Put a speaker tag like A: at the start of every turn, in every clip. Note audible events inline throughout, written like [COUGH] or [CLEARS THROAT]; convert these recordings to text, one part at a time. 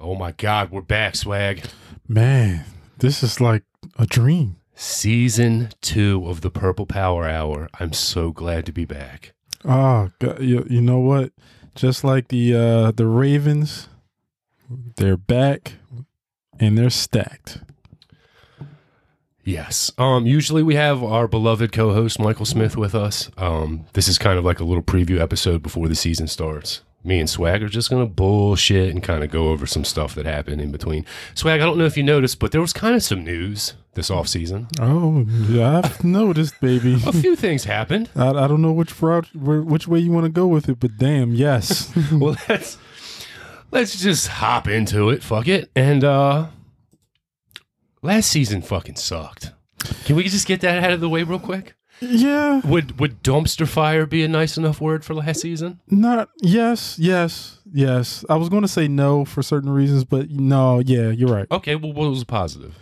A: Oh my God, we're back, swag.
B: Man, this is like a dream.
A: Season two of the Purple Power Hour. I'm so glad to be back.
B: Oh, God, you, you know what? Just like the uh, the Ravens, they're back and they're stacked.
A: Yes. Um. Usually we have our beloved co-host Michael Smith with us. Um. This is kind of like a little preview episode before the season starts. Me and Swag are just gonna bullshit and kind of go over some stuff that happened in between. Swag, I don't know if you noticed, but there was kind of some news this off season.
B: Oh, yeah, [LAUGHS] I've noticed, baby. [LAUGHS]
A: A few things happened.
B: I, I don't know which route, where- which way you want to go with it, but damn, yes.
A: [LAUGHS] Well, let's let's just hop into it. Fuck it. And uh last season fucking sucked. Can we just get that out of the way real quick?
B: [LAUGHS] yeah,
A: Would would dumpster fire be a nice enough word for last season?
B: not yes, yes, yes. I was going to say no for certain reasons, but no, yeah, you're right.
A: Okay, well what was a positive?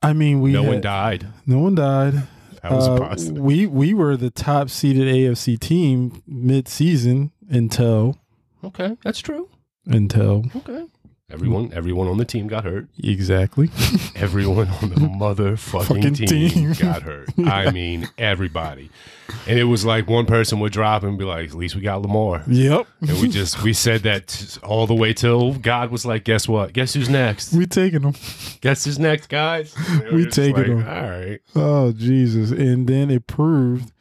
B: I mean, we
A: No
B: had-
A: one died.
B: No one died.
A: That was a
B: Uh,
A: positive.
B: We we were the top seeded AFC team mid season until
A: Okay, that's true.
B: until
A: Okay. Everyone everyone on the team got hurt.
B: exactly.
A: Everyone [LAUGHS] on the motherfucking
B: Fucking
A: team,
B: team.
A: got [LAUGHS] hurt. I mean everybody. And it was like one person would drop and be like, at least we got Lamar.
B: [LAUGHS] [LAUGHS] yep.
A: And we just we said that t- all the way till God was like, guess what? Guess who's next?
B: We taking them.
A: Guess who's next, guys?
B: We
A: take
B: taking 'em.
A: All right.
B: Oh Jesus! And then it proved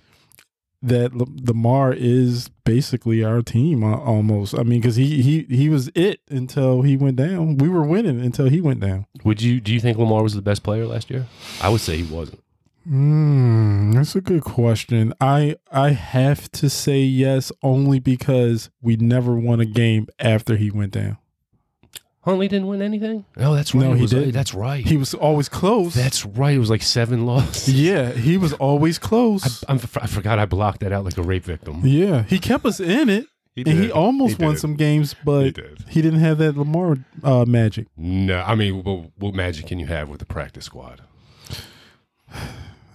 B: that L- Lamar is basically our team uh, almost. I mean, because he he he was it until he went down. We were winning until he went down.
A: Would you do you think Lamar was the best player last year? I would say he wasn't.
B: Mm, that's a good question. I I have to say yes only because we never won a game after he went down.
A: Huntley didn't win anything. No, that's right.
B: No,
A: It
B: he
A: was- uh,
B: didn't.
A: That's right.
B: He was always close.
A: that's right. It was like seven losses.
B: yeah, he was always close.
A: [LAUGHS] I'm, I forgot I blocked that out like a rape victim.
B: yeah, he kept us in it, and he almost won some games, but
A: He
B: he,
A: did.
B: didn't have that Lamar uh, magic.
A: No, I mean, what, what magic can you have with the practice squad?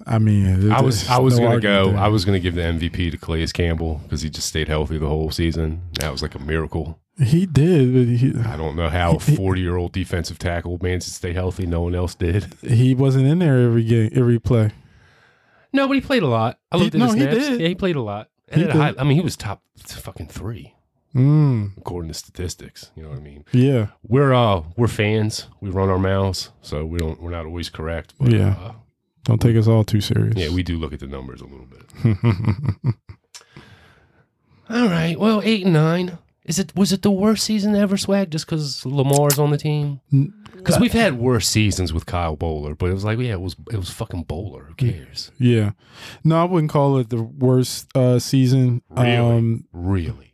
B: I mean,
A: I was I was
B: no
A: gonna
B: argument
A: go.
B: there.
A: I was gonna give the MVP to Clayus Campbell because he just stayed healthy the whole season. That was like a miracle.
B: he did, but
A: I don't know [LAUGHS] how a forty year old defensive tackle managed to stay healthy. No one else did.
B: he he wasn't in there every game, every play.
A: No, but he played a lot. I
B: He-
A: looked at
B: no,
A: his
B: he
A: snaps.
B: did.
A: Yeah, he played a lot. And
B: He
A: at a high-
B: did.
A: I mean, he was top fucking three
B: Mm,
A: according to statistics. You know what I mean?
B: yeah,
A: We're uh we're fans. We run our mouths, so we don't we're not always correct. But,
B: Yeah.
A: uh,
B: don't take us all too serious.
A: yeah, we do look at the numbers a little bit. [LAUGHS] All right. Well, eight and nine. Is it was it the worst season ever, Swag? Just because Lamar's on the team?
B: N-
A: Because we've had worse seasons with Kyle Bowler, but it was like, yeah, it was it was fucking Bowler. Who cares?
B: Yeah. No, I wouldn't call it the worst uh, season.
A: Really?
B: Um,
A: Really?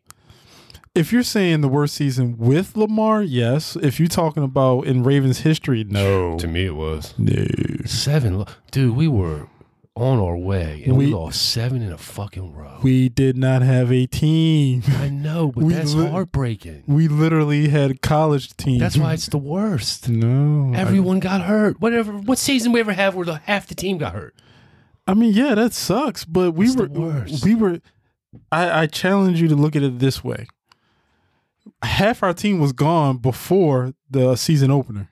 B: if you're saying the worst season with Lamar, yes. If you're talking about in Ravens history, no.
A: To me, it was
B: No.
A: seven. lo- Dude, we were on our way, and we,
B: We-
A: lost seven in a fucking row.
B: We did not have a team. [LAUGHS]
A: I know, but
B: we
A: that's
B: lit-
A: heartbreaking.
B: We literally had a college team.
A: That's
B: [LAUGHS]
A: why it's the worst.
B: No. I-
A: Everyone got hurt. Whatever. What season we ever have where the half the team got hurt?
B: I mean, yeah, that sucks, but we
A: It's the
B: were
A: worst.
B: we were I, I challenge you to look at it this way. Half our team was gone before the season opener.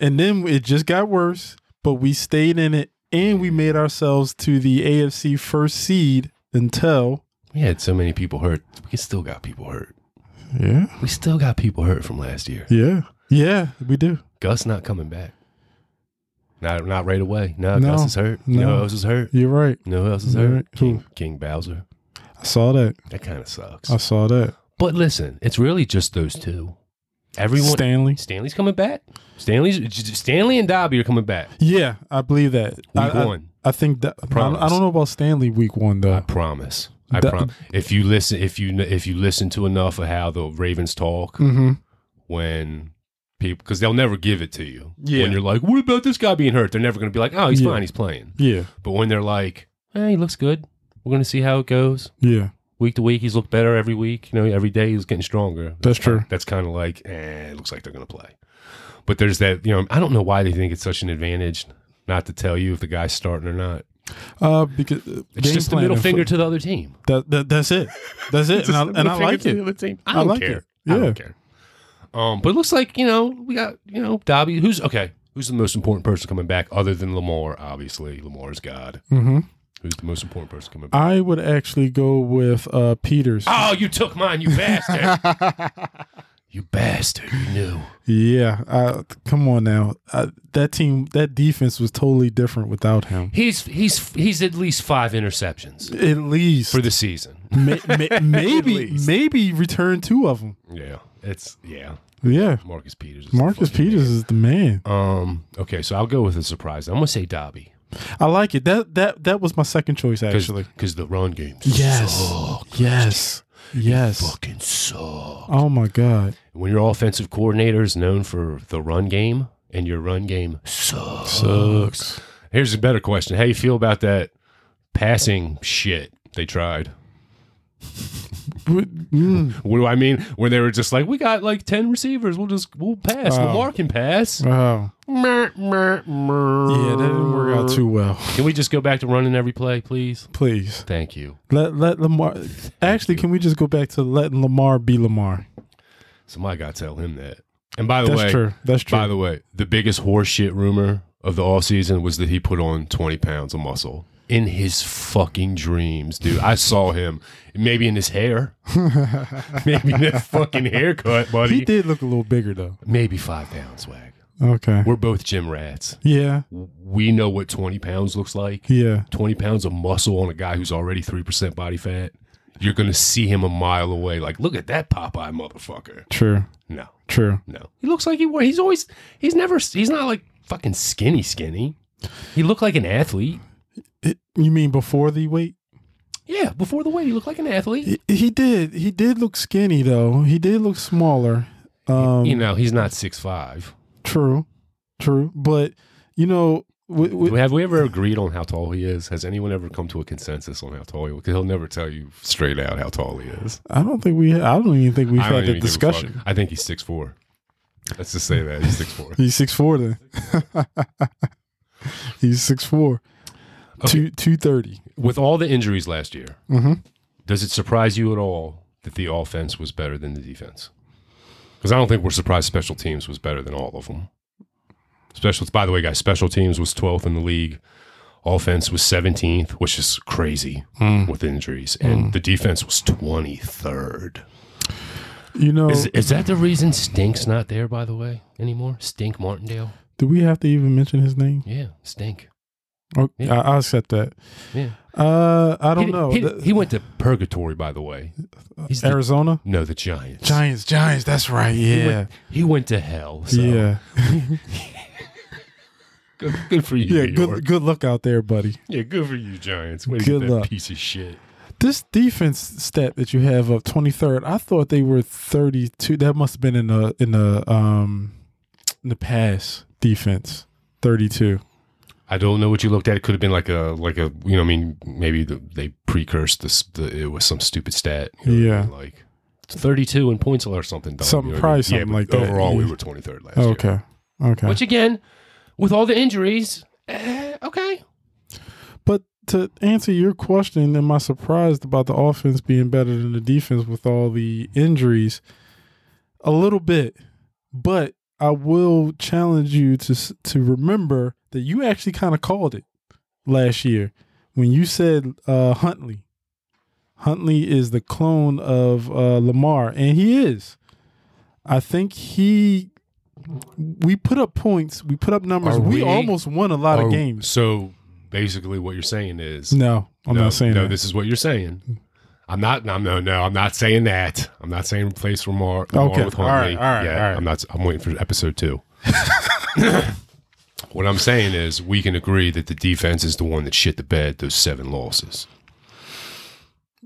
B: And then it just got worse, but we stayed in it and we made ourselves to the AFC first seed until
A: We had so many people hurt. We still got people hurt.
B: Yeah.
A: We still got people hurt from last year.
B: Yeah. Yeah, we do.
A: Gus not coming back. Not not right away. No,
B: No,
A: Gus is hurt. You know
B: no.
A: who else is hurt?
B: You're right.
A: You know who else is
B: You're
A: hurt?
B: right.
A: King, King Bowser.
B: I saw that.
A: That kind of sucks.
B: I saw that.
A: but listen, it's really just those two. Everyone.
B: Stanley.
A: Stanley's coming back. Stanley's Stanley and Dobby are coming back.
B: Yeah, I believe that. Week I, I-
A: one.
B: I, think that I,
A: Promise.
B: I don't know about Stanley week one though.
A: I promise. I
B: That-
A: promise. If you listen, if you if you listen to enough of how the Ravens talk
B: Mm-hmm.
A: when people, because they'll never give it to you.
B: Yeah.
A: When you're like, what about this guy being hurt? They're never going to be like, oh, he's
B: Yeah.
A: fine, he's playing.
B: Yeah,
A: But when they're like, eh, he looks good. We're going to see how it goes.
B: yeah,
A: Week to week, he's looked better every week. You know, every day he's getting stronger.
B: that's true.
A: That's kind of like, eh, it looks like they're going to play. But there's that, you know, I don't know why they think it's such an advantage not to tell you if the guy's starting or not.
B: Uh, because uh,
A: It's
B: game
A: just the
B: plan
A: middle
B: and
A: finger
B: fo-
A: to the other team. [LAUGHS]
B: that, that, that's it. That's it. and I, and I like it.
A: I
B: I
A: don't
B: like
A: care.
B: it.
A: I
B: Yeah.
A: don't care. Um, but it looks like you know we got you know Dobby. Who's okay? Who's the most important person coming back other than Lamar? Obviously, Lamar's God.
B: Mm-hmm.
A: Who's the most important person coming back?
B: I would actually go with uh, Peters.
A: Oh, you took mine, you bastard!
B: [LAUGHS]
A: you bastard! You knew.
B: yeah, I, come on now. I, that team, that defense was totally different without him.
A: He's he's he's at least five interceptions
B: At least,
A: for the season. [LAUGHS]
B: ma- ma- maybe,
A: least.
B: maybe return two of them.
A: Yeah, it's yeah.
B: Yeah,
A: Marcus Peters. is the
B: Marcus
A: fucking
B: Peters is the man.
A: man. Um. Okay, so I'll go with a surprise. I'm gonna say Dobby
B: I like it. That that that was my second choice actually.
A: because the run game.
B: Yes.
A: suck.
B: Yes, yes.
A: Fucking suck.
B: Oh my god.
A: When your offensive coordinator is known for the run game and your run game sucks.
B: Sucks.
A: Here's a better question. How you feel about that passing shit they tried?
B: Mm.
A: What do I mean? Where they were just like, we got like 10 receivers. We'll just, we'll pass.
B: Oh.
A: Lamar can pass.
B: Wow. Yeah, that didn't work out too well. [LAUGHS]
A: Can we just go back to running every play, please?
B: Please
A: Thank you.
B: let let Lamar. Actually, can we just go back to letting Lamar be Lamar?
A: Somebody got to tell him that. And by the
B: That's
A: way,
B: true. That's true.
A: by the way, the biggest horseshit rumor of the offseason was that he put on 20 pounds of muscle in his fucking dreams, dude. I saw him, maybe in his hair, [LAUGHS] maybe in that fucking haircut, buddy.
B: he did look a little bigger though.
A: Maybe five pounds, swag.
B: Okay.
A: We're both gym rats.
B: Yeah.
A: We know what 20 pounds looks like.
B: Yeah.
A: 20 pounds of muscle on a guy who's already 3% body fat. You're going to see him a mile away. Like, look at that Popeye motherfucker.
B: True.
A: No,
B: True.
A: no. He looks like he wa- he's always he's never he's not like fucking skinny skinny. He looked like an athlete.
B: It- you mean before the weight?
A: Yeah, before the weight, he looked like an athlete.
B: He, he did. He did look skinny though. He did look smaller. Um,
A: You know, he's not six five.
B: True. True. But you know, with, with,
A: Have we ever agreed on how tall he is? Has anyone ever come to a consensus on how tall he is? Because he'll never tell you straight out how tall he is.
B: I don't think we. I don't even think we've
A: I don't
B: had
A: even
B: that
A: give a fuck.
B: discussion.
A: I think he's six four. Let's just say that he's six four.
B: He's six four then. [LAUGHS] He's six four. Two two thirty.
A: With all the injuries last year,
B: Mhm.
A: does it surprise you at all that the offense was better than the defense? Because I don't think we're surprised special teams was better than all of them. Special, by the way, guys, special teams was 12th in the league. Offense was 17th, which is crazy with injuries, and
B: Mm.
A: the defense was 23rd.
B: You know,
A: Is, is that the reason Stink's not there? By the way, anymore? Stink Martindale?
B: do we have to even mention his name?
A: Yeah, Stink.
B: Oh,
A: Yeah.
B: I, I'll accept that.
A: Yeah,
B: Uh, I don't
A: He-
B: know.
A: He,
B: The- Uh,
A: he went to purgatory, by the way. He's the-
B: Arizona
A: no, the Giants.
B: Giants. Giants. That's right.
A: He
B: Yeah.
A: went, he went to hell. So.
B: Yeah.
A: Good, good for you.
B: Yeah.
A: New York.
B: Good. Good luck out there, buddy.
A: Yeah, good for you, Giants. Way to
B: Good
A: get that
B: luck.
A: piece of shit.
B: This defense stat that you have of twenty third, I thought they were thirty two. That must have been in the in the um in the pass defense thirty two.
A: I don't know what you looked at. It could have been like a like a you know. I mean, maybe the, they precursed this. The, it was some stupid stat. you know what I
B: Yeah.
A: mean? like thirty-two in points or something. dumb,
B: Something-
A: you know what I
B: probably
A: mean?
B: something
A: but
B: like that.
A: Overall, we
B: Yeah.
A: were twenty-third last year.
B: Okay. Okay.
A: Which again, with all the injuries, eh, okay.
B: But to answer your question, am I surprised about the offense being better than the defense with all the injuries? A little bit, but I will challenge you to s- to remember that you actually kind of called it last year when you said uh, Huntley. Huntley is the clone of uh, Lamar, and he is. I think he. We put up points. We put up numbers.
A: Are
B: we,
A: we- Oh,
B: almost won a lot
A: Are-
B: of games.
A: So basically, what you're saying is
B: No, I'm
A: no,
B: not saying
A: no.
B: that.
A: This is what you're saying. I'm not. I'm no. No. I'm not saying that. I'm not saying replace Lamar. Lamar
B: Okay.
A: With
B: All right,
A: Huntley.
B: all right,
A: Yeah,
B: all right.
A: I'm not. I'm waiting for episode two. [LAUGHS] what I'm saying is, we can agree that the defense is the one that shit the bed. Those seven losses.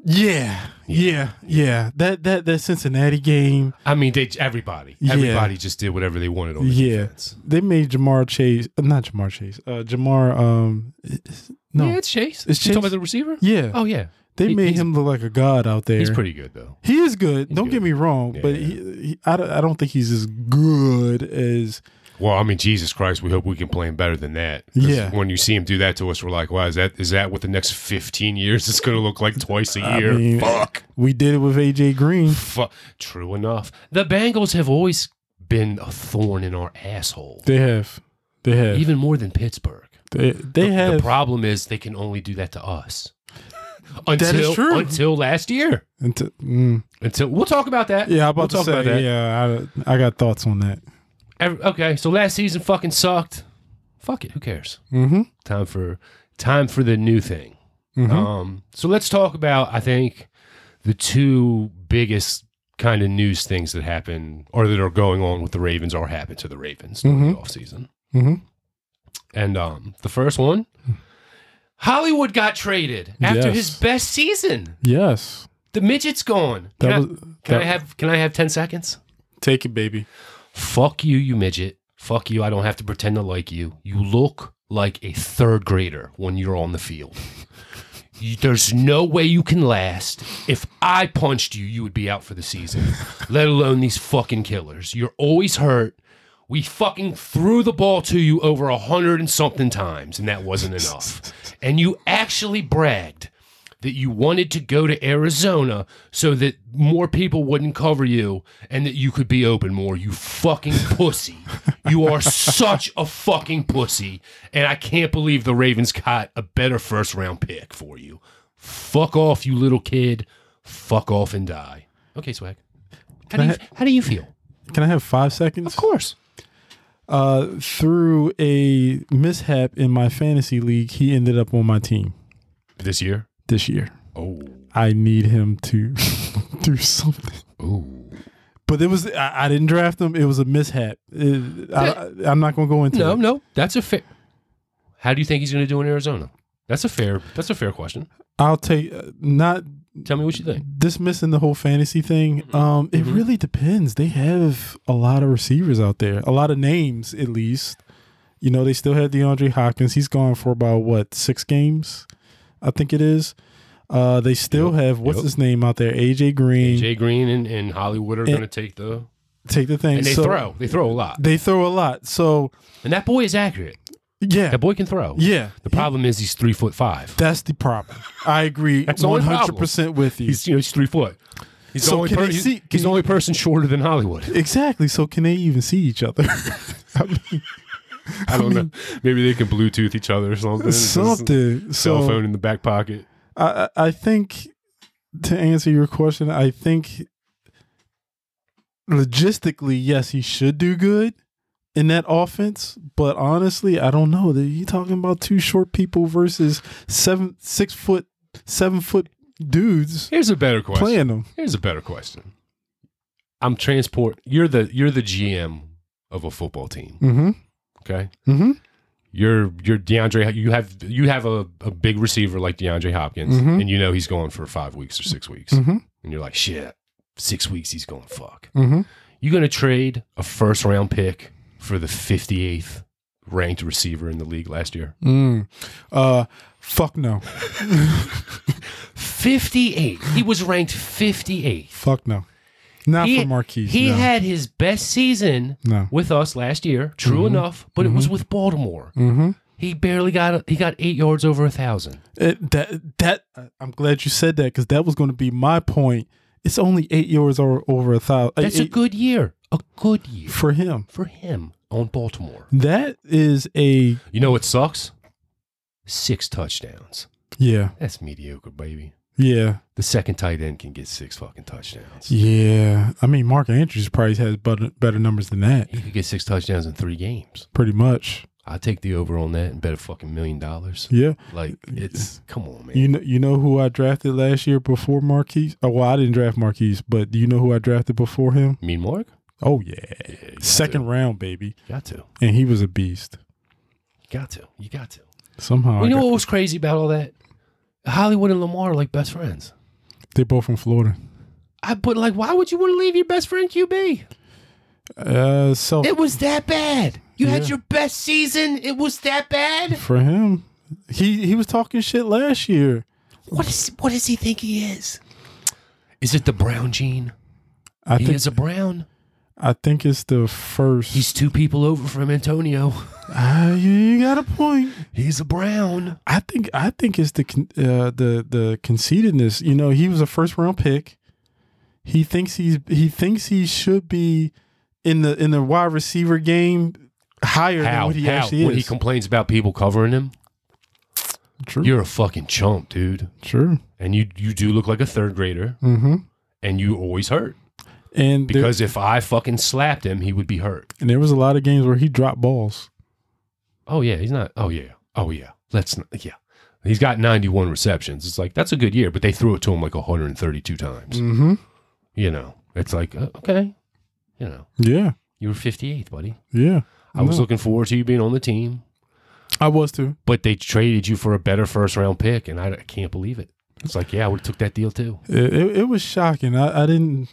B: Yeah, yeah, yeah. That that that Cincinnati game.
A: I mean, they everybody.
B: Yeah.
A: Everybody just did whatever they wanted on the
B: Yeah.
A: defense.
B: They made Jamar Chase, uh, not Jamar Chase, uh, Jamar. Um, is- no,
A: Yeah, it's Chase.
B: It's
A: You
B: Chase.
A: talking about the receiver?
B: yeah.
A: Oh yeah,
B: they
A: he-
B: made
A: he's-
B: him look like a god out there.
A: he's pretty good though.
B: He is good. Don't
A: good.
B: get me wrong, but
A: Yeah.
B: he, he, I, don't- I don't think he's as good as
A: Well, I mean, Jesus Christ, we hope we can play him better than that. 'Cause
B: Yeah.
A: When you see him do that to us, we're like, wow, is that is that what the next fifteen years is going to look like twice a
B: I
A: year?
B: mean-
A: Fuck.
B: we did it with AJ Green.
A: Fu- True enough. The Bengals have always been a thorn in our asshole,
B: They have. They have.
A: even more than Pittsburgh.
B: they they
A: The-
B: have.
A: The problem is they can only do that to
B: [LAUGHS]
A: us. Until,
B: true.
A: Until last year.
B: until- mm.
A: Until we'll talk about that.
B: yeah, I'm about
A: we'll
B: to say. yeah, I, I got thoughts on that.
A: Every- okay, so last season fucking sucked. Fuck it. Who cares?
B: Mm-hmm.
A: Time for time for the new thing.
B: Mhm.
A: Um, so let's talk about I think the two biggest kind of news things that happen or that are going on with the Ravens or happened to the Ravens during
B: Mm-hmm.
A: the offseason.
B: Mhm.
A: And um, the first one, Hollywood got traded after
B: Yes.
A: his best season.
B: Yes.
A: The midget's gone. Can,
B: That
A: I,
B: was.
A: can
B: that-
A: I have can I have ten seconds?
B: Take it, baby.
A: Fuck you, you midget. Fuck you. I don't have to pretend to like you. You look like a third grader when you're on the field. You- There's no way you can last. If I punched you, you would be out for the season, [LAUGHS] let alone these fucking killers. You're always hurt. We fucking threw the ball to you over a hundred and something times, and that wasn't enough. And you actually bragged that you wanted to go to Arizona so that more people wouldn't cover you and that you could be open more. You [LAUGHS] fucking pussy. You are such a fucking pussy. And I can't believe the Ravens got a better first round pick for you. Fuck off, you little kid. Fuck off and die. Okay, Swag. How do you, how do you feel?
B: Can I have five seconds?
A: Of course.
B: uh, through a mishap in my fantasy league, he ended up on my team
A: This year?
B: this year.
A: Oh.
B: I need him to [LAUGHS] do something.
A: Ooh.
B: But it was I, I didn't draft him. It was a mishap. It- I, am not going to go into
A: No,
B: it.
A: no. That's a fair. How do you think he's going to do in Arizona? That's a fair. That's a fair question.
B: I'll take uh, not
A: Tell me what you think.
B: dismissing the whole fantasy thing.
A: Mm-hmm.
B: Um, it really depends. They have a lot of receivers out there, a lot of names at least. You know, they still have DeAndre Hopkins. He's gone for about what six games, I think it is. Uh, they still have what's
A: Yep.
B: his name out there, AJ Green.
A: Jay Green and, and Hollywood are going to take the
B: Take the thing.
A: and they
B: So,
A: throw. They throw a lot,
B: They throw a lot. So
A: and that boy is accurate.
B: yeah,
A: That boy can throw.
B: yeah.
A: The problem is he's three foot five.
B: That's the problem. I agree
A: That's the only
B: one
A: problem.
B: hundred percent with you.
A: He's you know he's three foot. He's the
B: So
A: only
B: can
A: per-
B: they see-
A: he's, he's the
B: can-
A: only person shorter than
B: [LAUGHS]
A: Hollywood.
B: exactly. So can they even see each other? [LAUGHS] I mean,
A: I don't know. Maybe they can Bluetooth each other or something. It's just
B: something.
A: Cell
B: so,
A: phone in the back pocket.
B: I I I think to answer your question, I think logistically, yes, he should do good in that offense. But honestly, I don't know. You talking about two short people versus seven, six foot, seven foot dudes
A: Here's a better question.
B: playing them.
A: Here's a better question. I'm transport. You're the you're the GM of a football team.
B: Mm-hmm.
A: Okay.
B: Mm-hmm.
A: you're you're DeAndre. You have you have a, a big receiver like DeAndre Hopkins,
B: Mhm.
A: and you know he's going for five weeks or six weeks,
B: Mm-hmm.
A: and you're like, shit, six weeks he's going fuck.
B: Mm-hmm.
A: You're gonna trade a first round pick for the 58th ranked receiver in the league last year.
B: Mm. Uh, fuck no.
A: 58. He was ranked 58.
B: Fuck no. Not
A: He-
B: for Marquise.
A: He
B: no.
A: had his best season
B: no.
A: with us last year. True enough, but it was with Baltimore.
B: Mm-hmm.
A: He barely got he got eight yards over a thousand.
B: It, Uh, that that I'm glad you said that because that was going to be my point. It's only eight yards or over a thousand
A: That's a good year. A good year.
B: for him.
A: for him on Baltimore.
B: That is a
A: You know what sucks? Six touchdowns.
B: yeah,
A: That's mediocre, baby.
B: yeah,
A: The second tight end can get six fucking touchdowns.
B: yeah. I mean, Mark Andrews probably has better better numbers than that,
A: He could get six touchdowns in three games.
B: pretty much.
A: I'd take the over on that and bet a fucking million dollars.
B: Yeah,
A: Like, it's, come on, man.
B: you know, you know who I drafted last year before Marquise. Oh, well, I didn't draft Marquise, but do you know who I drafted before him?
A: mean Mark?
B: Oh yeah,
A: Yeah, you got
B: second round baby,
A: to. Got to.
B: and he was a beast.
A: Got to. You got to.
B: Somehow, I
A: you know
B: got-
A: what was crazy about all that? Hollywood and Lamar are like best friends.
B: they're both from Florida.
A: I but like, why would you want to leave your best friend QB?
B: Uh, so
A: It was that bad. You had
B: Yeah.
A: your best season. It was that bad.
B: For him, he he was talking shit last year.
A: What is what does he think he is? Is it the brown gene?
B: I
A: He
B: think
A: is a brown.
B: I think it's the first.
A: He's two people over from Antonio.
B: Ah, you, you got a point.
A: He's a brown.
B: I think I think it's the con- uh, the the conceitedness. You know, he was a first round pick. He thinks he's he thinks he should be in the in the wide receiver game higher than
A: How?
B: what he
A: How?
B: actually
A: When he
B: is.
A: complains about people covering him,
B: true.
A: you're a fucking chump, dude.
B: true.
A: And you you do look like a third grader,
B: Mm-hmm.
A: and you always hurt.
B: And there,
A: Because if I fucking slapped him, he would be hurt.
B: and there was a lot of games where he dropped balls.
A: Oh yeah, he's not. Oh yeah. Oh yeah. Let's not. Yeah. He's got 91 receptions. It's like that's a good year, but they threw it to him like 132 times.
B: Mm-hmm.
A: You know, it's like uh, okay, you know,
B: Yeah.
A: you were 58th, buddy.
B: Yeah.
A: I was
B: No.
A: looking forward to you being on the team,
B: I was too.
A: but they traded you for a better first round pick, and I, I can't believe it. It's like yeah, I would have took that deal too.
B: It, it, it was shocking. I, I didn't.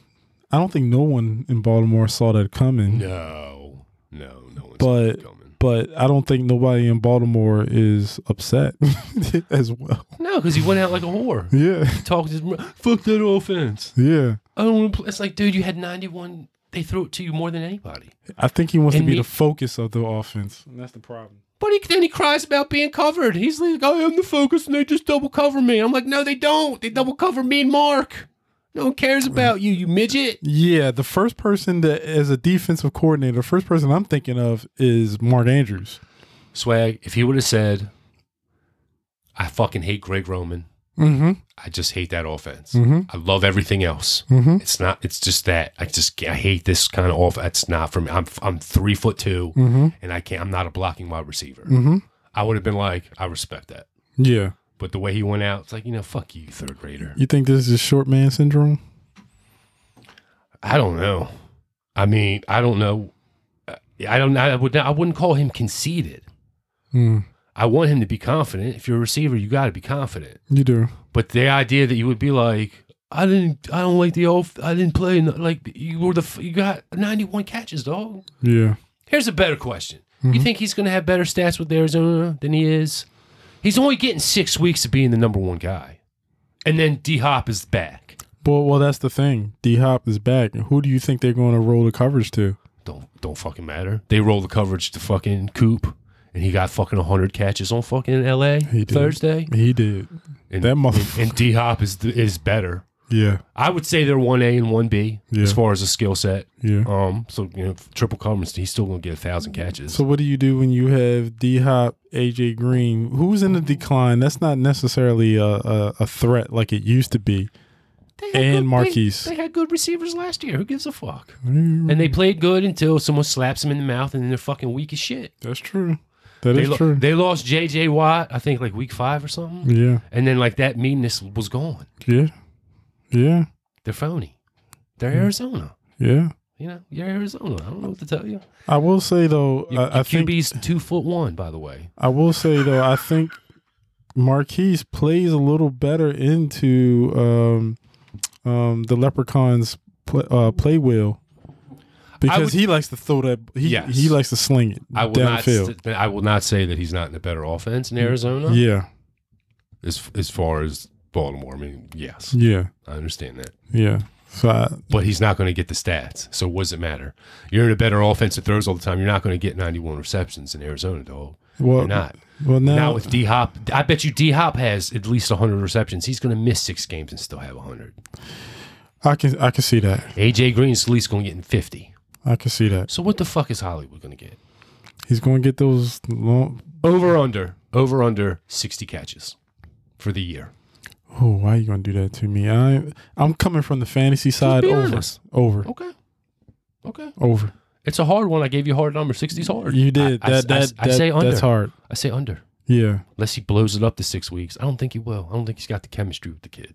B: I don't think no one in Baltimore saw that coming.
A: No, no, no one's
B: But-
A: coming.
B: But I don't think nobody in Baltimore is upset [LAUGHS] as well.
A: No, because he went out like a whore.
B: Yeah.
A: He talked his mou- fuck that offense.
B: Yeah.
A: I don't want to play. It's like, dude, you had 91. They threw it to you more than anybody.
B: I think he wants
A: And
B: to be
A: he-
B: the focus of the offense. And that's the problem.
A: But he, then he cries about being covered. He's like, I am the focus and they just double cover me. I'm like, no, they don't. They double cover me and Mark. No one cares about you, you midget.
B: Yeah, the first person that, as a defensive coordinator, the first person I'm thinking of is Mark Andrews.
A: Swag, if he would have said, I fucking hate Greg Roman.
B: Mm-hmm.
A: I just hate that offense.
B: Mhm.
A: I love everything else.
B: Mm-hmm.
A: It's not, it's just that. I just, I hate this kind of off. It's not for me. I'm, I'm three foot 2
B: Mm-hmm.
A: and I can't, I'm not a blocking wide receiver.
B: Mm-hmm.
A: I would have been like, I respect that.
B: Yeah.
A: But the way he went out, it's like, you know, fuck you, third grader.
B: You think this is short man syndrome?
A: I don't know. I mean, I don't know. Uh, I don't. I would. I wouldn't call him conceited.
B: Mm,
A: I want him to be confident. If you're a receiver, you got to be confident.
B: you do.
A: But the idea that you would be like, I didn't. I don't like the off. I didn't play. n- Like you were the. f- You got 91 catches, dog.
B: Yeah.
A: Here's a better question. You
B: Mm-hmm.
A: think he's going to have better stats with Arizona than he is? He's only getting six weeks of being the number one guy, and then D Hop is back.
B: Well, well, that's the thing. D Hop is back. Who do you think they're going to roll the coverage to?
A: don't don't fucking matter. They roll the coverage to fucking Coop, and he got fucking hundred catches on fucking L.A.
B: He did.
A: Thursday.
B: He did.
A: And,
B: That motherfucker.
A: and D Hop is is better.
B: Yeah.
A: I would say they're one A and one B
B: Yeah.
A: as far as a skill set.
B: Yeah.
A: Um, so you know, triple coverage, he's still gonna get a thousand catches.
B: So what do you do when you have D Hop, AJ Green, who's in a decline? That's not necessarily a, a, a threat like it used to be.
A: They had
B: And
A: they-
B: Marquise.
A: they had good receivers last year. Who gives a fuck?
B: Mm.
A: And they played good until someone slaps them in the mouth, and then they're fucking weak as shit.
B: That's true. That is
A: They, lo-
B: true.
A: they lost J.J. Watt, I think, like week five or something,
B: yeah.
A: and then like that meanness was gone.
B: Yeah. Yeah.
A: They're phony. They're
B: Hmm.
A: Arizona.
B: Yeah.
A: You know, you're Arizona. I don't know what to tell you.
B: I will say though,
A: Your,
B: I, I
A: your
B: think
A: QB's two foot one, by the way.
B: I will say though, I think Marquise plays a little better into um, um, the Leprechaun's play, uh, play wheel because
A: would-
B: he likes to throw that. He
A: Yes.
B: he likes to sling it
A: I will not.
B: downfield. Hmm.
A: st- I will not say that he's not in a better offense in Arizona.
B: yeah.
A: As as far as Baltimore, I mean, yes,
B: Yeah.
A: I understand that,
B: Yeah. So I,
A: but he's not going to get the stats. So what does it matter? You're in a better offense that throws all the time. You're not going to get 91 receptions in Arizona, dog.
B: well,
A: You're not.
B: well now,
A: Now with D Hop, I bet you D Hop has at least 100 receptions. He's going to miss six games and still have 100.
B: I can I can see that.
A: AJ Green's at least going to get in 50.
B: I can see that.
A: So what the fuck is Hollywood going to get?
B: He's going to get those long.
A: Over under. Over under 60 catches for the year.
B: Oh, why are you gonna do that to me? I I'm coming from the fantasy side.
A: be
B: Over,
A: honest.
B: over,
A: Okay. Okay.
B: over.
A: It's a hard one. I gave you a hard number. 60's hard.
B: You did
A: I- I-
B: that.
A: I-
B: that,
A: I
B: that-
A: say under.
B: That's hard.
A: I say under.
B: Yeah.
A: Unless he blows it up to six weeks. I don't think he will. I don't think he's got the chemistry with the kid.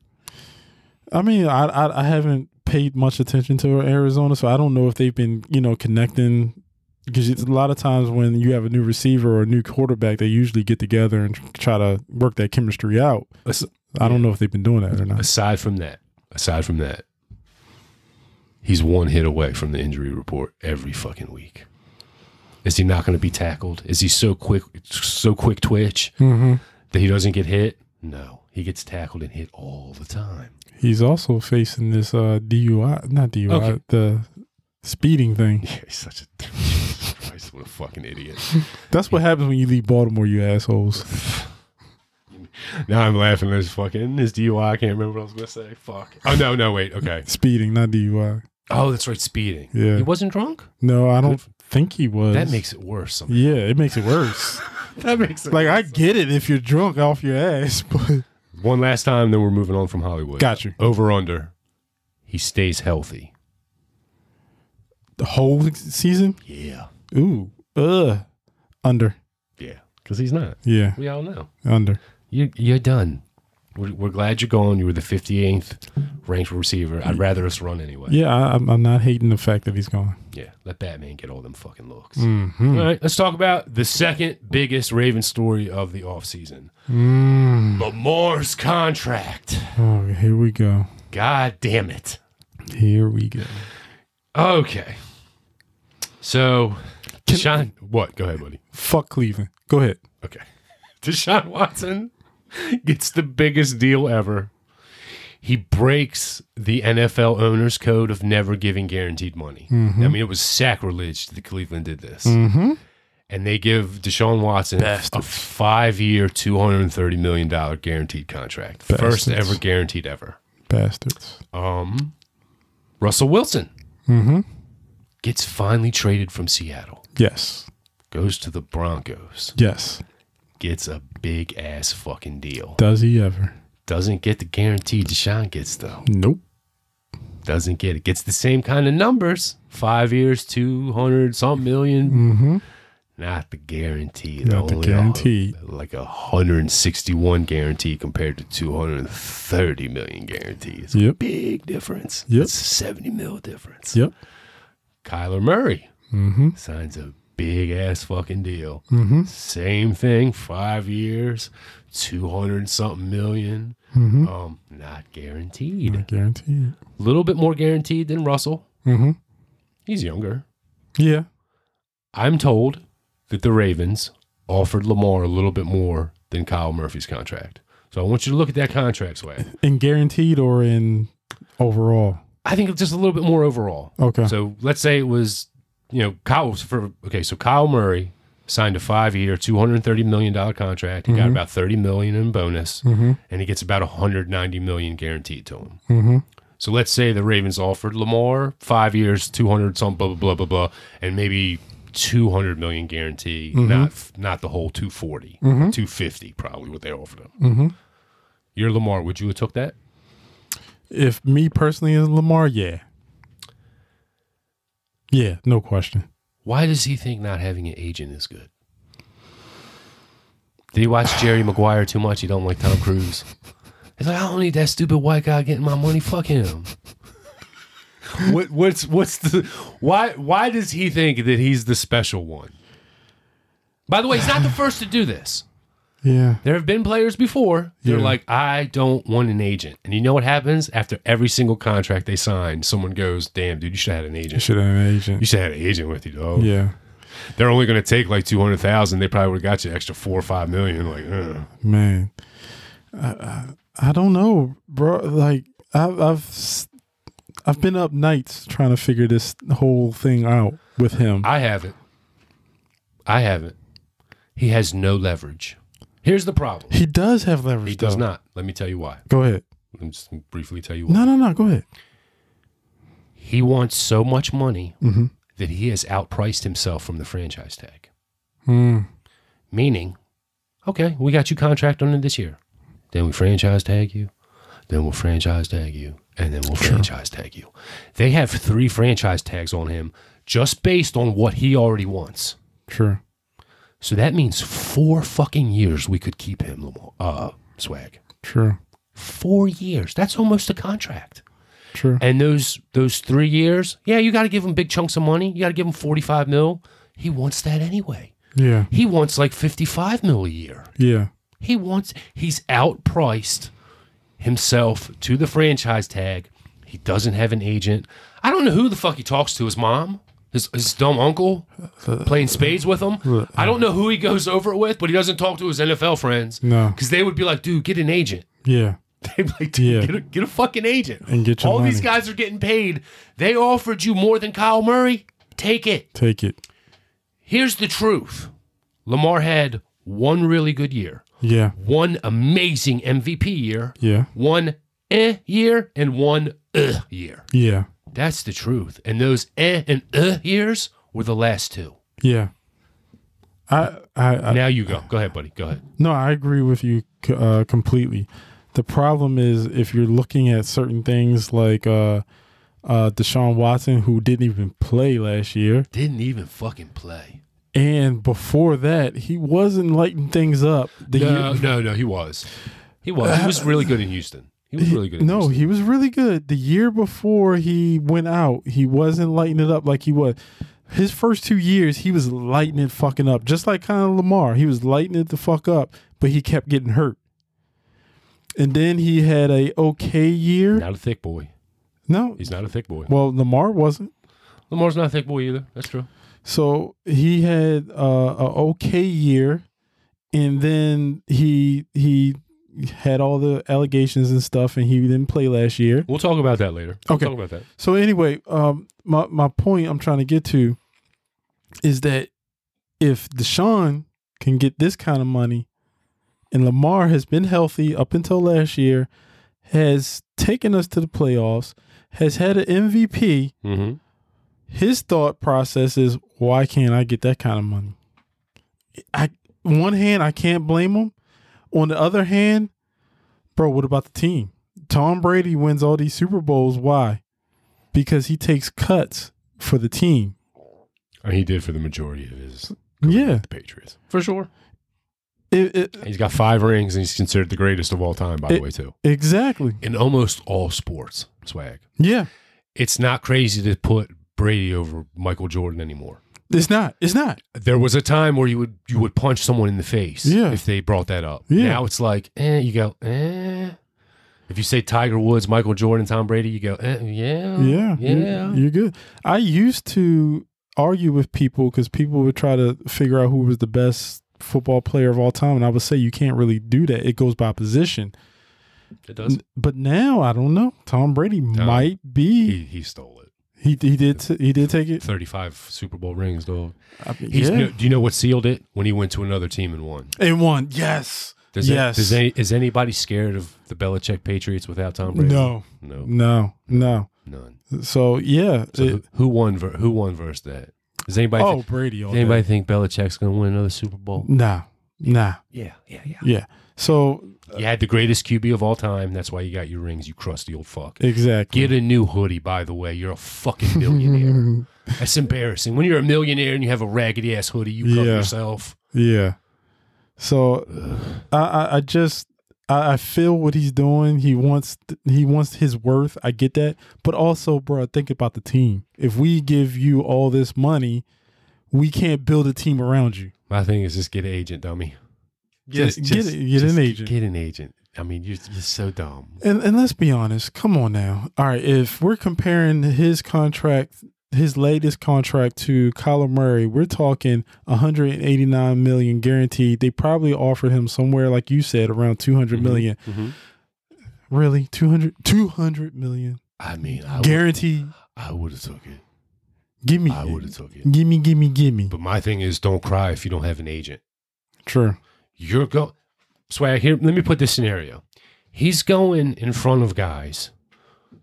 B: I mean, I, I I haven't paid much attention to Arizona, so I don't know if they've been you know connecting. Because it's a lot of times when you have a new receiver or a new quarterback, they usually get together and try to work that chemistry out.
A: As-
B: I don't know if they've been doing that or not.
A: Aside from that, aside from that, he's one hit away from the injury report every fucking week. Is he not going to be tackled? Is he so quick, so quick twitch
B: Mm-hmm.
A: that he doesn't get hit? No, he gets tackled and hit all the time.
B: He's also facing this uh, DUI, not DUI,
A: Okay.
B: the speeding thing.
A: Yeah, [LAUGHS] he's such a [LAUGHS] Jesus Christ, what a fucking idiot.
B: That's what happens when you leave Baltimore, you assholes.
A: now I'm laughing at his fucking his DUI. I can't remember what I was gonna say. Fuck. Oh no, no, wait. Okay,
B: Speeding, not DUI.
A: Oh, that's right, speeding.
B: Yeah.
A: He wasn't drunk?
B: No, I don't think he was.
A: That makes it worse. somehow.
B: yeah, it makes it worse.
A: That makes it
B: like I get it if you're drunk off your ass, [LAUGHS] but
A: One last time, then we're moving on from Hollywood.
B: got you.
A: Over under. He stays healthy.
B: The whole season.
A: Yeah.
B: Ooh, uh, under.
A: Yeah. Because he's not.
B: Yeah,
A: We all know.
B: under.
A: You, you're done. We're, we're glad you're gone. You were the 58th ranked receiver. I'd rather us run anyway.
B: Yeah, I, I'm, I'm not hating the fact that he's gone.
A: Yeah, let Batman get all them fucking looks.
B: Mm-hmm.
A: All right, let's talk about the second biggest Raven story of the offseason
B: Mm.
A: Lamar's contract.
B: Oh, here we go.
A: God damn it.
B: Here we go.
A: Okay. So,
B: Can-
A: Deshaun, what? Go ahead, buddy.
B: Fuck Cleveland. Go ahead.
A: Okay. [LAUGHS] Deshaun Watson gets the biggest deal ever. He breaks the NFL owner's code of never giving guaranteed money. I mean, it was sacrilege that Cleveland did this.
B: Mm-hmm.
A: and they give Deshaun Watson a five-year, two hundred and thirty million dollar guaranteed contract, first
B: Bastards.
A: ever guaranteed ever.
B: Bastards.
A: Um, Russell Wilson
B: Mm-hmm.
A: gets finally traded from Seattle,
B: Yes.
A: goes to the Broncos,
B: Yes.
A: gets a big ass fucking deal.
B: Does he ever?
A: Doesn't get the guarantee Deshaun gets though.
B: Nope.
A: Doesn't get it. Gets the same kind of numbers, five years, two hundred some million.
B: Mm-hmm.
A: Not the guarantee.
B: Not the
A: a hun-
B: guarantee.
A: like a hundred and sixty-one guarantee compared to two hundred and thirty million guarantees.
B: Yep.
A: Big difference.
B: Yep.
A: It's a seventy mil difference.
B: Yep.
A: Kyler Murray
B: Mm-hmm.
A: signs a big ass fucking deal.
B: Mm-hmm.
A: Same thing, five years, two hundred something million.
B: Mm-hmm.
A: Um, not guaranteed.
B: I guarantee it.
A: A little bit more guaranteed than Russell.
B: Mm-hmm.
A: He's younger.
B: Yeah.
A: I'm told that the Ravens offered Lamar a little bit more than Kyle Murphy's contract. So I want you to look at that contract swag.
B: In guaranteed or in overall?
A: I think it's just a little bit more overall.
B: Okay.
A: So let's say it was, you know, Kyle for okay, so Kyle Murray signed a five year, two hundred and thirty million dollar contract. He got about thirty million in bonus
B: mm-hmm.
A: and he gets about hundred ninety million guaranteed to him.
B: Mm-hmm.
A: So let's say the Ravens offered Lamar five years, two hundred some blah blah blah blah blah, and maybe two hundred million guarantee,
B: Mm-hmm.
A: not not the whole two fifty probably what they offered him.
B: Mm-hmm.
A: You're Lamar, would you have took that?
B: If me personally is Lamar, yeah. Yeah, no question.
A: Why does he think not having an agent is good? Did he watch Jerry Maguire too much? He don't like Tom Cruise. He's like, I don't need that stupid white guy getting my money. Fuck him. what, what's what's the why? Why does he think that he's the special one? By the way, he's not the first to do this.
B: Yeah.
A: There have been players before. They're
B: Yeah.
A: like, I don't want an agent. And you know what happens after every single contract they sign? Someone goes, "Damn, dude, you should have had an
B: You
A: agent.
B: should have an
A: You
B: agent.
A: should have had an agent with you, dog."
B: Yeah.
A: they're only going to take like 200,000. They probably would have got you extra four or five million. Like, uh.
B: Man. I, I, I don't know, bro. Like I've I've s- I've been up nights trying to figure this whole thing out with him.
A: I haven't. I haven't. He has no leverage. Here's the problem
B: he does have leverage.
A: he does
B: though.
A: not. Let me tell you why.
B: Go ahead.
A: Let me just briefly tell you why.
B: No, no, no. Go ahead.
A: He wants so much money
B: Mm-hmm.
A: that he has outpriced himself from the franchise tag,
B: Mm.
A: meaning, okay, we got you contract under this year. Then we franchise tag you. Then we'll franchise tag you. And then we'll franchise tag you. They have three franchise tags on him just based on what he already wants.
B: Sure.
A: So that means four fucking years we could keep him, Lamar. Uh, swag.
B: True.
A: Four years. That's almost a contract.
B: True.
A: And those those three years, yeah, you got to give him big chunks of money. You got to give him forty five mil. He wants that anyway.
B: Yeah.
A: He wants like fifty five mil a year.
B: Yeah.
A: He wants. He's outpriced himself to the franchise tag. He doesn't have an agent. I don't know who the fuck he talks to. His mom, his his dumb uncle, playing spades with him. I don't know who he goes over it with, but he doesn't talk to his NFL friends
B: No.
A: because they would be like, "Dude, get an agent."
B: Yeah.
A: [LAUGHS] They'd be like, "Dude,
B: Yeah.
A: get, a, get a fucking agent."
B: And get your
A: All these
B: money.
A: guys are getting paid. They offered you more than Kyle Murray. Take it.
B: Take it.
A: Here's the truth. Lamar had one really good year
B: Yeah.
A: one amazing MVP year,
B: Yeah.
A: one eh year, and one uh year.
B: Yeah.
A: That's the truth. And those eh and uh years were the last two.
B: Yeah. I, I, I
A: Now you go. Go ahead, buddy. Go ahead.
B: No, I agree with you c- uh, completely. The problem is if you're looking at certain things like uh, uh, Deshaun Watson, who didn't even play last year,
A: Didn't even fucking play.
B: and before that, he wasn't lighting things up. The
A: No,
B: year-
A: no, no. He was. He was. He was really good in Houston. He was really good. In
B: Uh, no,
A: Houston.
B: he was really good. The year before he went out, he wasn't lighting it up like he was. His first two years, he was lighting it fucking up, just like Conor Lamar. He was lighting it the fuck up, but he kept getting hurt. And then he had a okay year.
A: not a thick boy.
B: No,
A: He's not a thick boy.
B: well, Lamar wasn't.
A: Lamar's not a thick boy either. That's true.
B: So he had uh, a okay year, and then he he had all the allegations and stuff, and he didn't play last year.
A: We'll talk about that later. We'll
B: Okay.
A: talk about that.
B: So anyway, um, my my point I'm trying to get to is that if Deshaun can get this kind of money, and Lamar has been healthy up until last year, has taken us to the playoffs, has had an MVP.
A: Mm-hmm.
B: His thought process is, why can't I get that kind of money? I on one hand, I can't blame him. On the other hand, bro, what about the team? Tom Brady wins all these Super Bowls. Why? Because he takes cuts for the team.
A: he did for the majority of his
B: Yeah.
A: the Patriots for sure.
B: It, it,
A: He's got five rings and he's considered the greatest of all time. By the
B: It-
A: way, too
B: exactly.
A: in almost all sports. Swag.
B: Yeah.
A: It's not crazy to put Brady over Michael Jordan anymore.
B: It's not. It's not.
A: There was a time where you would you would punch someone in the face
B: Yeah.
A: if they brought that up.
B: Yeah.
A: Now it's like, eh, you go, eh. If you say Tiger Woods, Michael Jordan, Tom Brady, you go, eh, yeah,
B: Yeah. You're-
A: yeah.
B: You're, good. I used to argue with people because people would try to figure out who was the best football player of all time. And I would say, you can't really do that. It goes by position.
A: It does.
B: N- But now I don't know. Tom Brady might be.
A: He, he stole it.
B: He he did t- he did take it.
A: Thirty-five Super Bowl rings, dog.
B: I mean,
A: He's,
B: yeah.
A: no- do you know what sealed it? When he went to another team and won.
B: and one. Yes.
A: Does
B: Yes.
A: It, does any, is anybody scared of the Belichick Patriots without Tom Brady?
B: No.
A: no,
B: No. No.
A: none.
B: So yeah.
A: So
B: it-
A: who, who won? Ver, who won versus that? Does anybody?
B: oh,
A: thi-
B: Brady. All
A: does anybody
B: day.
A: think Belichick's going to win another Super Bowl?
B: Nah. Nah.
A: Yeah, yeah, yeah.
B: Yeah. So
A: You had the greatest QB of all time. That's why you got your rings. You crusty old fuck.
B: exactly.
A: Get a new hoodie, by the way. You're a fucking millionaire.
B: [LAUGHS]
A: That's embarrassing. When you're a millionaire and you have a raggedy ass hoodie, you cover
B: Yeah.
A: yourself.
B: Yeah. So I, I I just I, I feel what he's doing. He wants th- he wants his worth. I get that, but also, bro, think about the team. If we give you all this money, we can't build a team around you.
A: My thing is just get an agent, dummy.
B: Get-
A: Just-
B: get
A: just-
B: a- get
A: just
B: an agent.
A: Get an agent. I mean, you're, you're so dumb.
B: And and let's be honest. Come on now. All right, if we're comparing his contract, his latest contract to Kyler Murray, we're talking 189 million guaranteed. They probably offered him somewhere like you said around 200
A: Mhm.
B: million. Really? 200, 200 million.
A: I mean, I would,
B: Guarantee.
A: I would have took it.
B: Give me.
A: I would have took it.
B: Give me, give me, give me.
A: But my thing is, don't cry if you don't have an agent.
B: True.
A: You're go swag here. Let me put this scenario. He's going in front of guys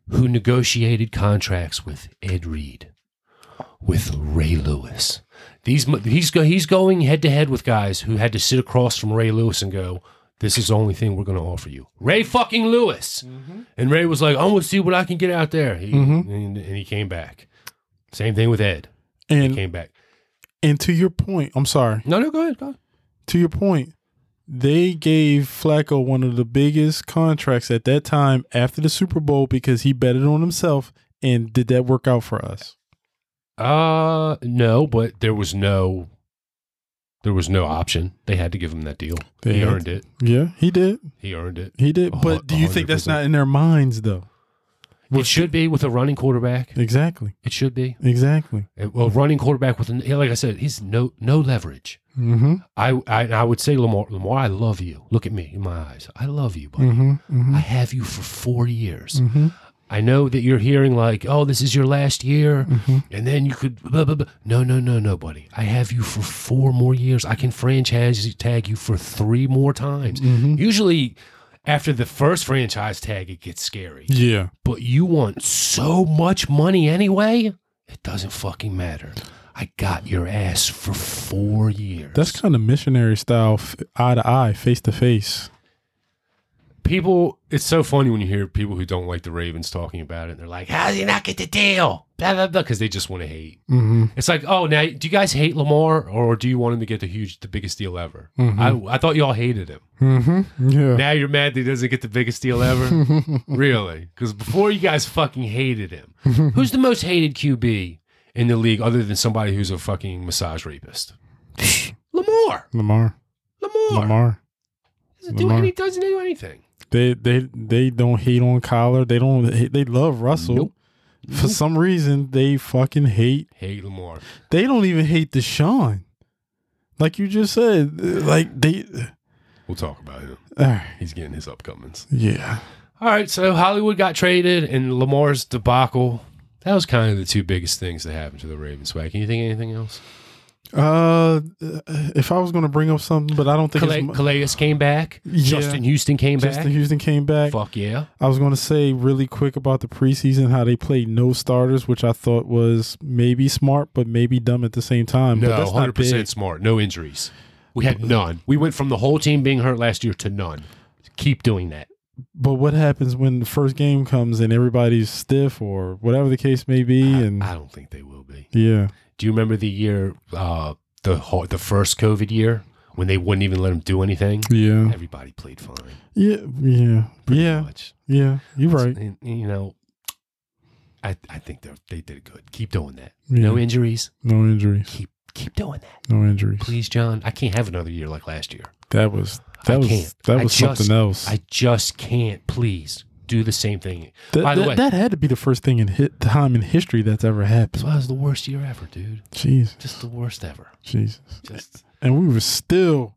A: who negotiated contracts with Ed Reed, with Ray Lewis. These mu- he's go, he's going head to head with guys who had to sit across from Ray Lewis and go, "This is the only thing we're going to offer you." Ray fucking Lewis, and Ray was like, "I'm going to see what I can get out there," he, and, and he came back. Same thing with Ed. He
B: And
A: came back.
B: and to your point, I'm sorry.
A: No, no, go ahead. Go ahead.
B: To your point, they gave Flacco one of the biggest contracts at that time after the Super Bowl because he betted on himself. And did that work out for us?
A: Uh no, but there was no there was no option. They had to give him that deal.
B: They
A: he
B: had
A: earned it.
B: Yeah, he did.
A: He earned it.
B: He did.
A: A hu-
B: But do you think that's not in their minds, though?
A: it should be with a running quarterback.
B: Exactly.
A: It should be.
B: Exactly.
A: Uh, Well, running quarterback with an- like I said, he's no no leverage.
B: Mm-hmm.
A: I I, I would say Lamar Lamar, I love you. Look at me in my eyes. I love you, buddy.
B: Mm-hmm. Mm-hmm.
A: I have you for four years.
B: Mhm.
A: I know that you're hearing like, oh, this is your last year,
B: Mm-hmm.
A: and then you could. Blah, blah, blah. No, no, no, no, buddy. I have you for
B: Mm-hmm.
A: four more years. I can franchise tag you for three more times. Usually, after the first franchise tag, it gets scary.
B: Yeah.
A: But you want so much money anyway, it doesn't fucking matter. I got your ass for four years.
B: That's kind of missionary style, f- eye to eye, face to face.
A: people it's so funny when you hear people who don't like the Ravens talking about it and they're like, How did you not get the deal? Blah blah blah because they just want to hate.
B: Mm-hmm.
A: It's like, oh now do you guys hate Lamar or do you want him to get the huge the biggest deal ever?
B: Mhm.
A: I I thought y'all hated him.
B: Mm-hmm. Yeah.
A: [LAUGHS] Now you're mad that he doesn't get the biggest deal ever?
B: [LAUGHS]
A: really? Because before you guys fucking hated him. Who's the most hated QB in the league other than somebody who's a fucking massage
B: [LAUGHS]
A: rapist? Lamar.
B: Lamar.
A: Lamar.
B: Lamar.
A: Doesn't, do
B: Lamar.
A: any, doesn't do anything.
B: They they they don't hate on Collar. They don't. hate- They love Russell.
A: Nope.
B: For some reason, they fucking hate.
A: Hate Lamar.
B: They don't even hate Deshaun. Like you just said, like they.
A: We'll talk about him.
B: all right,
A: He's getting his upcomings.
B: yeah.
A: All right, so Hollywood got traded and Lamar's debacle. That was kind of the two biggest things that happened to the Ravens. Swag. Can you think of anything else?
B: Uh, if I was gonna bring up something, but I don't think
A: Calais,
B: it's mu-
A: Calais came back.
B: Yeah.
A: Justin Houston came
B: Justin
A: back.
B: Houston came back.
A: Fuck yeah.
B: I was gonna say really quick about the preseason how they played no starters, which I thought was maybe smart but maybe dumb at the same time. but
A: No,
B: that's not
A: hundred percent
B: big.
A: smart. No injuries. We had none. We went from the whole team being hurt last year to none. Keep doing that.
B: But what happens when the first game comes and everybody's stiff or whatever the case may be? And
A: I don't think they will be.
B: yeah,
A: Do you remember the year, uh, the ho- the first COVID year when they wouldn't even let them do anything?
B: yeah,
A: Everybody played fine.
B: yeah, yeah, yeah,
A: Much.
B: yeah. You're right.
A: And, you know, I I think they they did good. Keep doing that.
B: Yeah.
A: No injuries.
B: No injuries.
A: Keep keep doing that,
B: No injuries.
A: please, John. I can't have another year like last year.
B: That was that
A: I
B: was
A: can't.
B: that
A: I
B: was
A: just-
B: something else.
A: I just can't. Please do the same thing.
B: That,
A: by the
B: that-
A: way-
B: that had to be the first thing in hit time in history that's ever
A: This
B: happened.
A: was the worst year ever, dude.
B: Jesus,
A: Just the worst ever.
B: Jesus.
A: Just
B: and we were still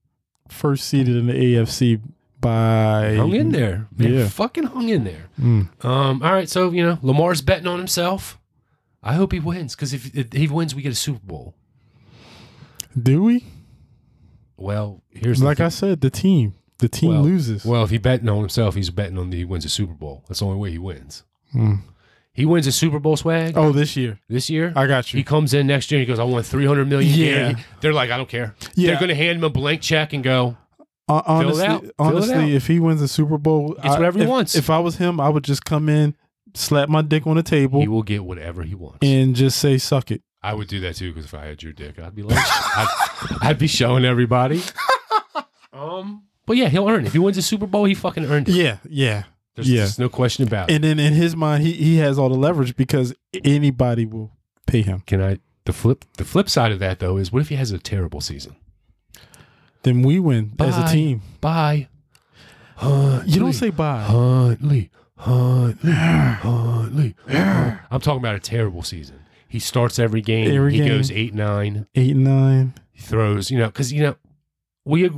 B: first seeded in the AFC
A: [LAUGHS]
B: by
A: hung in there. Man,
B: Yeah.
A: fucking hung in there.
B: Mm.
A: Um. All right. So you know, Lamar's betting on himself. I hope he wins because if, if he wins, we get a Super Bowl.
B: Do we?
A: Well, here's
B: Like
A: the
B: I
A: thing.
B: said, the team, the team
A: Well-
B: loses.
A: well, if he betting on himself, he's betting on the he wins a Super Bowl. That's the only way he wins.
B: Mm.
A: He wins a Super Bowl swag
B: Oh, this year
A: this year.
B: I got
A: He
B: you.
A: comes in next year and he goes, I want 300 million.
B: Yeah.
A: guarantee." They're like, I don't care.
B: Yeah.
A: They're going to hand him a blank check and go,
B: Hon- honestly,
A: out. Fill it
B: honestly,
A: out.
B: if he wins the Super Bowl,
A: It's whatever he
B: if,
A: wants.
B: If I was him, I would just come in, slap my dick on the table,
A: he will get whatever he wants.
B: and just say "suck it."
A: I would do that too because if I had your dick, I'd be like, I'd, I'd be showing everybody. Um, But yeah, he'll earn it. If he wins a Super Bowl, he fucking earned it.
B: Yeah, yeah.
A: There's,
B: yeah.
A: there's no question about it.
B: And then in his mind, he he has all the leverage because anybody will pay him.
A: Can I? The flip, the flip side of that though is, what if he has a terrible season?
B: Then we win as a
A: Bye.
B: team.
A: Bye. Huntley,
B: You don't say bye.
A: Huntley, Huntley, Huntley. I'm talking about a terrible season. He starts every game.
B: Every
A: he
B: game.
A: goes eight nine.
B: Eight nine.
A: He throws. You know, because you know we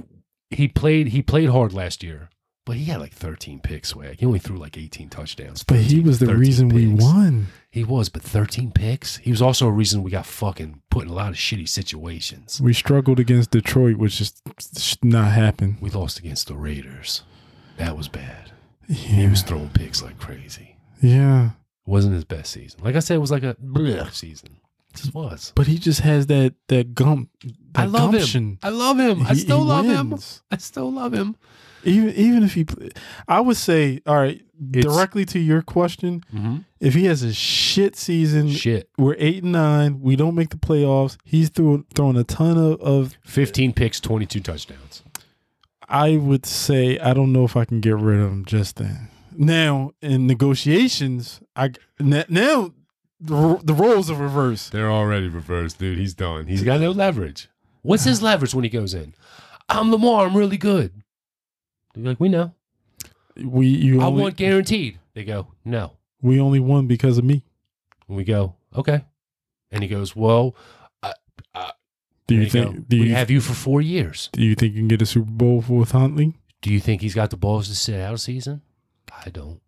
A: he played he played hard last year, but he had like 13 picks. Swag. He only threw like 18 touchdowns.
B: But he
A: 13
B: was the
A: 13
B: reason we
A: picks.
B: won.
A: He was, but 13 picks. He was also a reason we got fucking put in a lot of shitty situations.
B: We struggled against Detroit, which just should not happen.
A: We lost against the Raiders. That was bad. He
B: Yeah.
A: was throwing picks like crazy.
B: yeah.
A: wasn't his best season. Like I said, it was like a bleh season. It just was.
B: But he just has that that gump. That
A: I love him.
B: gumption.
A: I love him. I
B: He-
A: still
B: he
A: love him.
B: wins.
A: I still love him.
B: Even even if he, play- I would say, all right,
A: It's-
B: directly to your question, if he has a shit season,
A: Shit.
B: we're eight and nine, we don't make the playoffs. He's threw, throwing a ton of, of.
A: 15 picks, 22 touchdowns.
B: I would say, I don't know if I can get rid of him just then. Now in negotiations, I n- now the, ro- the roles are reversed.
A: They're already reversed, dude. He's done. He's got no leverage. What's his leverage when he goes in? I'm Lamar. I'm really good. They're like, we know.
B: we you
A: I
B: only,
A: want guaranteed. They go, no.
B: we only won because of me.
A: And we go, okay. And he goes, well,
B: Do you
A: they go,
B: think do
A: we
B: you,
A: have you for four years.
B: do you think you can get a Super Bowl with Huntley?
A: Do you think he's got the balls to sit out a season? I don't.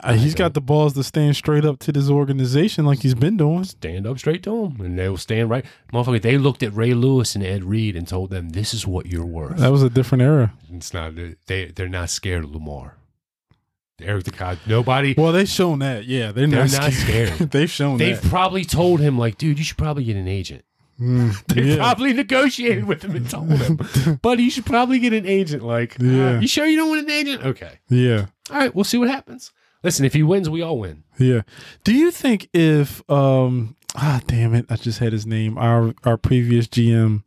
B: Uh, he's got the balls to stand straight up to this organization like he's been doing.
A: stand up straight to them, and they will stand right. Motherfucker, they looked at Ray Lewis and Ed Reed and told them, "This is what you're worth."
B: That was a different era.
A: It's not they. They're not scared of Lamar. Eric the Cod. Nobody.
B: Well, they've shown that. Yeah, they're not,
A: They're not
B: [LAUGHS]
A: scared.
B: they've shown
A: They've
B: that.
A: probably told him, like, dude, you should probably get an agent.
B: Mm,
A: [LAUGHS] They
B: yeah.
A: probably negotiated with him and told
B: [LAUGHS]
A: him, buddy, you should probably get an agent. Like, uh,
B: Yeah.
A: you sure you don't want an agent? Okay.
B: yeah.
A: All right. We'll see what happens. Listen, if he wins, we all win.
B: Yeah. Do you think if um ah damn it, I just had his name. Our our previous GM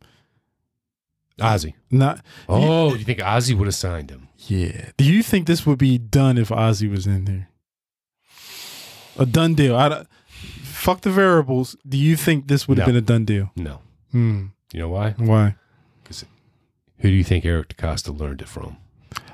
A: Ozzy.
B: not
A: Oh, you think Ozzy would have signed him?
B: Yeah. Do you think this would be done if Ozzy was in there? A done deal. I don't- fuck the variables. Do you think this would have
A: No.
B: been a done deal?
A: No.
B: Hmm.
A: You know why?
B: Why?
A: Who do you think Eric DaCosta learned it from?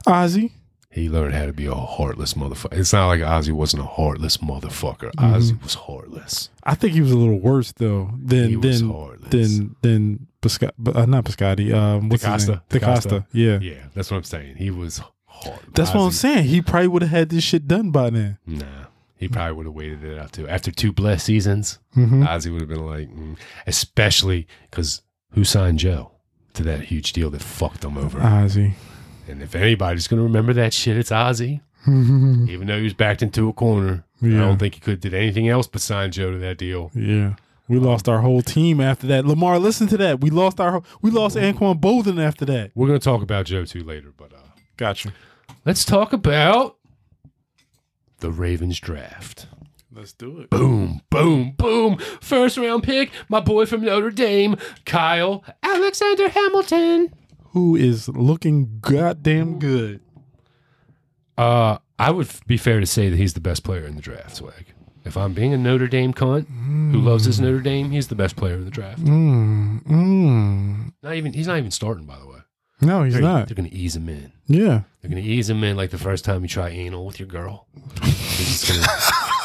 B: Ozzy?
A: He learned how to be a heartless motherfucker. It's not like Ozzy wasn't a heartless motherfucker.
B: Mhm.
A: Ozzy was heartless.
B: I think he was a little worse though than
A: he was
B: than
A: heartless.
B: than than Bisca- uh, not Biscotti. Um, what's his
A: DaCosta.
B: name? DaCosta.
A: DaCosta.
B: Yeah.
A: yeah, that's what I'm saying. He was heartless.
B: That's what I'm
A: Ozzy-
B: saying. He probably would have had this shit done by then.
A: Nah, he probably would have waited it out too. After two blessed seasons,
B: Mm-hmm.
A: Ozzy would have been like, mm. especially because who signed Joe to that huge deal that fucked them over?
B: Ah. Ozzy. [LAUGHS]
A: and if anybody's gonna remember that shit, it's Ozzy. Even though he was backed into a corner, I
B: Hmm. Yeah.
A: don't think he could have did anything else but sign Joe to that deal.
B: Yeah. We lost our whole team after that. Lamar, listen to that. We lost our whole, we lost Anquan Bolden after that.
A: We're gonna talk about Joe too later, but uh,
B: Gotcha.
A: Let's talk about the Ravens draft.
B: Let's do it.
A: Boom, boom, boom. First round pick, my boy from Notre Dame, Kyle Alexander Hamilton.
B: Who is looking goddamn good?
A: Uh, I would f- be fair to say that he's the best player in the draft, Swag. If I'm being a Notre Dame cunt who loves his Notre Dame, he's the best player in the draft.
B: Mm, mm.
A: Not even he's not even starting, by the way.
B: No, he's
A: They're,
B: not.
A: they're gonna ease him in.
B: Yeah.
A: They're gonna ease him in like the first time you try anal with your girl. This is gonna,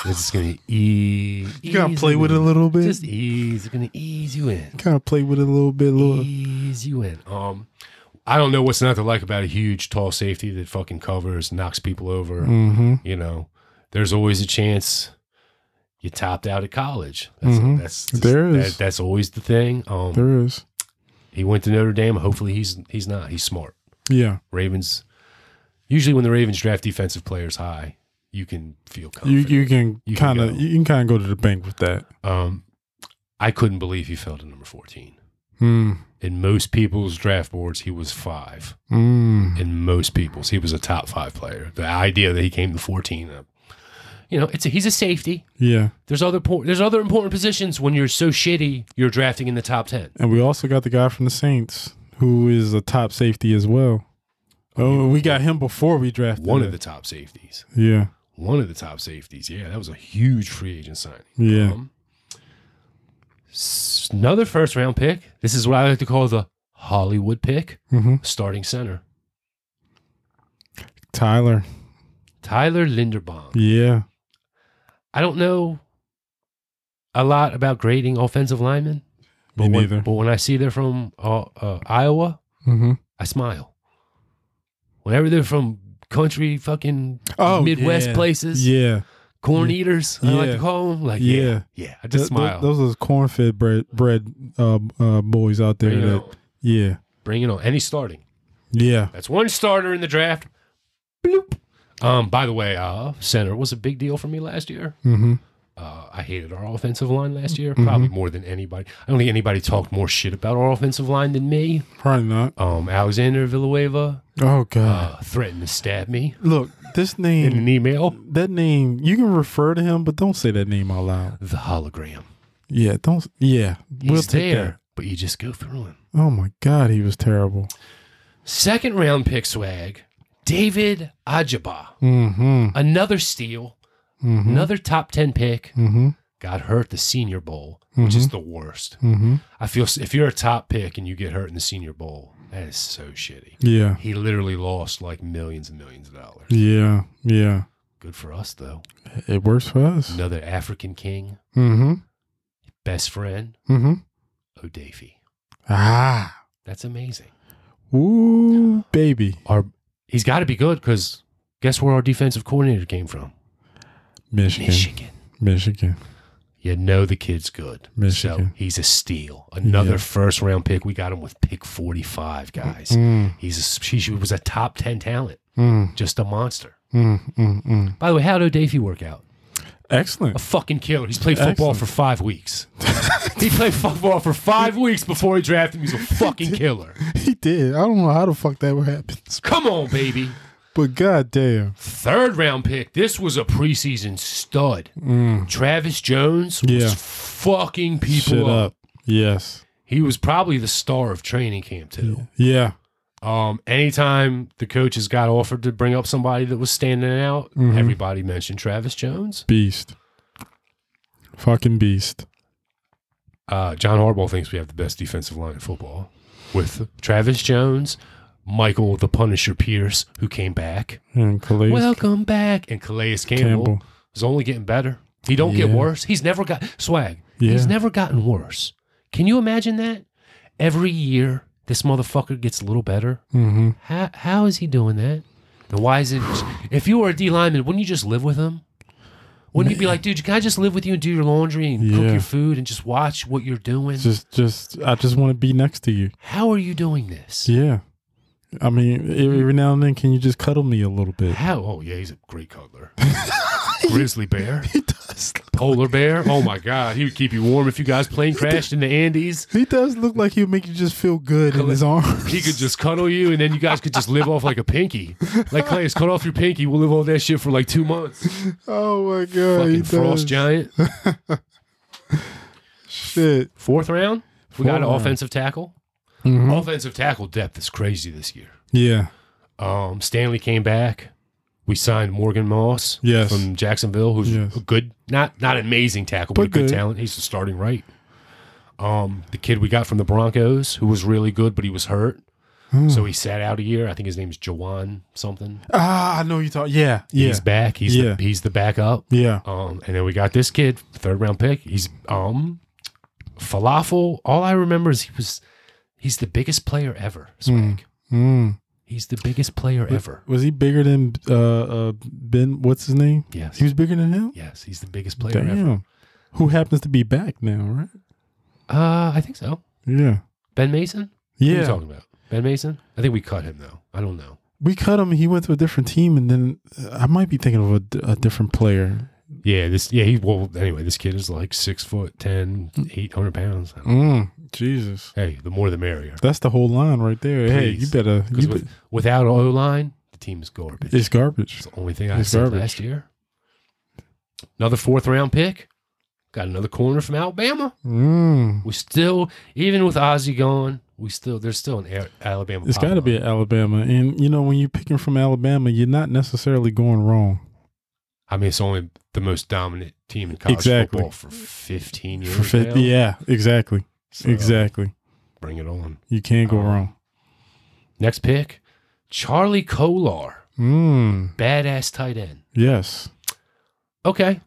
A: this is gonna e, ease.
B: You gotta play with it a little bit.
A: Just ease. It's gonna ease you in.
B: kind of play with it a little bit. A little.
A: Ease you in. Um, I don't know what's not to like about a huge, tall safety that fucking covers, knocks people over.
B: Mm-hmm.
A: You know, there's always a chance you topped out at college. That's
B: Mhm.
A: that's
B: There
A: that-
B: is.
A: that's always the thing. Um,
B: There is.
A: he went to Notre Dame. Hopefully, he's he's not. He's smart.
B: Yeah.
A: Ravens. Usually, when the Ravens draft defensive players high, you can feel
B: You
A: confident.
B: you can
A: Oh, You can
B: kind
A: go.
B: of you can kind of go to the bank with that.
A: um, I couldn't believe he fell to number fourteen.
B: Mm.
A: In most people's draft boards, he was five.
B: Mm.
A: in most people's. He was a top five player. The idea that he came to 14, uh, you know, it's a, he's a safety.
B: Yeah.
A: There's other po- there's other important positions when you're so shitty you're drafting in the top ten.
B: And we also got the guy from the Saints who is a top safety as well. Oh, we got him before we drafted
A: One
B: him.
A: of the top safeties.
B: yeah,
A: One of the top safeties. Yeah, that was a huge free agent signing.
B: yeah.
A: Um, s- another first round pick. This is what I like to call the Hollywood pick.
B: hmm
A: Starting center
B: Tyler.
A: Tyler Linderbaum.
B: Yeah,
A: I don't know a lot about grading offensive linemen. But
B: me
A: when,
B: neither.
A: But when I see they're from uh, uh, Iowa,
B: hmm
A: I smile. Whenever they're from country fucking
B: Oh,
A: Midwest
B: yeah.
A: places,
B: Yeah,
A: corn eaters, I like to
B: Yeah.
A: call them. Like, yeah, yeah,
B: Yeah.
A: I just
B: Th- th-
A: smile.
B: Those are those corn-fed bread bread uh, uh, boys out there.
A: Bring it
B: That,
A: on.
B: yeah,
A: Bring it on. And he's starting.
B: yeah.
A: That's one starter in the draft. Bloop. Um, by the way, uh, center was a big deal for me last year.
B: Mm-hmm.
A: Uh, I hated our offensive line last year, probably more than anybody. I don't think anybody talked more shit about our offensive line than me.
B: Probably not.
A: Um, Alexander Villanueva
B: Oh God!
A: uh, threatened to stab me
B: Look, this
A: in
B: name,
A: an email.
B: that name, you can refer to him, but don't say that name out loud.
A: The hologram.
B: Yeah, don't. Yeah,
A: He's
B: take
A: there, but you just go through him.
B: that. Oh my God, he was terrible.
A: Second round pick swag, David Ajaba.
B: Mm-hmm.
A: Another steal,
B: Mm-hmm.
A: another top 10 pick.
B: Mm-hmm.
A: Got hurt the Senior Bowl, which is the worst.
B: Mm-hmm.
A: I feel s- if you're a top pick and you get hurt in the Senior Bowl, that is so shitty.
B: Yeah.
A: He literally lost like millions and millions of dollars.
B: Yeah. Yeah.
A: Good for us, though.
B: It works for us.
A: Another African king,
B: Mm-hmm.
A: best friend,
B: Mm-hmm.
A: O'Dafy.
B: Ah.
A: That's amazing.
B: Ooh, baby.
A: our he's got to be good because guess where our defensive coordinator came from?
B: Michigan. Michigan.
A: Michigan.
B: Michigan.
A: You know the kid's good. So
B: Michigan.
A: he's a steal. Another
B: Yeah.
A: first round pick. We got him with pick 45, guys.
B: Mm,
A: He's a, he sh- was a top 10 talent.
B: mm,
A: Just a monster.
B: mm, mm, mm.
A: By the way, how'd O'Dafey work out? A
B: Excellent. [LAUGHS]
A: fucking killer. He's played football for five weeks. [LAUGHS] he played football for five weeks before he drafted him.
B: [LAUGHS]
A: He's a fucking killer.
B: He did. I don't know how the fuck that happens,
A: Come on, baby.
B: but goddamn.
A: Third round pick. This was a preseason stud. Travis Jones was
B: Mm. Yeah.
A: fucking people
B: Shit
A: up.
B: up. Yes.
A: He was probably the star of training camp too.
B: Yeah.
A: Um, anytime the coaches got offered to bring up somebody that was standing out, everybody mentioned Travis Jones.
B: Beast. Fucking beast.
A: Uh, John Harbaugh thinks we have the best defensive line in football with Travis Jones, Michael the Punisher Pierce, who came back.
B: And Calais
A: Welcome back, and Calais Campbell,
B: Campbell.
A: is only getting better. He don't get
B: Yeah.
A: worse. He's never got swag.
B: Yeah.
A: He's never gotten worse. Can you imagine that? Every year, this motherfucker gets a little better.
B: Mm-hmm.
A: How, how is he doing that? And why is it? If you were a D lineman, wouldn't you just live with him? Wouldn't you be like, dude, can I just live with you and do your laundry and cook
B: Yeah.
A: your food and just watch what you're doing?
B: Just, just, I just want to be next to you.
A: how are you doing this?
B: Yeah. I mean, e-, every every now and then, can you just cuddle me a little [LAUGHS] bit?
A: How? Oh, yeah, he's a great
B: [LAUGHS]
A: cuddler. Grizzly bear. He does. Polar bear. Oh, my God. He would keep you warm if you guys plane crashed in the Andes.
B: He does look like he'll make you just feel good in his arms. [LAUGHS]
A: He could just cuddle you, and then you guys could just live off like a pinky. Like, Clay, just cut off your pinky. We'll live on that shit for like two months.
B: Oh my god!
A: Fucking
B: he does.
A: frost giant.
B: Shit.
A: Fourth round, we got an
B: Fourth round. Mm-hmm.
A: offensive tackle. Offensive tackle depth is crazy this year.
B: Yeah.
A: Um, Stanley came back. We signed Morgan Moss
B: Yes.
A: from Jacksonville, who's
B: Yes.
A: a good, not not amazing tackle, but,
B: But
A: a good,
B: good.
A: talent. He's the starting right. Um, the kid we got from the Broncos, who was really good, but he was hurt,
B: Hmm.
A: so he sat out a year. I think his name's Jawan something.
B: Ah, I know you talk. Yeah. Yeah.
A: He's back. He's
B: Yeah.
A: the, he's the backup.
B: yeah.
A: Um, and then we got this kid, third round pick. He's um falafel. All I remember is he was he's the biggest player ever. Swag.
B: Mm.
A: He's the biggest player ever.
B: Was he bigger than uh, uh Ben? What's his name?
A: Yes.
B: He was bigger than him.
A: yes, he's the biggest player
B: Damn.
A: ever.
B: Who happens to be back now, right?
A: Uh I think so.
B: Yeah.
A: Ben Mason? What are you
B: Yeah.
A: talking about? Ben Mason? I think we cut him though. I don't know.
B: We cut him. He went to a different team, and then uh, I might be thinking of a d- a, different player.
A: Yeah, this yeah, he well anyway, this kid is like six foot ten, eight hundred pounds. I don't-
B: Mm. Jesus.
A: Hey, the more the merrier.
B: That's the whole line right there. Hey,
A: Please.
B: you better.
A: Because
B: You
A: with,
B: bet-
A: without O line, the team is garbage.
B: it's garbage.
A: It's the only thing I
B: It's
A: said
B: garbage.
A: last year. Another fourth round pick. Got another corner from Alabama.
B: Mm.
A: We still, even with Ozzie gone, we still there's still an Ar- Alabama.
B: It's got to
A: pop-up.
B: be Alabama, and you know when you're picking from Alabama, you're not necessarily going wrong
A: I mean, it's only the most dominant team in college
B: Exactly.
A: football for 15 years.
B: for fit.
A: now.
B: Yeah, exactly,
A: So,
B: exactly.
A: Bring it on.
B: You can't go
A: Um,
B: wrong.
A: Next pick, Charlie Kolar,
B: Mm.
A: badass tight end.
B: Yes.
A: Okay.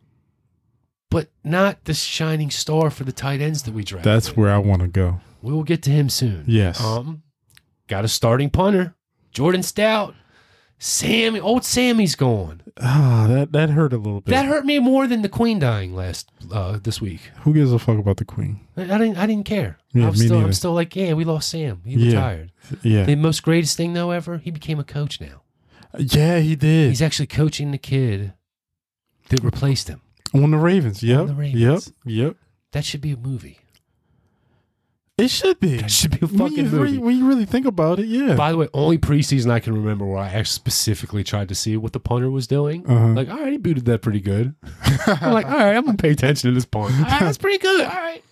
A: But not the shining star for the tight ends that we drafted.
B: That's where I want to go.
A: We will get to him soon.
B: Yes.
A: Um, got a starting punter, Jordan Stout. Sammy, old Sammy's gone.
B: Ah, that that hurt a little bit.
A: That hurt me more than the Queen dying last uh, this week.
B: Who gives a fuck about the Queen?
A: I, I didn't. I didn't care.
B: Yeah,
A: I'm
B: me
A: still. I'm
B: neither.
A: still like, yeah, we lost Sam. He
B: Yeah.
A: retired.
B: Yeah.
A: The most greatest thing though ever. He became a coach now.
B: yeah, he did
A: He's actually coaching the kid that replaced him.
B: on the Ravens. Yep.
A: the Ravens.
B: Yep. Yep.
A: That should be a movie.
B: It should be.
A: That should be a
B: when you,
A: fucking
B: re-
A: movie.
B: when you really think about it, yeah.
A: By the way, only preseason I can remember where I actually specifically tried to see what the punter was doing.
B: Uh-huh.
A: Like, all right, he booted that pretty
B: [LAUGHS]
A: good. I'm like, all right, I'm gonna pay attention to this punt. All right, that's pretty good. All right.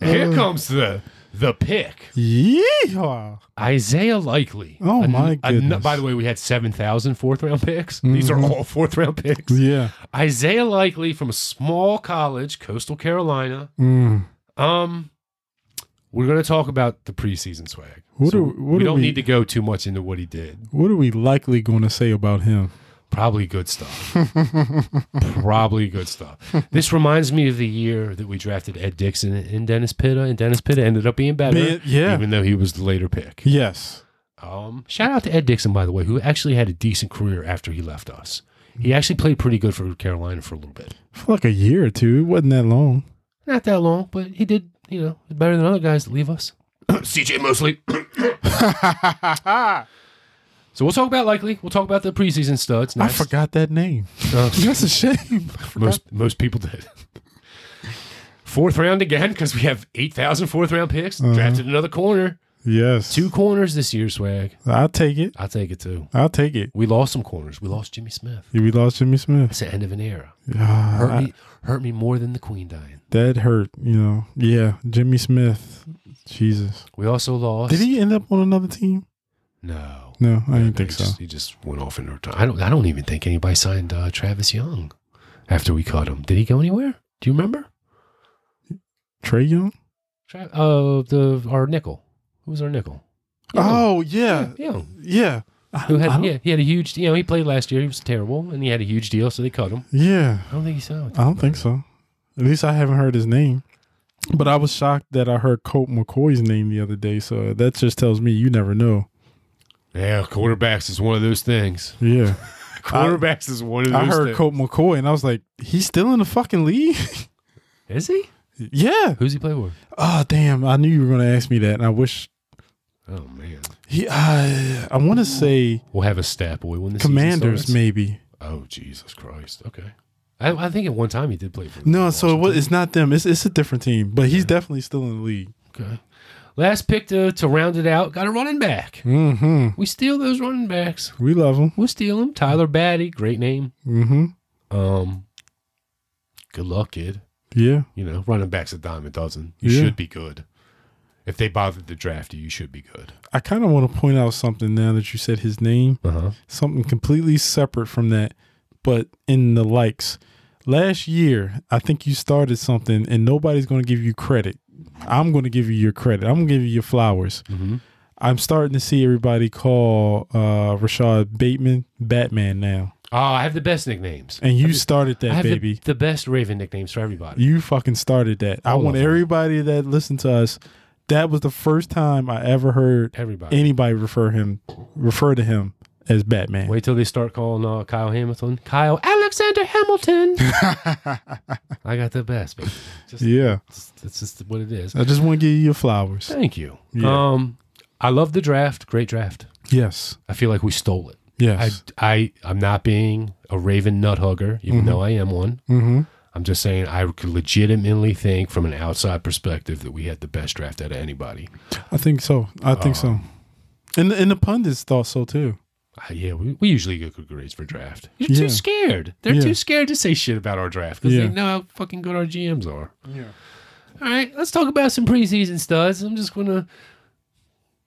B: Uh.
A: Here comes the the pick,
B: Yeehaw.
A: Isaiah Likely.
B: Oh, my goodness. Mm-hmm.
A: by the way, we had 7,000 fourth round picks. These are all fourth round picks.
B: Yeah.
A: Isaiah Likely from a small college, Coastal Carolina.
B: Mm.
A: Um, we're gonna talk about the preseason swag.
B: What are- what
A: we
B: are
A: don't
B: we-
A: need to go too much into what he did.
B: What are we likely going to say about him?
A: Probably good
B: [LAUGHS]
A: stuff. Probably good stuff. This reminds me of the year that we drafted Ed Dixon and Dennis Pitta, and Dennis Pitta ended up being better,
B: Man, yeah.
A: even though he was the later pick.
B: Yes.
A: Um, shout out to Ed Dixon, by the way, who actually had a decent career after he left us. He actually played pretty good for Carolina for a little bit.
B: For like a year or two. It wasn't that long.
A: Not that long, but he did, you know, better than other guys that leave us. CJ Mosley. so we'll talk about likely. We'll talk about the preseason studs.
B: I
A: next.
B: forgot that name.
A: Uh,
B: [LAUGHS] That's a shame.
A: most most people did. Fourth round again because we have 8,000 fourth round picks. Drafted another corner.
B: yes.
A: Two corners this year, swag.
B: I'll take it.
A: I'll take it too.
B: I'll take it.
A: We lost some corners. We lost Jimmy Smith.
B: We lost Jimmy Smith.
A: That's the end of an era.
B: Ah,
A: Hurt
B: I-
A: me, hurt me more than the Queen dying.
B: that hurt, you know. Yeah, Jimmy Smith. Jesus.
A: We also lost.
B: Did he end up on another team?
A: No,
B: No, I
A: he
B: didn't think so.
A: just, He just went off in retirement. I don't. I don't even think anybody signed uh, Travis Young after we caught him. Did he go anywhere? Do you remember?
B: Trey Young?
A: Tra- uh, the our nickel. Who was our nickel?
B: Oh, yeah.
A: Young.
B: Yeah. I-
A: Who
B: I
A: had
B: don't-
A: yeah, he had a huge you know, he played last year, he was terrible and he had a huge deal, so they cut him.
B: Yeah.
A: I don't think he signed.
B: I don't think so. At least I haven't heard his name. But I was shocked that I heard Colt McCoy's name the other day. So that just tells me you never know.
A: Yeah, quarterbacks is one of those things.
B: Yeah.
A: [LAUGHS] Quarterbacks is one of
B: I heard Colt McCoy and I was like, he's still in the fucking league? [LAUGHS]
A: Is he?
B: yeah.
A: Who's he play for?
B: Oh, damn. I knew you were going to ask me that. And I wish
A: Oh man.
B: he, uh, I I want to say
A: We'll have a stat boy when the season
B: Commanders,
A: starts.
B: maybe.
A: Oh Jesus Christ. Okay. I, I think at one time he did play for
B: No, so it wa-
A: Washington.
B: it's not them. It's, it's a different team, but he's definitely still in the league.
A: Okay. Last pick to, to round it out, got a running back.
B: Mm hmm.
A: We steal those running backs.
B: We love him.
A: We'll steal them. Tyler Batty, great name.
B: Mm hmm.
A: Um good luck, kid.
B: Yeah.
A: You know, running back's a dime a dozen. You
B: Yeah.
A: should be good. If they bothered to draft you, you should be good.
B: I kind of want to point out something now that you said his name.
A: Uh huh.
B: something completely separate from that, but in the likes. Last year, I think you started something and nobody's going to give you credit. I'm going to give you your credit. I'm going to give you your flowers.
A: Mm-hmm.
B: I'm starting to see everybody call uh, Rashad Bateman Batman now.
A: Oh, I have the best nicknames.
B: And you started
A: I
B: that,
A: have the-
B: baby.
A: The, best Raven nicknames for everybody.
B: You fucking started that. I
A: All
B: want
A: of 'em.
B: everybody that listened to us. That was the first time I ever heard
A: Everybody.
B: anybody refer him refer to him as Batman.
A: Wait till they start calling uh, Kyle Hamilton. Kyle Alexander
B: [LAUGHS]
A: Hamilton. I got the best. Baby. Just,
B: Yeah.
A: just- That's just what it is.
B: I just want to give you your flowers.
A: Thank you.
B: Yeah.
A: Um, I love the draft. Great draft.
B: Yes.
A: I feel like we stole it. I,
B: Yes.
A: I, I'm not being a Raven nut hugger, even though I am one.
B: mm-hmm.
A: I'm just saying I could legitimately think from an outside perspective that we had the best draft out of anybody.
B: I think so. I think so. Uh, And and the pundits thought so too.
A: Uh, yeah, we, we usually get good grades for draft. You're
B: Yeah.
A: too scared. They're
B: Yeah.
A: too scared to say shit about our draft because
B: Yeah.
A: they know how fucking good our GMs are.
B: Yeah.
A: All right, let's talk about some preseason studs. I'm just gonna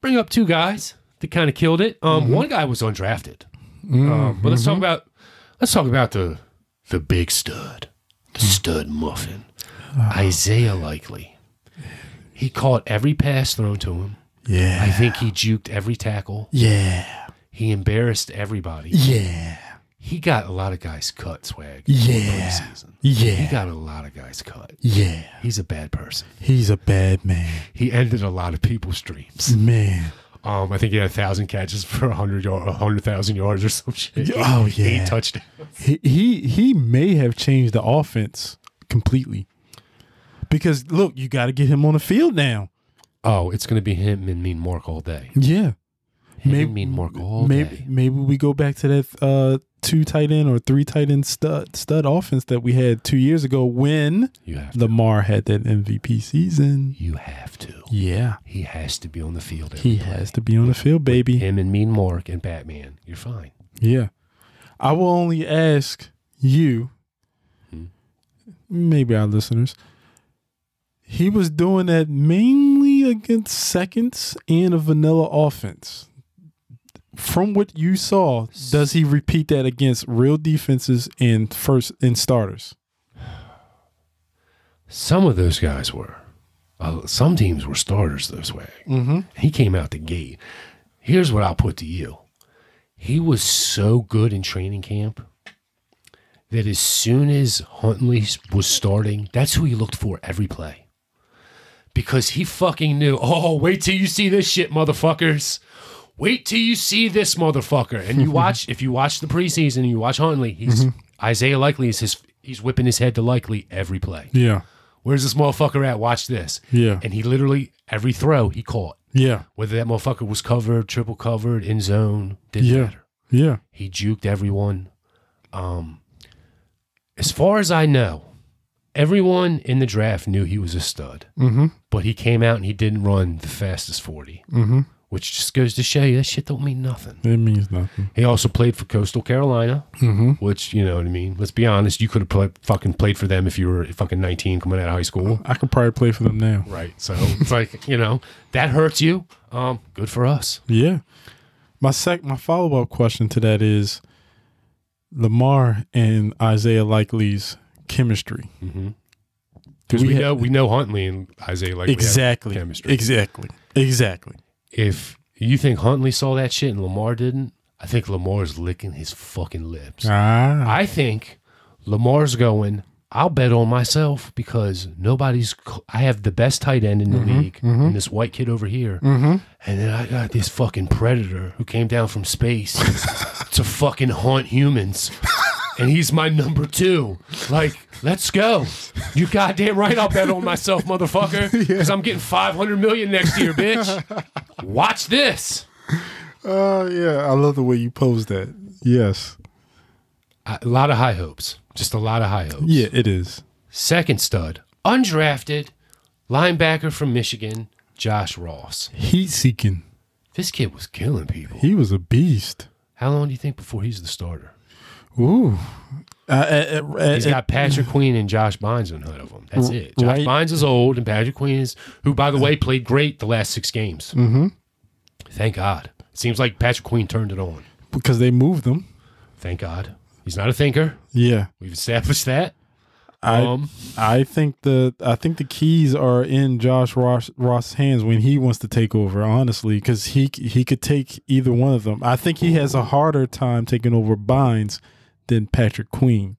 A: bring up two guys that kind of killed it. Um,
B: Mm-hmm.
A: one guy was undrafted.
B: Mm,
A: Um, but let's talk about let's talk about the the big stud, the
B: Hmm.
A: stud muffin,
B: Ah.
A: Isaiah Likely. He caught every pass thrown to him. I
B: Yeah.
A: think he juked every tackle.
B: Yeah.
A: He embarrassed everybody.
B: Yeah.
A: He got a lot of guys cut, swag.
B: Yeah.
A: Preseason. He
B: Yeah.
A: got a lot of guys cut.
B: Yeah.
A: He's a bad person.
B: He's a bad man.
A: He ended a lot of people's dreams.
B: Man.
A: Um, I think he had a thousand catches for a hundred yard, a hundred thousand yards or some shit.
B: Oh, yeah.
A: eight touchdowns.
B: He he he may have changed the offense completely. Because look, you gotta get him on the field now.
A: Oh, it's gonna be him and Mean Mark all day.
B: Yeah.
A: Him
B: Maybe-
A: and Mean Mark all
B: maybe
A: day.
B: maybe we go back to that uh two tight end or three tight end stud stud offense that we had two years ago when
A: You have
B: Lamar had that MVP season.
A: you have to.
B: Yeah.
A: He has to be on the field. every
B: He
A: play.
B: has to be on the field, baby.
A: Him and Mean Mark and Batman. You're fine.
B: Yeah. I will only ask you,
A: Hmm.
B: maybe our listeners. He was doing that mainly against seconds and a vanilla offense. From what you saw, does he repeat that against real defenses and first and starters?
A: Some of those guys were. Uh, some teams were starters this way.
B: Mm-hmm.
A: He came out the gate. Here's what I'll put to you. He was so good in training camp that as soon as Huntley was starting, that's who he looked for every play. Because he fucking knew, oh, wait till you see this shit, motherfuckers. wait till you see this motherfucker.
B: [LAUGHS]
A: And you watch if you watch the preseason and you watch Huntley, he's
B: Mm-hmm.
A: Isaiah Likely is his he's whipping his head to Likely every play.
B: Yeah.
A: Where's this motherfucker at? Watch this.
B: Yeah.
A: And he literally every throw he caught.
B: Yeah.
A: Whether that motherfucker was covered, triple covered, in zone, didn't
B: Yeah.
A: matter.
B: Yeah.
A: He juked everyone. Um, as far as I know, everyone in the draft knew he was a stud,
B: Mm-hmm.
A: but he came out and he didn't run the fastest 40,
B: Mm-hmm.
A: which just goes to show you that shit don't mean nothing.
B: It means nothing.
A: He also played for Coastal Carolina,
B: Mm-hmm.
A: which, you know what I mean? Let's be honest, you could have played, fucking played for them if you were fucking 19 coming out of high school.
B: I could probably play for them now.
A: Right. So it's like, you know, that hurts you. Um, good for us.
B: Yeah. My sec my follow up question to that is Lamar and Isaiah Likely's chemistry.
A: Because
B: We
A: we,
B: ha-
A: know we know Huntley and Isaiah like
B: Exactly.
A: chemistry.
B: Exactly. Exactly.
A: if you think Huntley saw that shit and Lamar didn't, I think Lamar's licking his fucking lips.
B: Ah.
A: I think Lamar's going, I'll bet on myself because nobody's. co- I have the best tight end in the league and this white kid over here. And then I got this fucking predator who came down from space to fucking haunt humans. And he's my number two. Like, let's go. You goddamn right I'll bet on myself, motherfucker. Because I'm getting 500 million next year, bitch. Watch this.
B: Oh yeah. I love the way you pose that. Yes.
A: A lot of high hopes. Just a lot of high hopes.
B: Yeah, it is.
A: Second stud, undrafted linebacker from Michigan, Josh Ross.
B: Heat seeking.
A: This kid was killing people.
B: He was a beast.
A: How long do you think before he's the starter?
B: Ooh. Uh, uh, uh, uh,
A: He's got Patrick Queen and Josh Bynes in front of him. That's it. Josh
B: right.
A: Bynes is old, and Patrick Queen is, who, by the way, played great the last six games. Mm-hmm. Thank God. Seems like Patrick Queen turned it on.
B: because uh, they moved them.
A: Thank God. He's not a thinker.
B: Yeah.
A: We've established that.
B: I
A: um,
B: I think the I think the keys are in Josh Ross Ross' hands when he wants to take over. Honestly, because he he could take either one of them. I think he has a harder time taking over Bynes than Patrick Queen.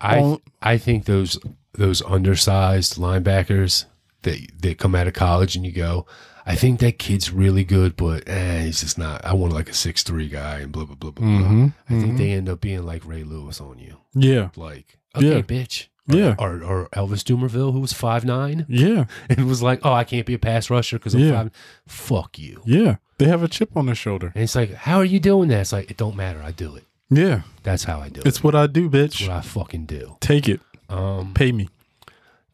A: I
B: Well-
A: I think those those undersized linebackers that that come out of college and you go, I think that kid's really good, but eh, he's just not. I want like a six three guy and blah blah blah blah. blah.
B: Mhm,
A: I think they end up being like Ray Lewis on you,
B: Yeah,
A: like okay,
B: Yeah.
A: bitch. Or,
B: Yeah.
A: or, or Elvis Dumervil, who was five
B: [LAUGHS]
A: nine,
B: yeah,
A: and was like, "Oh, I can't be a pass rusher because I'm
B: Yeah.
A: five. Fuck you."
B: yeah. They have a chip on their shoulder.
A: And it's like, "How are you doing that?" It's like, "It don't matter. I do it.
B: Yeah,
A: That's how I do it.
B: it's what I do,
A: It's
B: bitch.
A: what I fucking do."
B: Take it,
A: Um,
B: pay me.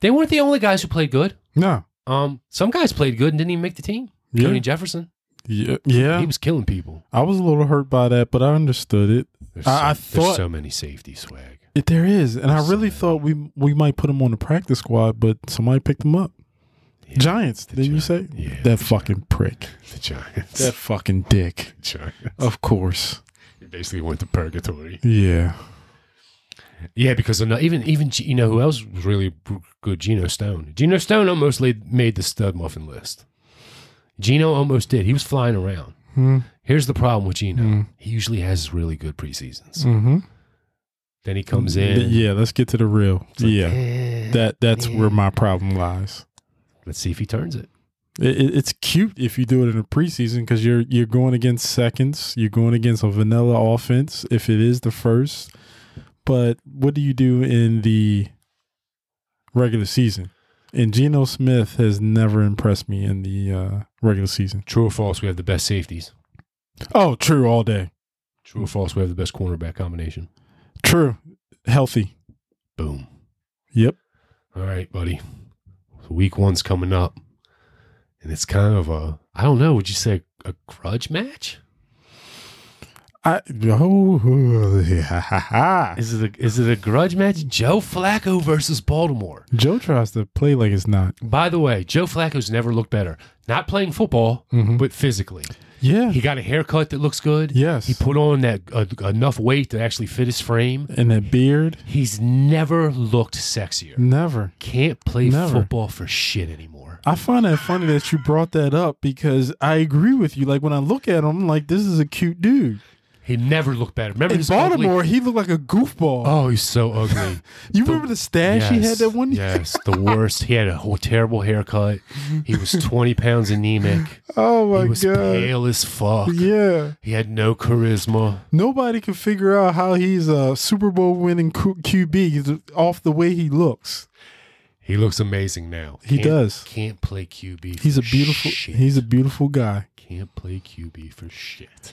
A: they weren't the only guys who played good.
B: No,
A: Um, some guys played good and didn't even make the team.
B: yeah,
A: Tony Jefferson,
B: yeah, yeah.
A: he was killing people.
B: I was a little hurt by that, but I understood it.
A: There's so,
B: I- I
A: there's
B: thought-
A: so many safety swag. [LAUGHS]
B: It, there is, and I
A: That's
B: really
A: sad.
B: thought we we might put him on the practice squad, but somebody picked him up.
A: Yeah,
B: Giants, did you
A: Giants.
B: say?
A: Yeah,
B: that fucking prick.
A: The Giants,
B: That fucking dick.
A: the Giants,
B: Of course.
A: He basically went to purgatory.
B: Yeah.
A: Yeah, because I'm not, even even G- you know who else was really b- good? Geno Stone. Geno Stone almost laid, made the stud muffin list. Geno almost did. He was flying around. Here's the problem with Geno. He usually has really good preseasons.
B: Mm-hmm.
A: Then he comes in.
B: Yeah. Let's get to the real. yeah.
A: eh,
B: That that's
A: yeah.
B: where my problem lies.
A: Let's see if he turns it.
B: It, it, it's cute if you do it in the preseason because you're you're going against seconds. You're going against a vanilla offense if it is the first. But what do you do in the regular season? And Geno Smith has never impressed me in the uh, regular season.
A: True or false? We have the best safeties.
B: Oh, true all day.
A: True or false? We have the best cornerback combination.
B: True. Healthy.
A: Boom.
B: Yep.
A: All right, buddy. So Week one's coming up, and it's kind of a I don't know. Would you say a grudge match?
B: I [LAUGHS] oh, ha, ha, ha.
A: Is it a, is it a grudge match? Joe Flacco versus Baltimore.
B: Joe tries to play like it's not.
A: By the way, Joe Flacco's never looked better. Not playing football, but physically.
B: Yeah.
A: He got a haircut that looks good.
B: Yes.
A: He put on that uh, enough weight to actually fit his frame.
B: and that beard,
A: He's never looked sexier.
B: never.
A: Can't play
B: Never.
A: football for shit anymore.
B: I find that funny that you brought that up because I agree with you. Like when I look at him, I'm like this is a cute dude.
A: He never looked better. Remember
B: In
A: his ugly-
B: Baltimore, he looked like a goofball.
A: Oh, he's so [LAUGHS] ugly. the-
B: you remember the stash he had that one? year?
A: Yes, the worst. he had a whole terrible haircut. He
B: [LAUGHS]
A: was 20 pounds anemic.
B: Oh my
A: he was
B: god.
A: pale as fuck.
B: Yeah.
A: He had no charisma.
B: Nobody can figure out how he's a Super Bowl winning Q- QB off the way he looks.
A: He looks amazing now.
B: He
A: Can't-
B: does.
A: Can't play QB.
B: He's
A: for
B: a beautiful
A: Shit.
B: he's a beautiful guy.
A: can't play QB for shit.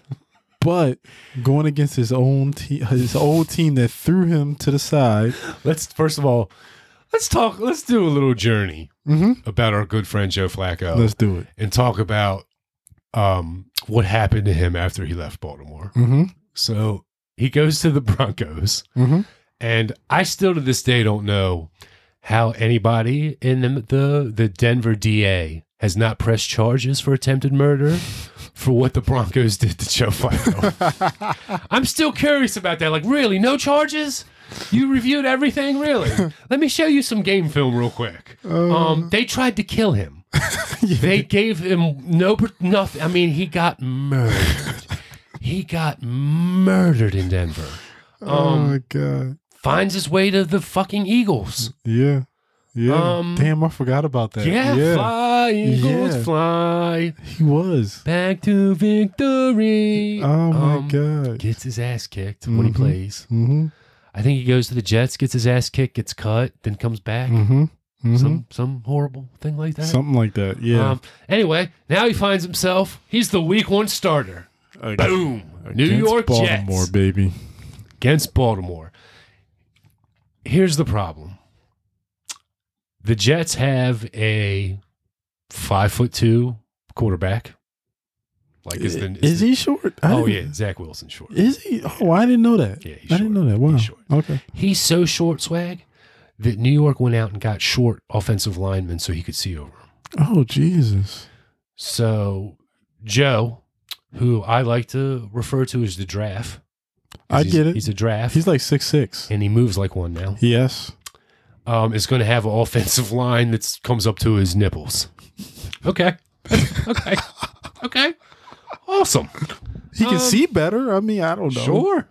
B: But going against his own team his old team that threw him to the side.
A: Let's first of all, let's talk. Let's do a little journey
B: Mhm.
A: about our good friend Joe Flacco
B: Let's do it.
A: and talk about um, what happened to him after he left Baltimore.
B: Mhm.
A: So he goes to the Broncos.
B: Mhm.
A: And I still to this day don't know how anybody in the the, the Denver DA has not pressed charges for attempted murder for what the Broncos did to Joe Flacco. I'm still curious about that. Like, really, no charges? You reviewed everything, really? Let me show you some game film real quick. Um, they tried to kill him. They gave him no pr- nothing. I mean, he got murdered. he got murdered in Denver.
B: oh
A: Um,
B: my god.
A: Finds his way to the fucking Eagles.
B: Yeah. Yeah.
A: Um,
B: Damn, I forgot about that.
A: Yeah, fly Eagles,
B: Uh, Yeah.
A: fly
B: He was.
A: back to victory.
B: Oh my
A: Um,
B: god.
A: Gets his ass kicked when he
B: Mhm.
A: plays.
B: Mhm.
A: I think he goes to the Jets, gets his ass kicked, gets cut, then comes back.
B: Mhm. Mhm.
A: Some some horrible thing like that.
B: Something like that. Yeah.
A: Um, anyway, now he finds himself. He's the week one starter.
B: Ag-
A: Boom. New
B: Uh, against
A: York
B: Baltimore,
A: Jets
B: baby.
A: against Baltimore. Here's the problem. The Jets have a five foot two quarterback. Like is the
B: is he short? I
A: Oh yeah,
B: didn't-
A: Zach Wilson short.
B: Is he? Oh, I didn't know that.
A: Yeah, he's
B: I didn't
A: short.
B: know that. Wow.
A: He's short.
B: Okay.
A: He's so short swag that New York went out and got short offensive linemen so he could see over. 'em.
B: Oh Jesus.
A: So Joe, who I like to refer to as the draft. 'cause
B: I
A: he's-
B: get it.
A: He's a draft.
B: He's like six six.
A: and he moves like one now.
B: Yes.
A: Um, is going to have an [LAUGHS] offensive line that comes up to his nipples. Okay. [LAUGHS] okay. Okay. Awesome.
B: He can
A: Um,
B: see better. I mean, I don't know. [LAUGHS]
A: Sure.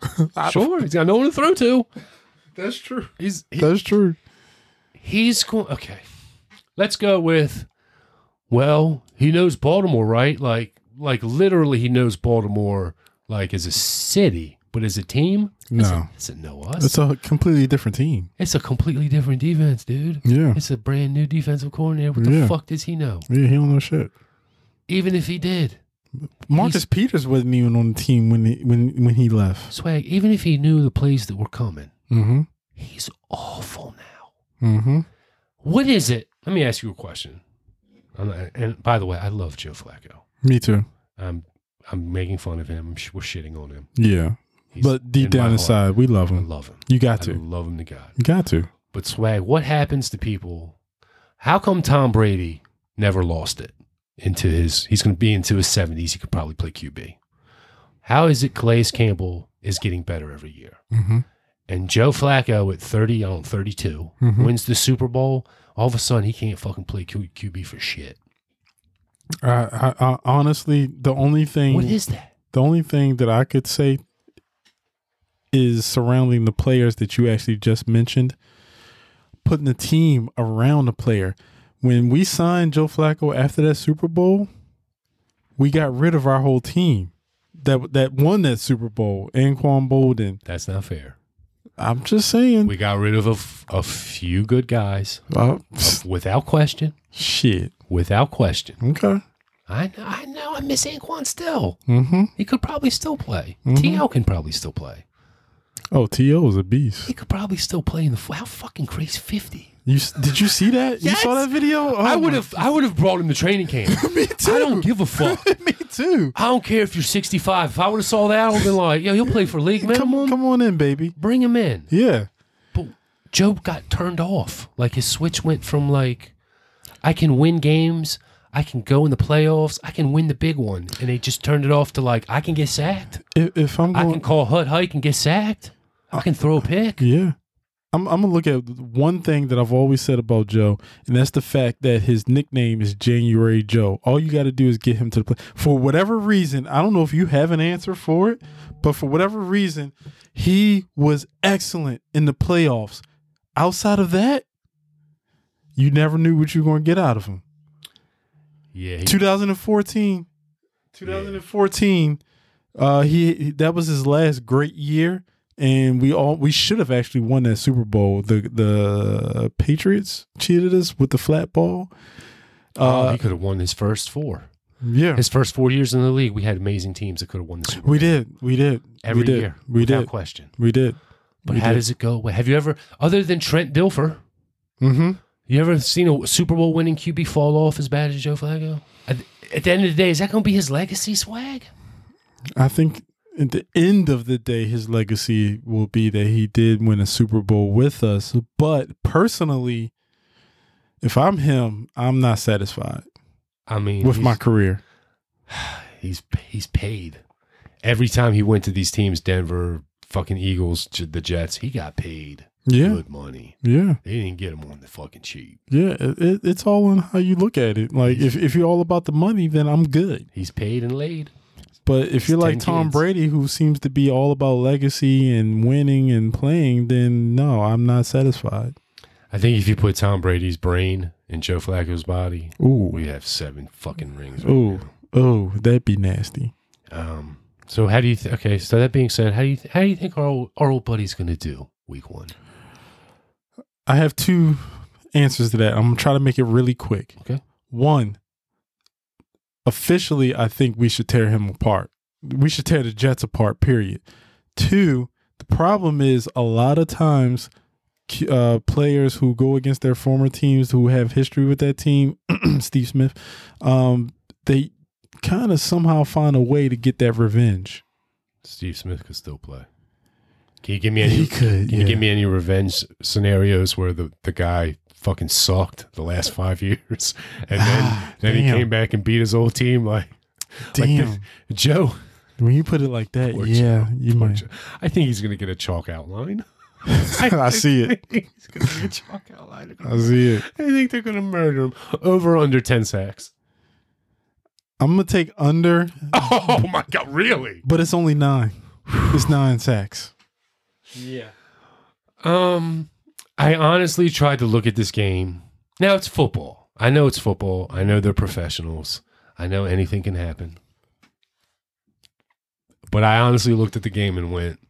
A: sure. He's got no one to throw to.
B: That's true.
A: He's he-
B: That's true.
A: he's going. Okay. Let's go with. Well, he knows Baltimore, right? Like, like literally, he knows Baltimore like as a city, but as a team,
B: No.
A: doesn't know us.
B: It's a completely different team.
A: It's a completely different defense, dude.
B: Yeah.
A: It's a brand new defensive coordinator. What the
B: Yeah.
A: fuck does he know?
B: Yeah, he don't know shit.
A: Even if he did,
B: Marcus Peters wasn't even on the team when he when when he left.
A: swag. Even if he knew the plays that were coming,
B: Mm-hmm.
A: he's awful now.
B: Mm-hmm.
A: What is it? Let me ask you a question. I'm not- and by the way, I love Joe Flacco.
B: Me too. I'm
A: I'm I'm making fun of him. I'm sh- We're shitting on him.
B: yeah.
A: He's
B: but deep
A: in
B: down
A: my heart.
B: inside, we love
A: I
B: him.
A: love him.
B: You got
A: I
B: to.
A: love him to God.
B: You got to.
A: But swag, what happens to people? How come Tom Brady never lost it into his? He's going to be into his seventies. He could probably play QB. How is it Calais Campbell is getting better every year,
B: Mm-hmm.
A: and Joe Flacco at thirty on thirty two
B: Mhm.
A: wins the Super Bowl? All of a sudden, he can't fucking play Q- QB for shit.
B: I, I, I honestly, the only thing
A: What is that?
B: The only thing that I could say is surrounding the players that you actually just mentioned, putting a team around a player. When we signed Joe Flacco after that Super Bowl, we got rid of our whole team that that won that Super Bowl. Anquan Bolden.
A: That's not fair.
B: I'm just saying.
A: We got rid of a, f- a few good guys
B: Uh,
A: without question.
B: shit.
A: Without question.
B: Okay.
A: I know, I know. I miss Anquan still.
B: Mm-hmm.
A: He could probably still play.
B: Mhm.
A: T.O. can probably still play.
B: Oh, To is a beast.
A: He could probably still play in the. How fucking crazy fifty?
B: You s- did you see that? You saw
A: Yes.
B: that video? Oh,
A: I
B: my-
A: would have. I would have brought him to training camp.
B: [LAUGHS] Me too.
A: I don't give a fuck.
B: [LAUGHS] Me too.
A: I don't care if you're 65. If I would have saw that, I would have been like, "Yo, he'll play for league minimum.
B: Come on, come on in, baby.
A: Bring him in."
B: Yeah.
A: But Joe got turned off. Like his switch went from like, "I can win games. I can go in the playoffs. I can win the big one," and they just turned it off to like, "I can get sacked.
B: If, if I'm
A: I
B: going,
A: can call Hut Hike and get sacked. I can throw a pick."
B: yeah. I'm, I'm gonna look at one thing that I've always said about Joe, and that's the fact that his nickname is January Joe. All you got to do is get him to the play. For whatever reason, I don't know if you have an answer for it, but for whatever reason, he was excellent in the playoffs. Outside of that, you never knew what you were gonna get out of him.
A: Yeah, he-
B: 2014 2014 uh he, he- that was his last great year and we all we should have actually won that super bowl the the patriots cheated us with the flat ball
A: oh,
B: uh
A: he could have won his first four.
B: yeah
A: His first four years in the league, we had amazing teams that could have won the Super Bowl
B: we did we did
A: every
B: we did
A: year.
B: we
A: without
B: did
A: question.
B: we did
A: But
B: We
A: how
B: did.
A: does it go away? Have you ever, other than Trent Dilfer,
B: mm-hmm
A: you ever seen a Super Bowl winning QB fall off as bad as Joe Flacco? At, at the end of the day, is that going to be his legacy swag?
B: i think at the end of the day his legacy will be that he did win a super bowl with us but personally if i'm him i'm not satisfied
A: I mean,
B: with
A: he's-
B: my career
A: he's he's paid every time he went to these teams, Denver, fucking Eagles, J- the Jets. He got paid
B: Yeah,
A: good money.
B: yeah,
A: They didn't get him on the fucking cheap.
B: yeah. It, it, it's all on how you look at it. Like, if, if you're all about the money, then I'm good.
A: He's paid and laid.
B: But if you're like
A: 10
B: Tom
A: kids.
B: Brady, who seems to be all about legacy and winning and playing, then no, I'm not satisfied.
A: I think if you put Tom Brady's brain in Joe Flacco's body,
B: Ooh,
A: we have seven fucking rings.
B: ooh, ooh, that'd be nasty.
A: Um, so how do you? Th- okay. So that being said, how do you th- how do you think our old, our old buddy's going to do week one?
B: I have two answers to that. I'm gonna try to make it really quick.
A: Okay.
B: One, officially, I think we should tear him apart. We should tear the Jets apart. Period. Two, the problem is a lot of times cu- uh, players who go against their former teams who have history with that team, [CLEARS THROAT] Steve Smith, um, they kind of somehow find a way to get that revenge.
A: Steve Smith could still play. Can you give me [LAUGHS] any?
B: could.
A: Can you give me any revenge scenarios where the, the guy fucking sucked the last five years, [LAUGHS] and then
B: Ah,
A: then he
B: damn.
A: came back and beat his old team? Like
B: Damn.
A: this- Joe,
B: when you put it like that,
A: Poor
B: yeah, you
A: Poor
B: might.
A: Joe. I think he's gonna get a chalk outline.
B: I see it.
A: [LAUGHS] he's gonna get a chalk outline.
B: I see it.
A: I think they're gonna murder him over under ten sacks.
B: I'm gonna take under,
A: [LAUGHS] Oh my god, really?
B: but it's only nine. It's nine sacks.
A: Um, I honestly tried to look at this game. Now it's football. I know it's football. I know they're professionals. I know anything can happen. But I honestly looked at the game and went,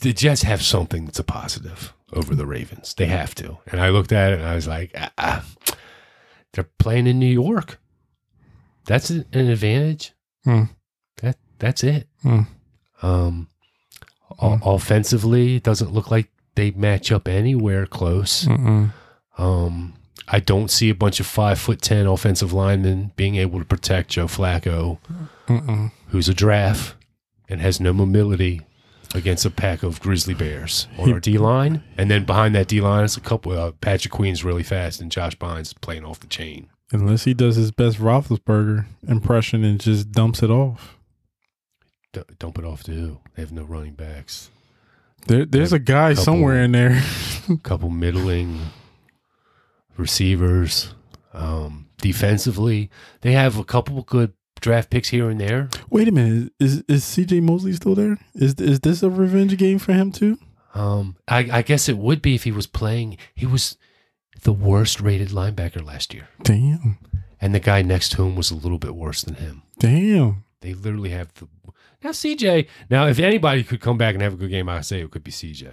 A: the Jets have something that's a positive over the Ravens. They have to. And I looked at it and I was like, ah, ah. they're playing in New York. That's an an advantage.
B: Hmm.
A: That that's it.
B: Hmm.
A: Um, o- offensively, it doesn't look like they match up anywhere close.
B: Mm-mm.
A: Um, I don't see a bunch of five foot ten offensive linemen being able to protect Joe Flacco,
B: Mm-mm.
A: who's a draft and has no mobility against a pack of grizzly bears on our D line, and then behind that D line is a couple. Uh, Patrick Queen's really fast, and Josh Bynes playing off the chain.
B: Unless he does his best Roethlisberger impression and just dumps it off.
A: D- dump it off to who? They have no running backs.
B: There, there's a guy
A: Couple.
B: somewhere in there. [LAUGHS]
A: couple middling receivers. Um, defensively, they have a couple good draft picks here and there.
B: Wait a minute. Is is C.J. Mosley still there? Is is this a revenge game for him too?
A: Um, I, I guess it would be if he was playing. He was the worst rated linebacker last year,
B: Damn,
A: and the guy next to him was a little bit worse than him.
B: damn.
A: They literally have the now CJ. Now, if anybody could come back and have a good game, I say it could be CJ.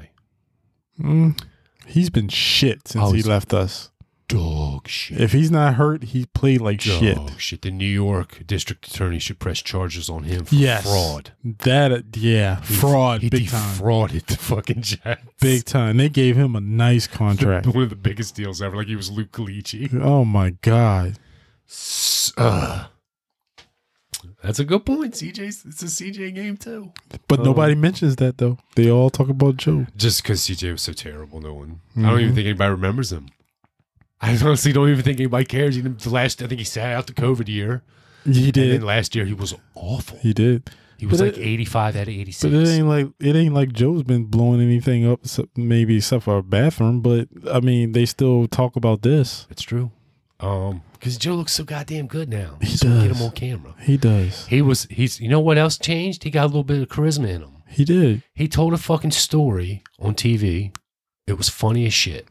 B: Mm. He's been shit since
A: Oh,
B: he
A: he's-
B: left us.
A: Dog shit.
B: If he's not hurt, he played like shit.
A: Dog shit. The New York district attorney should press charges on him for
B: Yes,
A: fraud.
B: That yeah,
A: He-
B: fraud,
A: he
B: big time,
A: defrauded the fucking Jets.
B: big time. They gave him a nice
A: [LAUGHS]
B: contract.
A: One of the biggest deals ever. Like he was Luke Calici.
B: Oh my god. uh.
A: That's a good point. CJ's it's a CJ game too.
B: But
A: Um,
B: nobody mentions that though. They all talk about Joe.
A: Just because CJ was so terrible, no one. I don't
B: Mm-hmm.
A: even think anybody remembers him. I honestly don't even think anybody cares. Even the last, I think he sat out the COVID year.
B: He
A: And
B: did.
A: then last year he was awful.
B: He did.
A: He was
B: But
A: like
B: it-
A: 85 out of 86.
B: But it ain't like it ain't like Joe's been blowing anything up, so- maybe except for a bathroom. But I mean, they still talk about this.
A: It's true. Um, because Joe looks so goddamn good now.
B: He
A: Just wanna Get
B: does.
A: him on camera.
B: He does.
A: He was. He's. You know what else changed? He got a little bit of charisma in him.
B: He did.
A: He told a fucking story on TV. It was funny as shit.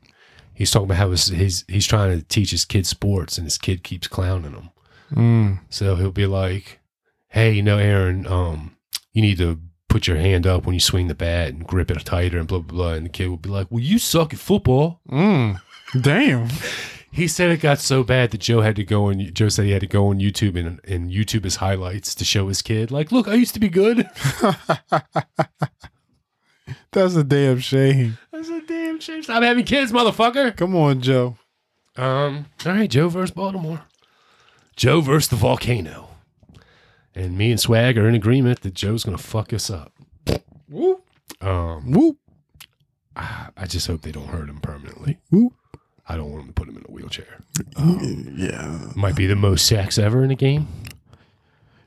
A: He's talking about how his, his he's trying to teach his kid sports, and his kid keeps clowning him.
B: Mm.
A: So he'll be like, "Hey, you know, Aaron, um, you need to put your hand up when you swing the bat and grip it tighter and blah blah blah." And the kid will be like, "Well, you suck at football."
B: Mm. Damn.
A: He said it got so bad that Joe had to go and Joe said he had to go on YouTube and and YouTube his highlights to show his kid, like, "Look, I used to be good." [LAUGHS]
B: That's a damn shame.
A: That's a damn shame. Stop having kids, motherfucker.
B: Come on, Joe.
A: Um. All right, Joe versus Baltimore. Joe versus the volcano. And me and Swag are in agreement that Joe's gonna fuck us up.
B: Whoop.
A: Um.
B: Whoop.
A: I just hope they don't hurt him permanently.
B: Whoop.
A: I don't want him to put him in a wheelchair.
B: Yeah.
A: Might be the most sacks ever in a game.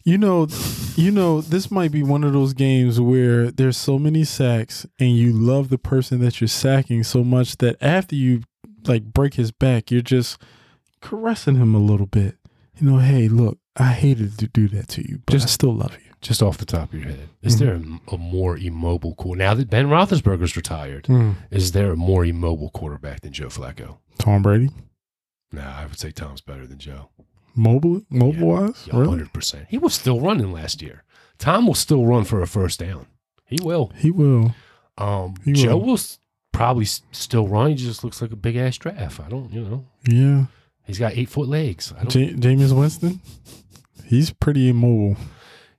B: You know, you know, this might be one of those games where there's so many sacks and you love the person that you're sacking so much that after you like break his back, you're just caressing him a little bit. You know, hey, look, I hated to do that to you, but I
A: Just-
B: still love you.
A: Just off the top of your head, is there a, a more immobile quarter now that Ben Roethlisberger's retired? Is there a more immobile quarterback than Joe Flacco?
B: Tom Brady,
A: Nah, I would say Tom's better than Joe.
B: mobile, mobile wise,
A: Yeah,
B: really?
A: 100%. He was still running last year. Tom will still run for a first down. He will.
B: He will.
A: Um,
B: He
A: Joe
B: will.
A: will s- probably s- still run. He just looks like a big ass giraffe. I don't, you know.
B: Yeah.
A: He's got eight foot legs. I don't
B: J- Jameis Winston, he's pretty immobile.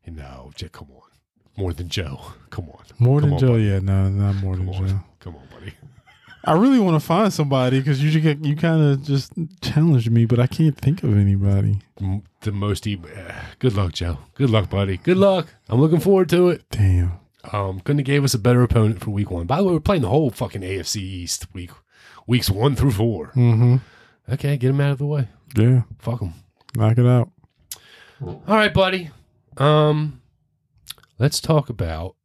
A: No, J- come on. More than Joe. Come on.
B: More
A: Come
B: than
A: on,
B: Joe,
A: buddy.
B: yeah, no, not more
A: Come
B: than
A: on.
B: Joe.
A: Come on, buddy.
B: I really want to find somebody because you ju- you kind of just challenged me, but I can't think of anybody.
A: M- The most. E- uh, good luck, Joe. Good luck, buddy. Good luck. I'm looking forward to it.
B: Damn.
A: Um, couldn't have gave us a better opponent for week one. By the way, we're playing the whole fucking AFC East week, weeks one through four.
B: Mm-hmm.
A: Okay, get him out of the way.
B: Yeah.
A: Fuck him.
B: Knock it out.
A: All right, buddy. Um, let's talk about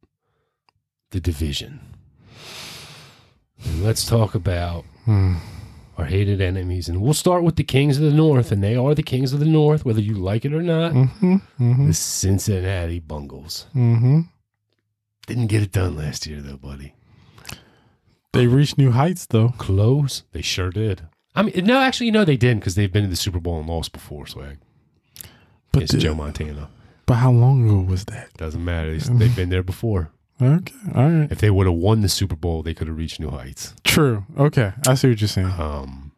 A: the division. And let's talk about
B: Hmm.
A: our hated enemies. And we'll start with the Kings of the North, and they are the Kings of the North, whether you like it or not.
B: Mm-hmm. Mm-hmm.
A: The Cincinnati Bungles.
B: Mm-hmm.
A: Didn't get it done last year, though, buddy.
B: They reached new heights though.
A: Close? They sure did. I mean, no, actually, no, they didn't because they've been to the Super Bowl and lost before, swag.
B: But
A: It's
B: the-
A: Joe Montana.
B: But how long ago was that?
A: Doesn't matter. [LAUGHS] They- They've been there before.
B: Okay. All right.
A: If they would have won the Super Bowl, they could have reached new heights.
B: True. Okay. I see what you're saying.
A: Um,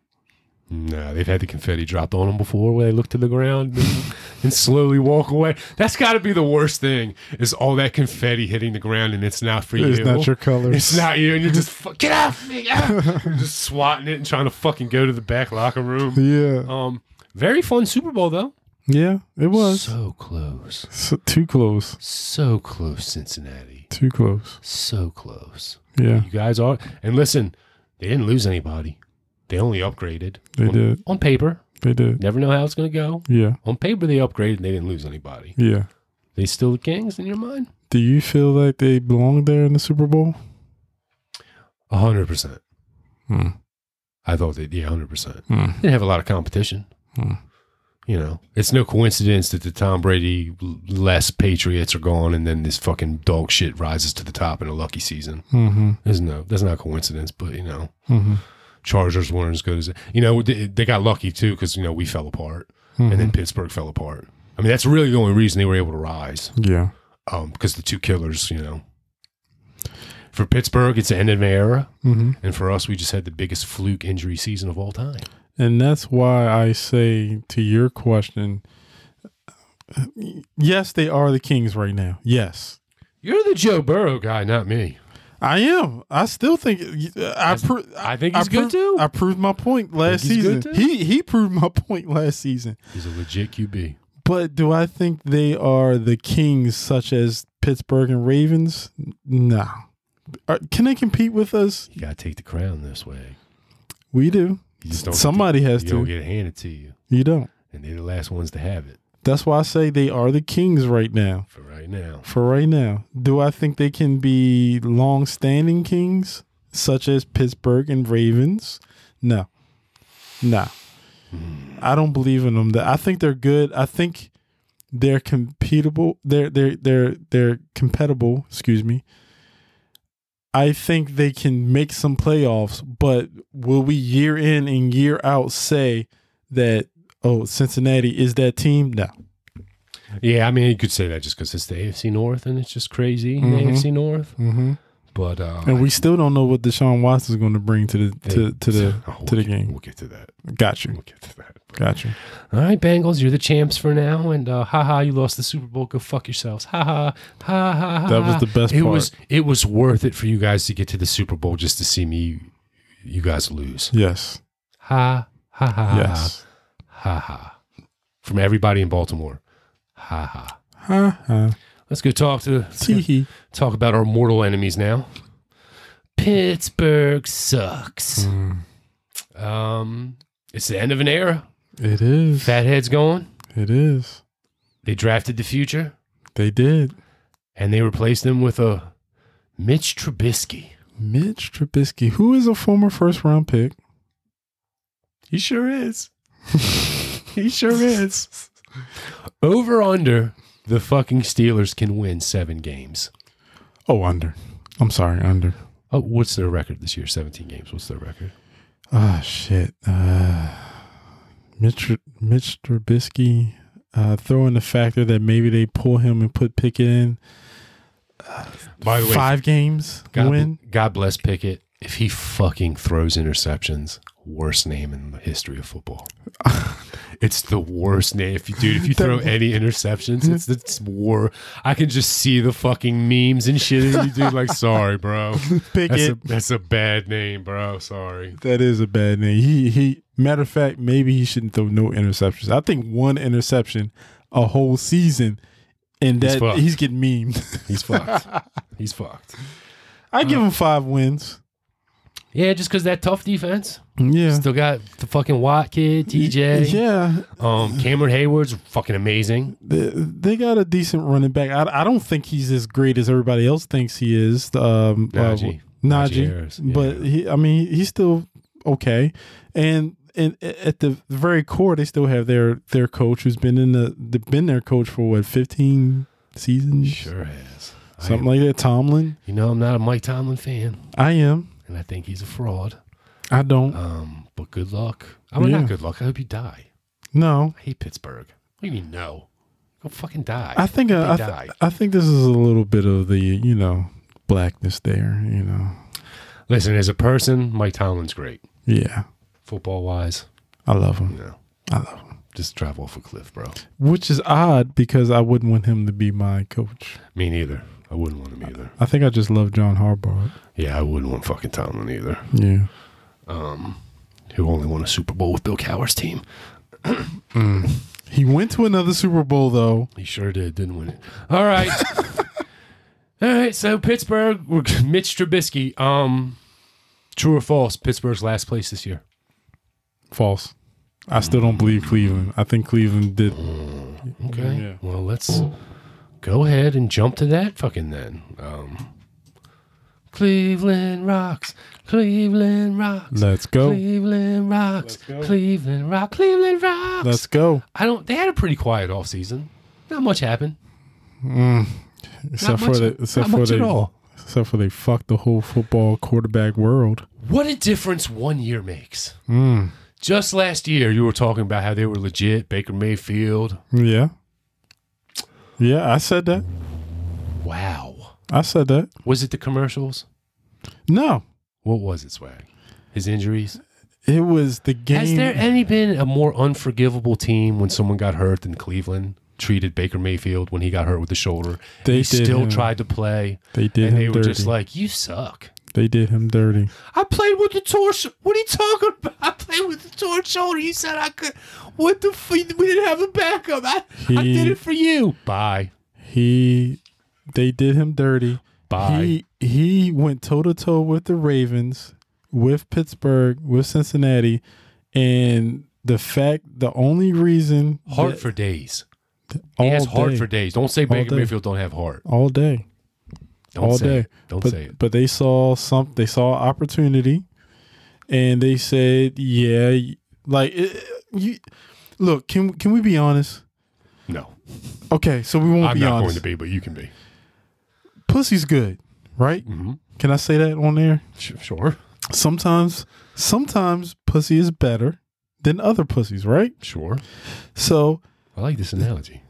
A: no, they've had the confetti dropped on them before where they look to the ground and, [LAUGHS] and slowly walk away. That's got to be the worst thing is all that confetti hitting the ground and it's not for you.
B: It's not your
A: [LAUGHS]
B: colors.
A: It's not you, and you're just fu- get off me,
B: [LAUGHS]
A: ah!" You're just swatting it and trying to fucking go to the back locker room.
B: Yeah.
A: Um, very fun Super Bowl though.
B: Yeah. It was.
A: so close,
B: So, too close.
A: so close, Cincinnati,
B: Too close.
A: so close.
B: Yeah.
A: You guys are, and listen, they didn't lose anybody. They only upgraded.
B: They
A: on,
B: did.
A: on paper.
B: They did.
A: Never know how it's going to go.
B: Yeah.
A: On paper, they upgraded and they didn't lose anybody.
B: Yeah.
A: They still the Kings in your mind?
B: Do you feel like they belong there in the Super Bowl?
A: 100%.
B: Hmm.
A: I thought they, yeah, 100%.
B: Hmm.
A: They didn't have a lot of competition.
B: Hmm.
A: You know, it's no coincidence that the Tom Brady l- less Patriots are gone and then this fucking dog shit rises to the top in a lucky season.
B: Mm-hmm.
A: There's no, that's not a coincidence, but you know,
B: Mm-hmm.
A: Chargers weren't as good as, you know, they, they got lucky too because, you know, we fell apart
B: Hmm.
A: and then Pittsburgh fell apart. I mean, that's really the only reason they were able to rise.
B: Yeah.
A: um, because the two killers, you know. For Pittsburgh, it's the end of an era,
B: Mm-hmm.
A: and for us, we just had the biggest fluke injury season of all time.
B: And that's why I say to your question, yes, they are the Kings right now. Yes,
A: You're the Joe Burrow guy, not me.
B: I am. I still think I. Pro-
A: I think he's good
B: proved-
A: too.
B: I proved my point last
A: he's
B: season.
A: good too?
B: He he proved my [LAUGHS] point last season.
A: He's a legit QB.
B: But do I think they are the Kings, such as Pittsburgh and Ravens? No. Are, can they compete with us?
A: You gotta take the crown this way.
B: We do.
A: You just don't
B: Somebody
A: get
B: has
A: to, you don't
B: to.
A: get it handed to you,
B: You don't.
A: and they're the last ones to have it.
B: That's why I say they are the kings right now.
A: for right now.
B: For right now, do I think they can be long-standing kings such as Pittsburgh and Ravens? No, no. I don't believe in them. That I think they're good. I think they're compatible. They're they're they're they're compatible. Excuse me. I think they can make some playoffs, but will we year in and year out say that oh Cincinnati is that team? No.
A: Yeah, I mean, you could say that just because it's the AFC North and it's just crazy
B: Mhm.
A: the AFC North.
B: Mm-hmm.
A: But uh,
B: And we still don't know what Deshaun Watson is going to bring to the to, to the
A: [LAUGHS] Oh,
B: to the
A: we'll get-
B: game.
A: We'll get to that.
B: Got you.
A: We'll get to that.
B: Got you.
A: All right, Bengals, you're the champs for now, and uh, haha, you lost the Super Bowl. Go fuck yourselves. Ha ha ha ha. ha,
B: That was the best
A: It
B: part.
A: was it was worth it for you guys to get to the Super Bowl just to see me, you guys lose.
B: Yes.
A: Ha ha ha.
B: Yes.
A: Ha ha. From everybody in Baltimore. Ha ha.
B: Ha ha.
A: Let's go talk to let's go
B: Tee hee.
A: talk about our mortal enemies now. Pittsburgh sucks. Um, it's the end of an era.
B: It is.
A: Fathead's gone.
B: It is.
A: They drafted the future.
B: They did.
A: and they replaced him with a Mitch Trubisky.
B: Mitch Trubisky, who is a former first round pick.
A: He sure
B: [LAUGHS]
A: is. he sure is. Over under the fucking Steelers can win seven games.
B: Oh, under. I'm sorry, under.
A: Oh, what's their record this year? Seventeen games. What's their record?
B: Ah, shit. Uh, Mitch, Mitch Trubisky, uh, throw in the factor that maybe they pull him and put Pickett in.
A: By the way,
B: Five games
A: God,
B: win.
A: God bless Pickett. If he fucking throws interceptions, worst name in the history of
B: [LAUGHS]
A: football. it's the worst name. If you dude, if you throw any interceptions, it's it's
B: [LAUGHS]
A: war. I can just see the fucking memes and shit. And you do like, sorry,
B: [LAUGHS]
A: bro. That's a,
B: Pickett.
A: that's a bad name, bro. Sorry.
B: That is a bad name. He he. Matter of fact, maybe he shouldn't throw no interceptions. I think one interception a whole season, and
A: He's
B: that
A: fucked.
B: he's, getting memed. [LAUGHS]
A: He's fucked. [LAUGHS] He's fucked.
B: I
A: Uh,
B: give him five wins.
A: Yeah, just because that tough defense.
B: Yeah,
A: Still got the fucking Watt kid, TJ.
B: Yeah,
A: Um, Cameron Hayward's fucking amazing.
B: they, they got a decent running back. I, I don't think he's as great as everybody else thinks he is. Um, uh,
A: Najee. Najee
B: Najee,
A: Harris, yeah.
B: but he. I mean, he's still okay, and. And a- at the very core, they still have their their coach who's been in the the- been their coach for what fifteen seasons,
A: Sure has. I
B: something like that. Tomlin,
A: You know, I'm not a Mike Tomlin fan,
B: I am.
A: and I think he's a fraud.
B: I don't.
A: Um, but good luck. I mean,
B: Yeah.
A: not good luck. I hope you die.
B: No,
A: I hate Pittsburgh. What do you mean no? Go fucking die.
B: I think uh,
A: They
B: I, I, th-
A: die.
B: I think this is a little bit of the you know blackness there. You know,
A: Listen, as a person, Mike Tomlin's great.
B: yeah,
A: Football wise,
B: I love him.
A: no.
B: I love him,
A: Just drive off a cliff, bro.
B: which is odd because I wouldn't want him to be my coach.
A: Me neither. I wouldn't want him either.
B: I think I just love John Harbaugh.
A: Yeah, I wouldn't want fucking Tomlin either.
B: Yeah,
A: Um, who only won a Super Bowl with Bill Cowher's team?
B: he went to another Super Bowl though.
A: He sure did. Didn't win it. All right. [LAUGHS] All right. So Pittsburgh, we're- Mitch Trubisky. Um, true or false? Pittsburgh's last place this year.
B: False. I still don't believe Cleveland. I think Cleveland did.
A: Okay.
B: Yeah.
A: Well, let's go ahead and jump to that fucking then. Um, Cleveland rocks. Cleveland rocks.
B: Let's go.
A: Cleveland rocks.
B: Let's go.
A: Cleveland rock. Cleveland rocks.
B: Let's go.
A: I don't. They had a pretty quiet off season. Not much happened.
B: Mm. Except
A: much-
B: for the
A: not
B: except for
A: much at
B: they
A: all.
B: except for they fucked the whole football quarterback world.
A: What a difference one year makes.
B: Hmm.
A: Just last year, you were talking about how they were legit. Baker Mayfield.
B: Yeah. Yeah, I said that.
A: Wow.
B: I said that.
A: Was it the commercials?
B: No,
A: What was it, Swag? His injuries.
B: it was the game.
A: Has there any been a more unforgivable team when someone got hurt than Cleveland treated Baker Mayfield when he got hurt with the shoulder?
B: They
A: he
B: did
A: still
B: him.
A: tried to play,
B: they did
A: and
B: him
A: they were
B: dirty.
A: just like, "You suck."
B: they did him dirty.
A: I played with the torsion. What are you talking about? I played with the torn shoulder. You said I could. What the? F- we didn't have a backup. I, I
B: He-
A: did it for you. Bye.
B: He, they did him dirty.
A: Bye.
B: He he went toe to toe with the Ravens, with Pittsburgh, with Cincinnati, and the fact the only reason
A: Heart for days. He has
B: all
A: heart
B: day.
A: for days. Don't say Baker
B: day.
A: Mayfield don't have heart.
B: all day,
A: Don't
B: all
A: say
B: day.
A: It. Don't
B: but
A: say it.
B: but they saw some. They saw opportunity, and they said, "Yeah, y- like it, you look. Can can we be honest?
A: No,
B: Okay, so we won't
A: I'm
B: be
A: not
B: honest.
A: going to be, but you can be.
B: Pussy's good, right?
A: Mm-hmm.
B: Can I say that on there?
A: Sure,
B: Sometimes, sometimes pussy is better than other pussies, right?
A: sure.
B: So
A: I like this [LAUGHS] analogy.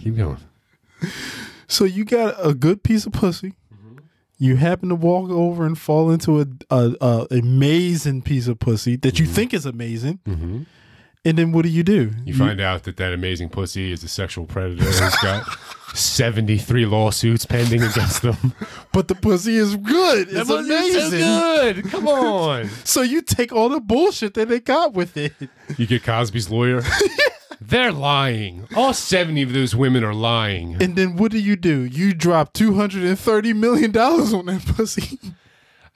A: Keep going.
B: So you got a good piece of pussy. You happen to walk over and fall into a, a, a amazing piece of pussy that you think is amazing,
A: Mm-hmm.
B: and then what do you do?
A: You find out that that amazing pussy is a sexual predator who's [LAUGHS] got 73 lawsuits pending against them.
B: but the pussy is good. It's amazing.
A: good. Come on.
B: So you take all the bullshit that they got with it.
A: [LAUGHS] You get Cosby's
B: [LAUGHS]
A: lawyer. They're lying. All 70 of those women are lying.
B: And then what do you do? You drop two hundred and thirty million dollars on that pussy.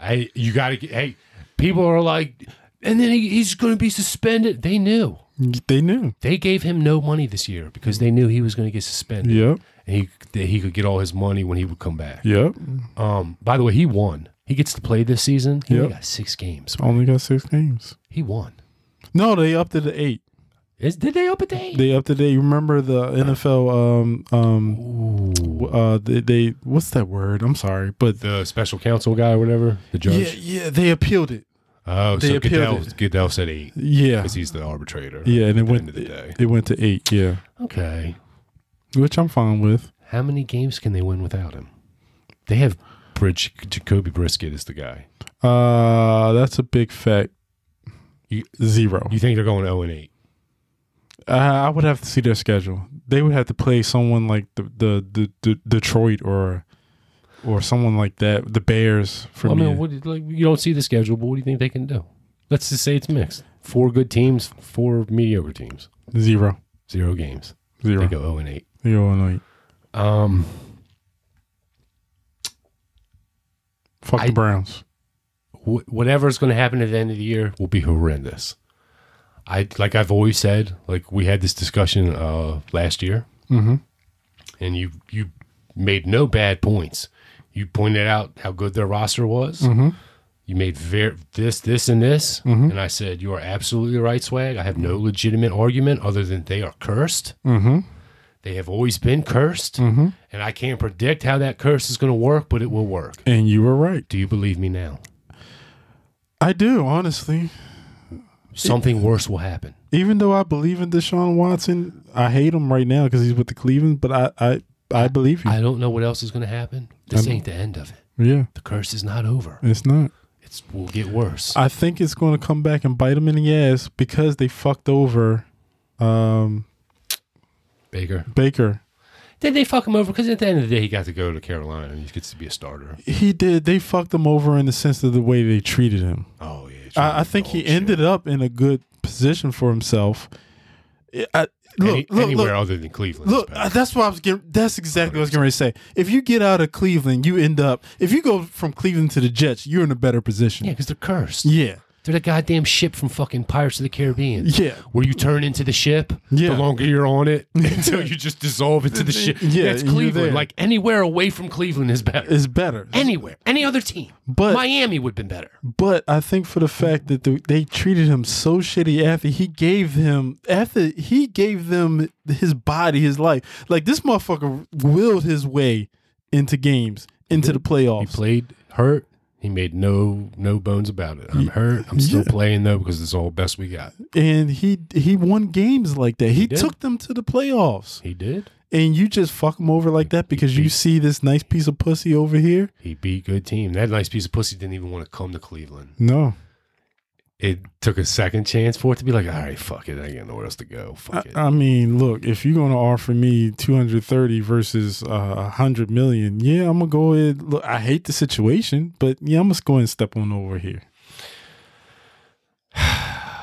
A: I, you got to get, hey, people are like, and then he, he's going to be suspended. They knew.
B: [LAUGHS] They knew.
A: They gave him no money this year because they knew he was going to get suspended.
B: Yep.
A: And he, that he could get all his money when he would come back.
B: Yep.
A: Um, by the way, he won. He gets to play this season. He only
B: Yep.
A: got six games.
B: Only got six games.
A: He won.
B: No, they upped it to eight.
A: Is, did they up at the eight?
B: They up to date. You remember the NFL? Um, um,
A: Ooh.
B: uh, they, they what's that word? I'm sorry, but
A: The special counsel guy or whatever, the
B: yeah,
A: judge.
B: yeah, they appealed it.
A: Oh,
B: They
A: so
B: appealed
A: Goodell,
B: it.
A: Goodell said eight
B: Yeah,
A: because he's the arbitrator.
B: yeah, and it
A: at the end
B: went.
A: of the day.
B: It went to eight. Yeah,
A: Okay.
B: which I'm fine with.
A: How many games can they win without him? They have Bridge, Jacoby Brisket is the guy.
B: Uh, that's a big fact. Zero.
A: You think they're going 0 and 8?
B: I, I would have to see their schedule. They would have to play someone like the the the, the Detroit or or someone like that. The Bears for
A: Well, I
B: me.
A: mean, what, do you- like, you don't see the schedule, but what do you think they can do? Let's just say it's mixed. Four good teams, four mediocre teams,
B: Zero.
A: zero games. They
B: Zero.
A: go 0 and 8.
B: Zero and eight.
A: Um,
B: Fuck
A: I-
B: the Browns.
A: wh- whatever's going to happen at the end of the year will be horrendous. I like I've always said, like we had this discussion uh, last year,
B: Mm-hmm.
A: and you you made no bad points. You pointed out how good their roster was.
B: Mhm.
A: You made ver- this, this, and this,
B: Mm-hmm.
A: and I said you are absolutely right, Swag. I have no legitimate argument other than they are cursed.
B: Mm-hmm.
A: They have always been cursed, and I can't predict how that curse is going to work, but it will work.
B: And you were right.
A: Do you believe me now?
B: I do, honestly.
A: Something worse will happen.
B: Even though I believe in Deshaun Watson, I hate him right now because he's with the Cleveland. But I, I, I believe you.
A: I don't know what else is going to happen. This ain't the end of it.
B: yeah,
A: The curse is not over.
B: it's not.
A: It's will get worse.
B: I think it's going to come back and bite him in the ass because they fucked over um,
A: Baker.
B: Baker.
A: Did they fuck him over? Because at the end of the day, he got to go to Carolina and he gets to be a starter.
B: He did. They fucked him over in the sense of the way they treated him.
A: Oh yeah.
B: I, I think he ended up in a good position for himself. I- I, look,
A: Any,
B: look,
A: anywhere
B: look,
A: other than Cleveland.
B: Look, uh, that's what I was getting. That's exactly what I was going to say. If you get out of Cleveland, you end up. If you go from Cleveland to the Jets, you're in a better position.
A: yeah, because they're cursed.
B: yeah,
A: They're the goddamn ship from fucking Pirates of the Caribbean.
B: Yeah.
A: Where you turn into the ship.
B: Yeah.
A: The longer you're on
B: [LAUGHS]
A: it, until you just dissolve into the ship.
B: Yeah,
A: That's
B: and you're there.
A: Cleveland. Like anywhere away from Cleveland is better.
B: it's better.
A: anywhere, any other team.
B: But-
A: Miami would have been better.
B: But I think for the fact that the, they treated him so shitty after he gave him after he gave them his body, his life. Like this motherfucker willed his way into games, into the
A: He
B: playoffs.
A: played hurt. He made no no bones about it. I'm hurt. I'm still playing though because it's all best we got.
B: and he he won games like that. He, took them to the playoffs.
A: He did.
B: and you just fuck him over like that because you see this nice piece of pussy over here?
A: He beat good team. That nice piece of pussy didn't even want to come to Cleveland.
B: No.
A: It took a second chance for it to be like, all right, fuck it. I ain't got nowhere else to go. Fuck it.
B: I mean, look, if you're going to offer me 230 versus uh, 100 million, yeah, I'm going to go ahead. Look, I hate the situation, but yeah, I'm just going and step on over here.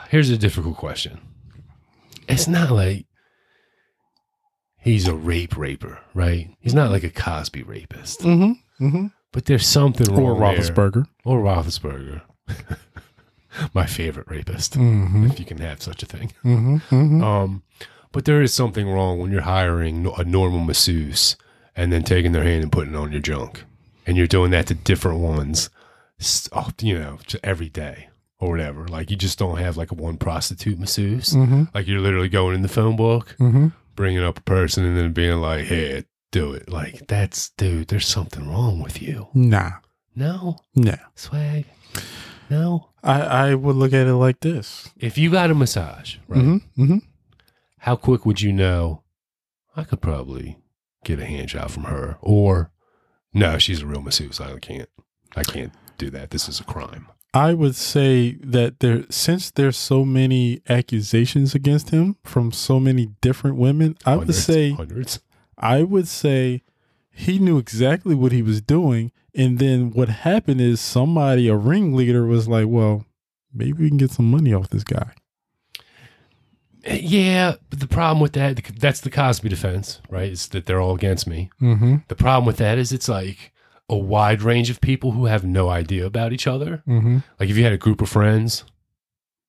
A: Here's a difficult question. It's not like he's a rape raper, right? He's not like a Cosby rapist.
B: Mm-hmm. Mm-hmm.
A: But there's something wrong.
B: Or
A: there.
B: Roethlisberger.
A: or Roethlisberger, [LAUGHS] my favorite rapist,
B: Mm-hmm.
A: if you can have such a thing.
B: Mm-hmm. Mm-hmm.
A: Um, But there is something wrong when you're hiring no- a normal masseuse and then taking their hand and putting it on your junk, and you're doing that to different ones, s- oh, you know, to every day or whatever. Like you just don't have like one prostitute masseuse.
B: Mm-hmm.
A: Like you're literally going in the phone book,
B: Mm-hmm.
A: bringing up a person, and then being like, "Hey, do it." Like that's dude. There's something wrong with you.
B: Nah,
A: No
B: nah.
A: swag. No.
B: I I would look at it like this.
A: If you got a massage, right?
B: Mm-hmm. Mm-hmm.
A: how quick would you know I could probably get a hand job from her? Or no, she's a real masseuse. I can't. I can't do that. This is a crime.
B: I would say that there, since there's so many accusations against him from so many different women, I would
A: Hundreds,
B: say,
A: hundreds.
B: I would say, he knew exactly what he was doing. And then what happened is somebody, a ringleader, was like, "Well, maybe we can get some money off this guy."
A: Yeah, but the problem with that that's the Cosby defense, right? Is that they're all against me.
B: Mm-hmm.
A: The problem with that is it's like a wide range of people who have no idea about each other.
B: Mm-hmm.
A: Like if you had a group of friends,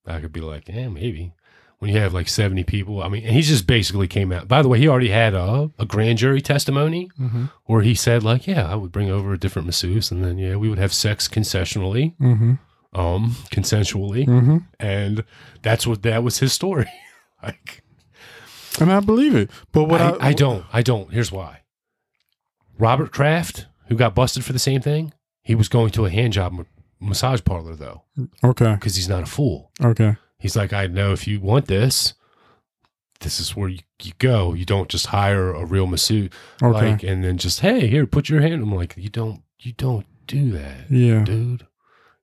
A: I could be like, yeah, maybe. When you have like 70 people, I mean, and he just basically came out. By the way, he already had a, a grand jury testimony
B: Mm-hmm.
A: where he said like, yeah, I would bring over a different masseuse and then yeah, we would have sex concessionally,
B: Mm-hmm.
A: um, consensually,
B: Mm-hmm.
A: and that's what that was his story. [LAUGHS] like,
B: And I believe it. But what
A: I, I don't, I don't. Here's why. Robert Kraft, who got busted for the same thing, he was going to a hand job ma- massage parlor though,
B: Okay.
A: because he's not a fool.
B: Okay.
A: He's like, I know if you want this, this is where you, you go. You don't just hire a real masseuse,
B: Okay.
A: like, and then just hey, here, put your hand. I'm like, you don't, you don't do that,
B: yeah.
A: dude.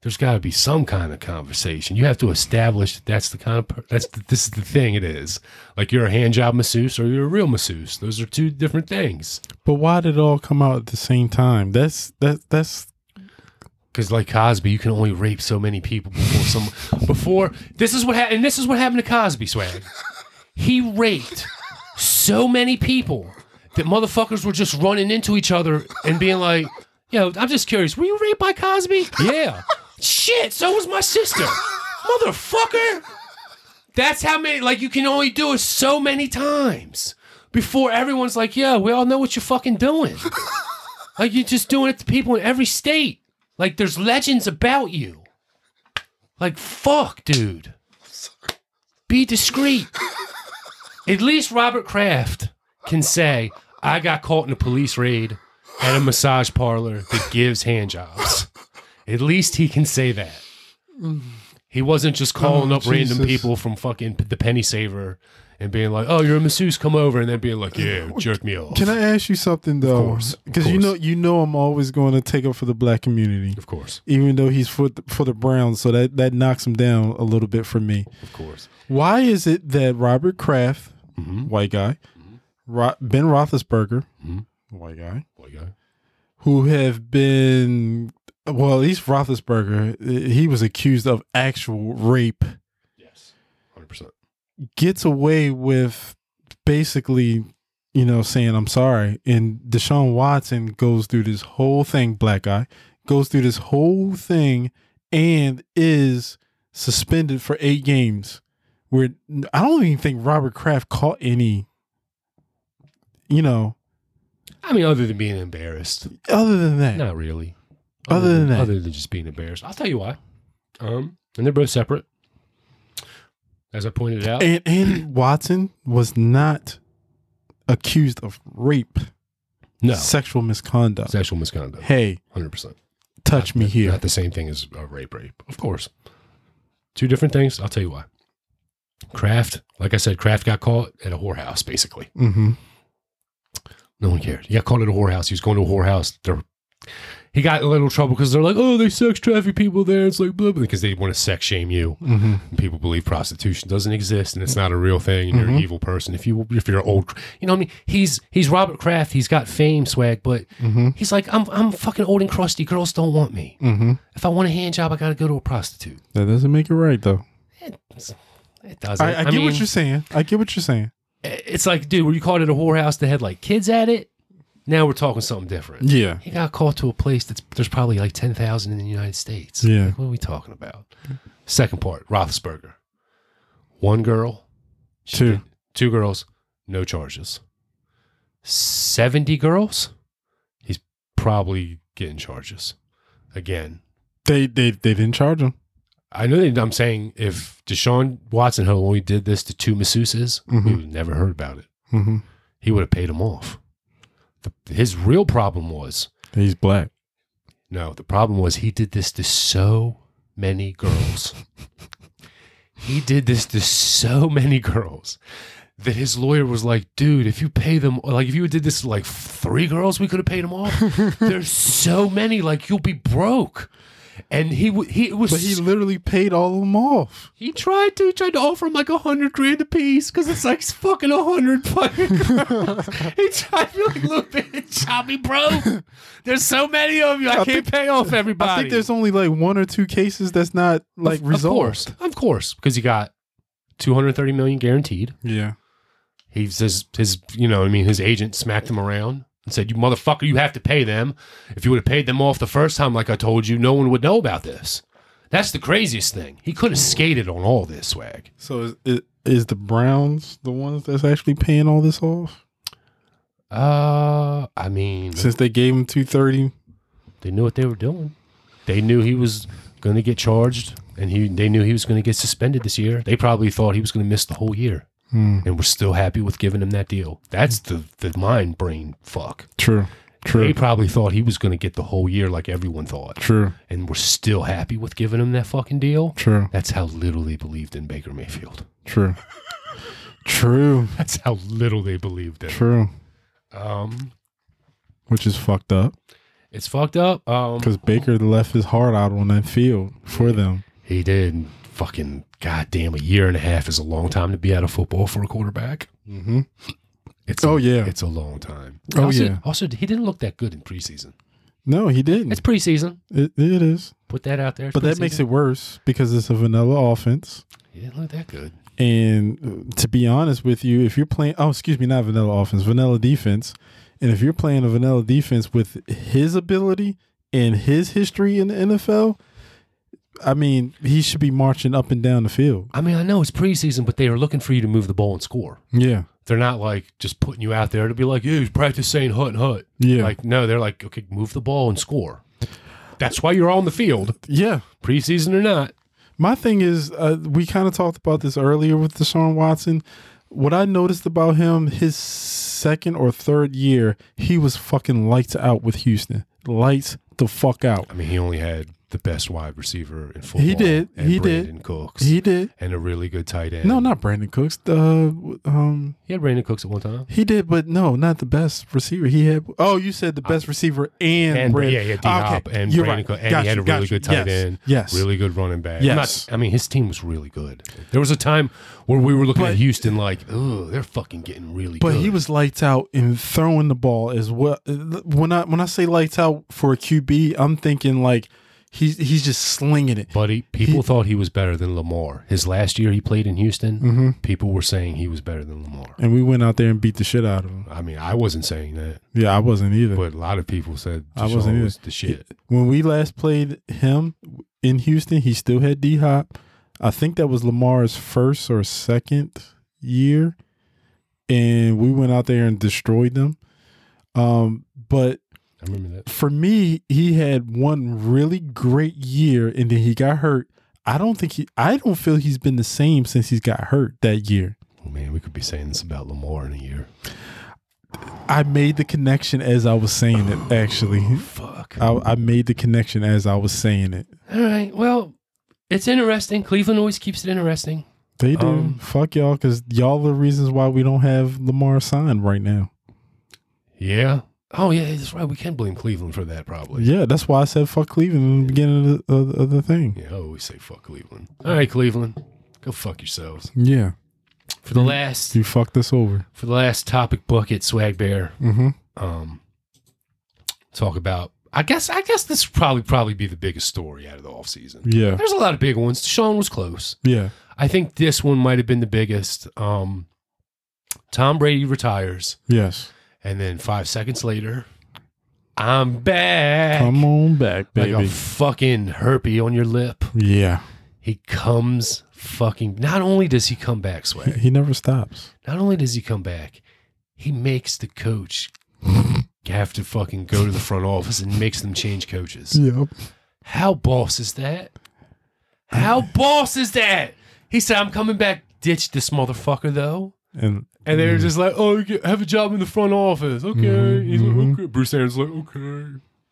A: There's got to be some kind of conversation. You have to establish that that's the kind of per- that's the, this is the thing. It is like you're a hand job masseuse or you're a real masseuse. Those are two different things.
B: But why did it all come out at the same time? That's that that's
A: Because like Cosby, you can only rape so many people before some. [LAUGHS] Before this is what happened. And this is what happened to Cosby Swag. He raped so many people that motherfuckers were just running into each other and being like, "Yo, I'm just curious. Were you raped by Cosby? Yeah. Shit. So was my sister. Motherfucker. That's how many. Like you can only do it so many times before everyone's like, "Yeah, we all know what you're fucking
B: [LAUGHS]
A: doing. like you're just doing it to people in every state." Like there's legends about you. Like fuck, dude. Be discreet. At least Robert Kraft can say, I got caught in a police raid at a massage parlor that gives hand jobs. At least he can say that. He wasn't just calling
B: Oh,
A: up
B: Jesus.
A: random people from fucking the penny saver and being like, "Oh, you're a masseuse, come over," and then being like,
B: [LAUGHS]
A: "Yeah, jerk me off."
B: Can I ask you something though?
A: course, of
B: Because you know
A: course.
B: you know I'm always going to take up for the black community.
A: Of course,
B: Even though he's for the, for the Browns, so that that knocks him down a little bit for me.
A: of course.
B: Why is it that Robert Kraft,
A: Mhm.
B: white guy, Ro- Ben Roethlisberger,
A: Mhm.
B: white guy,
A: What you got?
B: who have been well, at least Roethlisberger, eh, he was accused of actual rape
A: Yes, hundred percent.
B: gets away with basically, you know, saying I'm sorry. And Deshaun Watson goes through this whole thing, black guy, goes through this whole thing and is suspended for eight games. Where I don't even think Robert Kraft caught any, you know,
A: I mean, other than being embarrassed.
B: other than that.
A: Not really.
B: Other than that.
A: other than just being embarrassed, I'll tell you why. Um, and they're both separate, as I pointed out.
B: And and Watson was not accused of rape,
A: no,
B: sexual misconduct.
A: sexual misconduct,
B: Hey,
A: hundred percent.
B: touch me here.
A: Not the same thing as a rape, rape, of course. Two different things. I'll tell you why. Kraft, like I said, Kraft got caught at a whorehouse. Basically,
B: Mm-hmm.
A: no one cared. He got caught at a whorehouse. He was going to a whorehouse. They're, he got in a little trouble because they're like, "Oh, they sex traffic people there." It's like blah blah because they want to sex shame you.
B: Mm-hmm.
A: and people believe prostitution doesn't exist and it's not a real thing and you're
B: Mhm.
A: an evil person if you if you're an old you know what I mean he's he's Robert Kraft he's got fame swag but
B: Mm-hmm.
A: he's like I'm I'm fucking old and crusty girls don't want me
B: Mm-hmm.
A: if I want a hand job I got to go to a prostitute
B: That doesn't make it right, though.
A: it doesn't
B: I, I, get
A: mean,
B: what you're saying. I get what you're saying.
A: it's like dude were you caught at a whorehouse that had like kids at it now we're talking something different
B: Yeah.
A: he got called to a place that's there's probably like 10,000 in the United States
B: Yeah.
A: Like, what are we talking about? Second part, Roethlisberger. One girl, she
B: Two.
A: did- two girls. no charges. 70 girls, he's probably getting charges. Again,
B: They they they didn't charge him.
A: I know that I'm saying if Deshaun Watson had only did this to two masseuses,
B: Mhm.
A: we would have never heard about it.
B: Mm-hmm.
A: He would have paid them off. The, his real problem was
B: He's black.
A: no, the problem was he did this to so many girls.
B: [LAUGHS]
A: he did this to so many girls that his lawyer was like, dude, if you pay them, like if you did this to like three girls, we could have paid them
B: [LAUGHS]
A: off. There's so many, like you'll be broke. And he w- he it was
B: But he literally paid all of them off.
A: He tried to. He tried to offer him like a hundred grand a piece because it's like fucking a hundred fucking
B: [LAUGHS]
A: girls. he tried to be like, look, bitch, I'll be broke. There's so many of you. I, can't pay off everybody.
B: I think there's only like one or two cases that's not like resolved.
A: Of course, of course, because he got 230 million guaranteed.
B: Yeah.
A: He says his, you know, what I mean, his agent smacked him around and said, "You motherfucker, you have to pay them. If you would have paid them off the first time, like I told you, no one would know about this." That's the craziest thing. He could have skated on all this swag.
B: So is, is is the Browns the ones that's actually paying all this off?
A: Uh, I mean,
B: Since they gave him two thirty,
A: they knew what they were doing. They knew he was going to get charged, and he they knew he was going to get suspended this year. They probably thought he was going to miss the whole year, and were still happy with giving him that deal. That's the the mind brain fuck.
B: true,
A: They probably thought he was going to get the whole year, like everyone thought,
B: true,
A: and were still happy with giving him that fucking deal.
B: true,
A: That's how little they believed in Baker Mayfield. [LAUGHS]
B: true, true,
A: That's how little they believed in. him.
B: true.
A: Um,
B: Which is fucked up
A: it's fucked up. Um,
B: because Baker left his heart out on that field for them.
A: He did. Fucking goddamn, a year and a half is a long time to be out of football for a quarterback.
B: Mm-hmm.
A: It's
B: Oh
A: a,
B: yeah,
A: [LAUGHS] it's a long time.
B: Oh,
A: also,
B: yeah.
A: Also, he didn't look that good in preseason.
B: no, he
A: It's
B: didn't.
A: preseason.
B: It, it is,
A: Put that out there. It's
B: but that makes
A: preseason.
B: it worse because it's a vanilla offense.
A: He didn't look that good.
B: And uh, to be honest with you, if you're playing, oh, excuse me, not vanilla offense, vanilla defense. And if you're playing a vanilla defense with his ability and his history in the NFL, I mean, he should be marching up and down the field.
A: I mean, I know it's preseason, but they are looking for you to move the ball and score.
B: Yeah.
A: They're not like just putting you out there to be like, "Yeah, practice saying hut and hut."
B: Yeah.
A: Like, no, they're like, "Okay, move the ball and score." That's why you're on the field,
B: yeah.
A: preseason or not.
B: My thing is, uh, we kind of talked about this earlier with Deshaun Watson. What I noticed about him, his second or third year, he was fucking lights out with Houston. Lights the fuck out.
A: I mean, he only had the best wide receiver in football.
B: did.
A: And
B: He did.
A: Brandon Cooks.
B: He did.
A: and a really good tight end.
B: No, not Brandon Cooks. Uh, um,
A: He had Brandon Cooks at one time.
B: he did, but no, not the best receiver. He had. Oh, you said the best receiver and,
A: And
B: Brandon.
A: yeah, yeah, D
B: Ah,
A: Hop
B: okay.
A: and
B: You're
A: Brandon
B: right.
A: Cooks, and
B: Got
A: he had
B: you,
A: a really
B: got you.
A: good tight
B: Yes,
A: end.
B: Yes,
A: Really good running back.
B: Yes.
A: I'm not- I mean, his team was really good. There was a time where we were looking
B: But-
A: at Houston like, oh, they're fucking getting really
B: But
A: good.
B: he was lights out in throwing the ball as well. When I when I say lights out for a QB, I'm thinking like he's he's just slinging it.
A: Buddy, people thought he was better than Lamar. His last year he played in Houston,
B: Mm.
A: people were saying he was better than Lamar.
B: And we went out there and beat the shit out of him.
A: I mean, I wasn't saying that,
B: Yeah, I wasn't either.
A: but a lot of people said
B: I wasn't
A: Deshaun
B: either.
A: was the shit.
B: when we last played him in Houston, he still had D Hop. I think that was Lamar's first or second year, and we went out there and destroyed them. Um, but
A: I remember that.
B: for me, he had one really great year, and then he got hurt. I don't think he. I don't feel he's been the same since he's got hurt that year.
A: Oh man, we could be saying this about Lamar in a year.
B: I made the connection as I was saying it. Actually,
A: Fuck.
B: I, I made the connection as I was saying it.
A: All right. Well, it's interesting. Cleveland always keeps it interesting.
B: They do.
A: Um,
B: Fuck y'all, because y'all the reasons why we don't have Lamar signed right now.
A: Yeah. Oh yeah, that's right. We can blame Cleveland for that, probably.
B: Yeah, that's why I said fuck Cleveland in the beginning of the, of, of the thing.
A: Yeah. I always say fuck Cleveland. All right, Cleveland, go fuck yourselves.
B: Yeah,
A: For the last,
B: you fucked us over.
A: for the last topic bucket, Swag Bear.
B: Mm-hmm.
A: Um, talk about. I guess. I guess this would probably probably be the biggest story out of the offseason.
B: Yeah,
A: There's a lot of big ones. Sean was close.
B: yeah,
A: I think this one might have been the biggest. Um, Tom Brady retires,
B: yes.
A: and then five seconds later, I'm back.
B: Come on back,
A: like
B: baby.
A: a fucking herpy on your lip.
B: yeah,
A: He comes fucking. Not only does he come back, [LAUGHS]
B: He,
A: Swag.
B: he never stops.
A: Not only does he come back, he makes the coach have to fucking go to the front office and makes them change coaches.
B: Yep.
A: How boss is that? How boss is that? He said, "I'm coming back. Ditch this motherfucker, though."
B: And
A: And they were just like, "Oh, you have a job in the front office, okay?"
B: Mhm,
A: He's like,
B: mhm.
A: "Okay." Bruce Aaron's like, "Okay."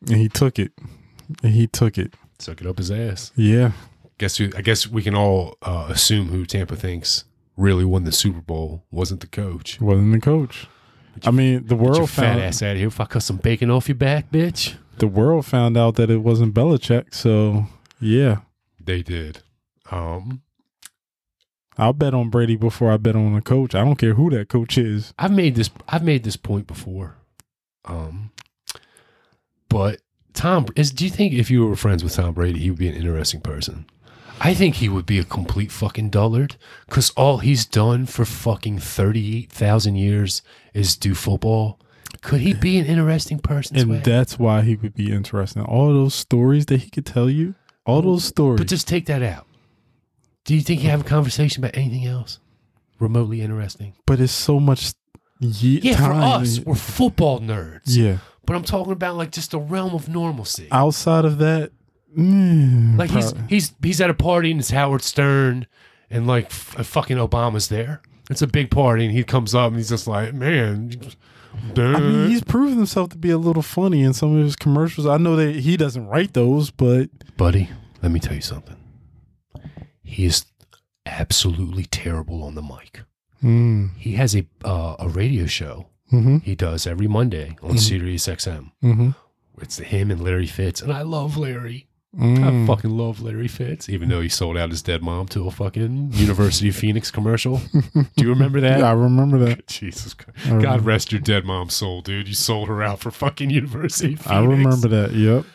B: and he took it. And he took it.
A: Suck it up his ass.
B: Yeah.
A: guess who? I guess we can all uh, assume who Tampa thinks really won the Super Bowl wasn't the coach.
B: Wasn't the coach. I mean, the
A: Get your
B: world
A: fat
B: found
A: ass out of here! If I cut some bacon off your back, bitch.
B: the world found out that it wasn't Belichick. So yeah,
A: They did. Um,
B: I'll bet on Brady before I bet on a coach. I don't care who that coach is.
A: I've made this. I've made this point before. Um, but Tom, is, do you think if you were friends with Tom Brady, he would be an interesting person? I think he would be a complete fucking dullard because all he's done for fucking thirty-eight thousand years is do football. Could he be an interesting person?
B: And
A: Swag?
B: that's why he would be interesting. All those stories that he could tell you, all those stories.
A: But just take that out. Do you think you have a conversation about anything else remotely interesting?
B: but it's so much ye-
A: Yeah,
B: time.
A: for us, we're football nerds.
B: yeah.
A: But I'm talking about like just the realm of normalcy.
B: Outside of that, mm,
A: like he's
B: probably-
A: he's he's at a party and it's Howard Stern and like f- uh, fucking Obama's there. It's a big party and he comes up and he's just like, man,
B: I mean,
A: duh."
B: he's proven himself to be a little funny in some of his commercials. I know that he doesn't write those, but
A: buddy. Let me tell you something. He is absolutely terrible on the mic.
B: mm,
A: He has a uh, a radio show
B: hmm
A: he does every Monday
B: Mm-hmm.
A: on Sirius XM.
B: hmm
A: It's him and Larry Fitz, and I love Larry.
B: Hmm. Mm.
A: I fucking love Larry Fitz, even though he sold out his dead mom to a fucking University
B: [LAUGHS]
A: of Phoenix commercial. Do you remember that?
B: I remember
A: [LAUGHS]
B: that.
A: Jesus Christ.
B: remember.
A: God rest your dead mom's soul, dude. You sold her out for fucking University of Phoenix.
B: I remember that. Yep.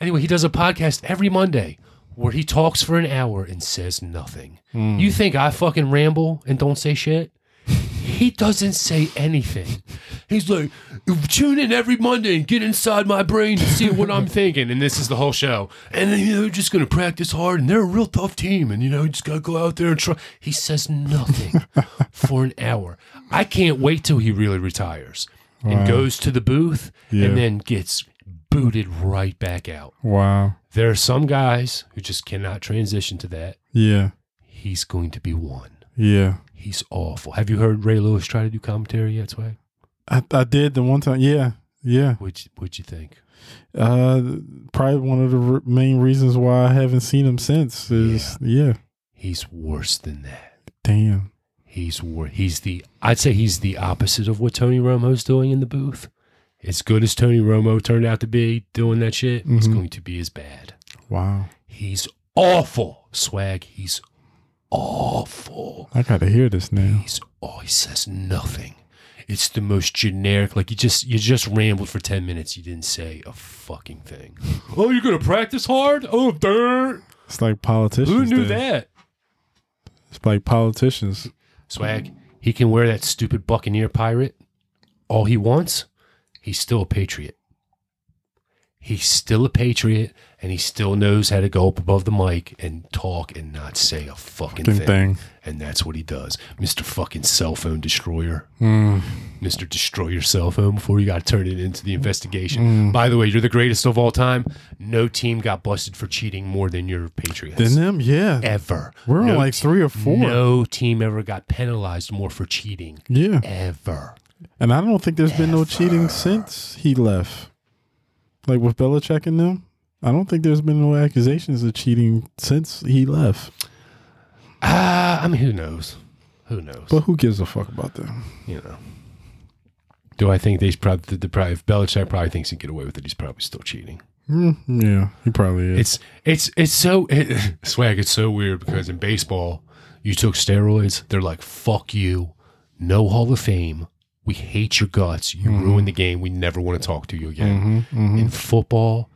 A: Anyway, he does a podcast every Monday where he talks for an hour and says nothing.
B: Hmm.
A: You think I fucking ramble and don't say shit? He doesn't say anything. He's like, tune in every Monday and get inside my brain to see what I'm thinking. And this is the whole show. And then, you know, just going to practice hard. And they're a real tough team. And, you know, just got to go out there and try. He says nothing for an hour. I can't wait till he really retires and goes to the booth
B: Yeah.
A: and then gets booted right back out.
B: Wow.
A: There are some guys who just cannot transition to that.
B: Yeah.
A: He's going to be one.
B: Yeah.
A: He's awful. Have you heard Ray Lewis try to do commentary yet, Swag?
B: I, I did the one time. Yeah. Yeah.
A: What'd you, what'd you think?
B: Uh, probably one of the r- main reasons why I haven't seen him since is yeah.
A: He's worse than that.
B: Damn.
A: He's wor- He's the. I'd say he's the opposite of what Tony Romo's doing in the booth. As good as Tony Romo turned out to be doing that shit, he's
B: Mhm.
A: going to be as bad.
B: Wow.
A: He's awful, Swag. He's awful.
B: I got to hear this now.
A: He's oh, he says nothing. It's the most generic. Like you just you just rambled for ten minutes. You didn't say a fucking thing. Oh, you're gonna practice hard? Oh, dirt.
B: It's like politicians.
A: Who knew
B: then.
A: that?
B: It's like politicians.
A: Swag. He can wear that stupid Buccaneer pirate all he wants. He's still a patriot. He's still a patriot, and he still knows how to go up above the mic and talk and not say a fucking
B: Same
A: thing.
B: thing.
A: And that's what he does, Mister Fucking Cell Phone Destroyer.
B: Mm.
A: Mr. Destroy Your Cell Phone before you got to turn it into the
B: Hmm.
A: investigation. By the way, you're the greatest of all time. No team got busted for cheating more than your Patriots.
B: Then them. Yeah.
A: ever.
B: We're
A: no
B: on like three or four.
A: No team ever got penalized more for cheating.
B: Yeah.
A: Ever.
B: And I don't think there's been no cheating since he left. Like with Belichick and them, I don't think there's been no accusations of cheating since he left.
A: Ah, I mean, who knows? Who knows?
B: But who gives a fuck about them?
A: you know. Do I think they probably, the, probably, if Belichick probably thinks he can get away with it, he's probably still cheating.
B: Mm, yeah, he probably is.
A: It's it's it's so [LAUGHS] it, swag. It's so weird because in baseball, you took steroids. They're like fuck you, no Hall of Fame. We hate your guts. You ruined the game. We never want to talk to you again. In football,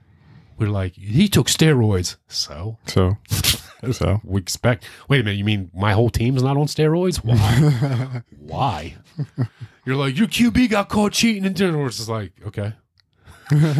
A: we're like he took steroids. So
B: so, [LAUGHS] so
A: we expect. Wait a minute. You mean my whole team's not on steroids? Why? [LAUGHS] [LAUGHS] Why? You're like your QB got caught cheating, and dinner was just like okay.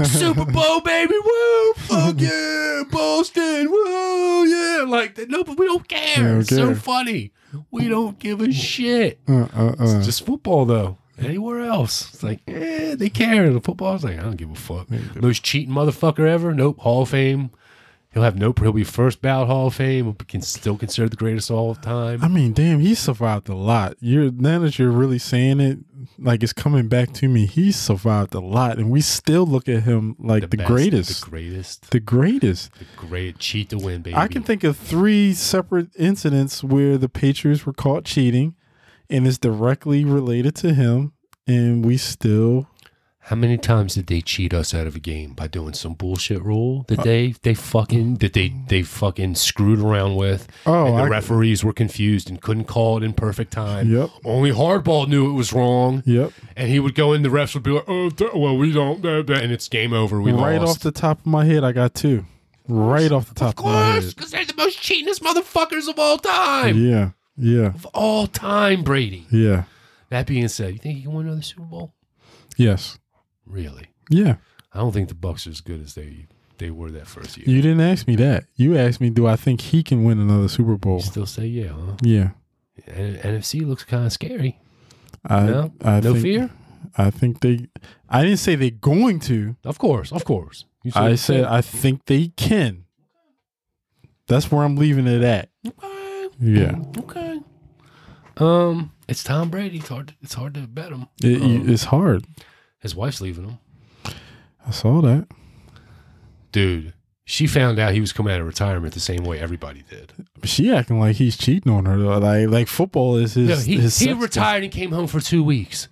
A: Super Bowl, baby, woo, [LAUGHS] fuck yeah, Boston, woo, yeah, like that. No, but we don't care.
B: don't
A: It's so
B: care.
A: funny. We don't give a shit.
B: Uh, uh, uh.
A: It's just football, though. Anywhere else, it's like, eh, they care. And the football's like, I don't give a fuck. Most cheating motherfucker ever. Nope, Hall of Fame. He'll have no. He'll be first ballot Hall of Fame. He'll be can still considered the greatest of all time.
B: I mean, damn, he survived a lot. You're now that you're really saying it, like it's coming back to me. He survived a lot, and we still look at him like the,
A: best,
B: greatest,
A: the greatest,
B: the greatest.
A: the great cheat to win, baby.
B: I can think of three separate incidents where the Patriots were caught cheating, and it's directly related to him, and we still
A: How many times did they cheat us out of a game by doing some bullshit rule
B: Uh.
A: that they they fucking that they they fucking screwed around with?
B: Oh,
A: and the
B: I-
A: referees were confused and couldn't call it in perfect time.
B: Yep.
A: Only hardball knew it was wrong.
B: yep.
A: And he would go in. The refs would be like, "Oh, th- well, we don't." Blah, blah," and it's game over. We
B: right off
A: lost.
B: the top of my head, I got two. Right off the top of, my head.
A: because they're the most cheatingest motherfuckers of all time.
B: Yeah, yeah,
A: Of all time, Brady.
B: yeah.
A: That being said, you think he can win another Super Bowl?
B: Yes,
A: Really?
B: yeah.
A: I don't think the Bucks are as good as they they were that first year.
B: You didn't ask me that. You asked me, do I think he can win another Super Bowl?
A: Still say yeah, huh?
B: Yeah.
A: N- NFC looks kind of scary.
B: I,
A: no,
B: I
A: no
B: think,
A: fear.
B: I think they. I didn't say they're going to.
A: Of course, of course. You
B: I said I think they can. That's where I'm leaving it at.
A: okay,
B: Yeah,
A: okay. Um, it's Tom Brady. It's hard. It's hard to bet him.
B: It-
A: Um,
B: it's hard.
A: His wife's leaving him,
B: I saw that.
A: dude. She found out he was coming out of retirement the same way everybody did.
B: She acting like he's cheating on her though. Like like football is his.
A: No, he,
B: his
A: he
B: sex
A: retired and came home for two weeks.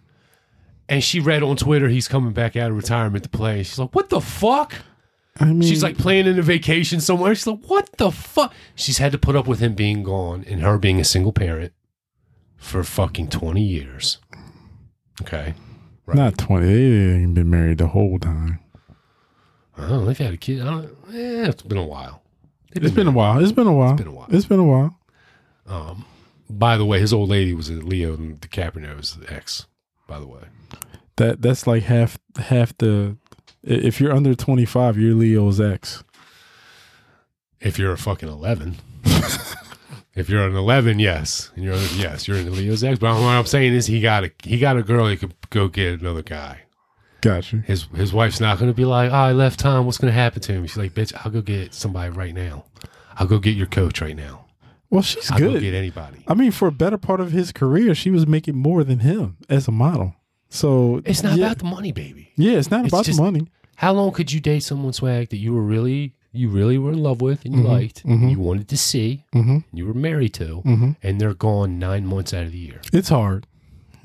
A: And she read on Twitter he's coming back out of retirement to play. She's like, what the fuck?
B: thing. I mean,
A: She's like playing in a vacation somewhere. She's like, what the fuck? She's had to put up with him being gone and her being a single parent for fucking 20 years. Okay.
B: not twenty. They ain't been married the whole time.
A: I don't know. They've had a kid. I don't, eh, it's been a while. They've
B: It's been a while. It's been a while. It's
A: been a while.
B: It's been a while.
A: Um, by the way, his old lady was Leo DiCaprio's ex, by the way.
B: That that's like half half the. i- If you're under twenty five, you're Leo's ex.
A: If you're a fucking 11. [LAUGHS] if you're an 11, yes. And you're yes, you're in Leo's ex. But what I'm saying is he got a he got a girl he could go get another guy.
B: Gotcha.
A: His his wife's not going to be like, "Oh, I left Tom. What's going to happen to him?" She's like, "Bitch, I'll go get somebody right now. I'll go get your coach right now.
B: Well, she's
A: I'll go
B: good.
A: get anybody."
B: I mean, for a better part of his career, she was making more than him as a model. So
A: It's not
B: yeah,
A: about the money, baby.
B: Yeah, it's not about
A: just-
B: the money.
A: How long could you date someone swag that you were really you really were in love with and
B: Mm-hmm.
A: you liked, and you wanted to see,
B: Mhm.
A: and you were married to, and they're gone nine months out of the year?
B: Mm-hmm. It's hard.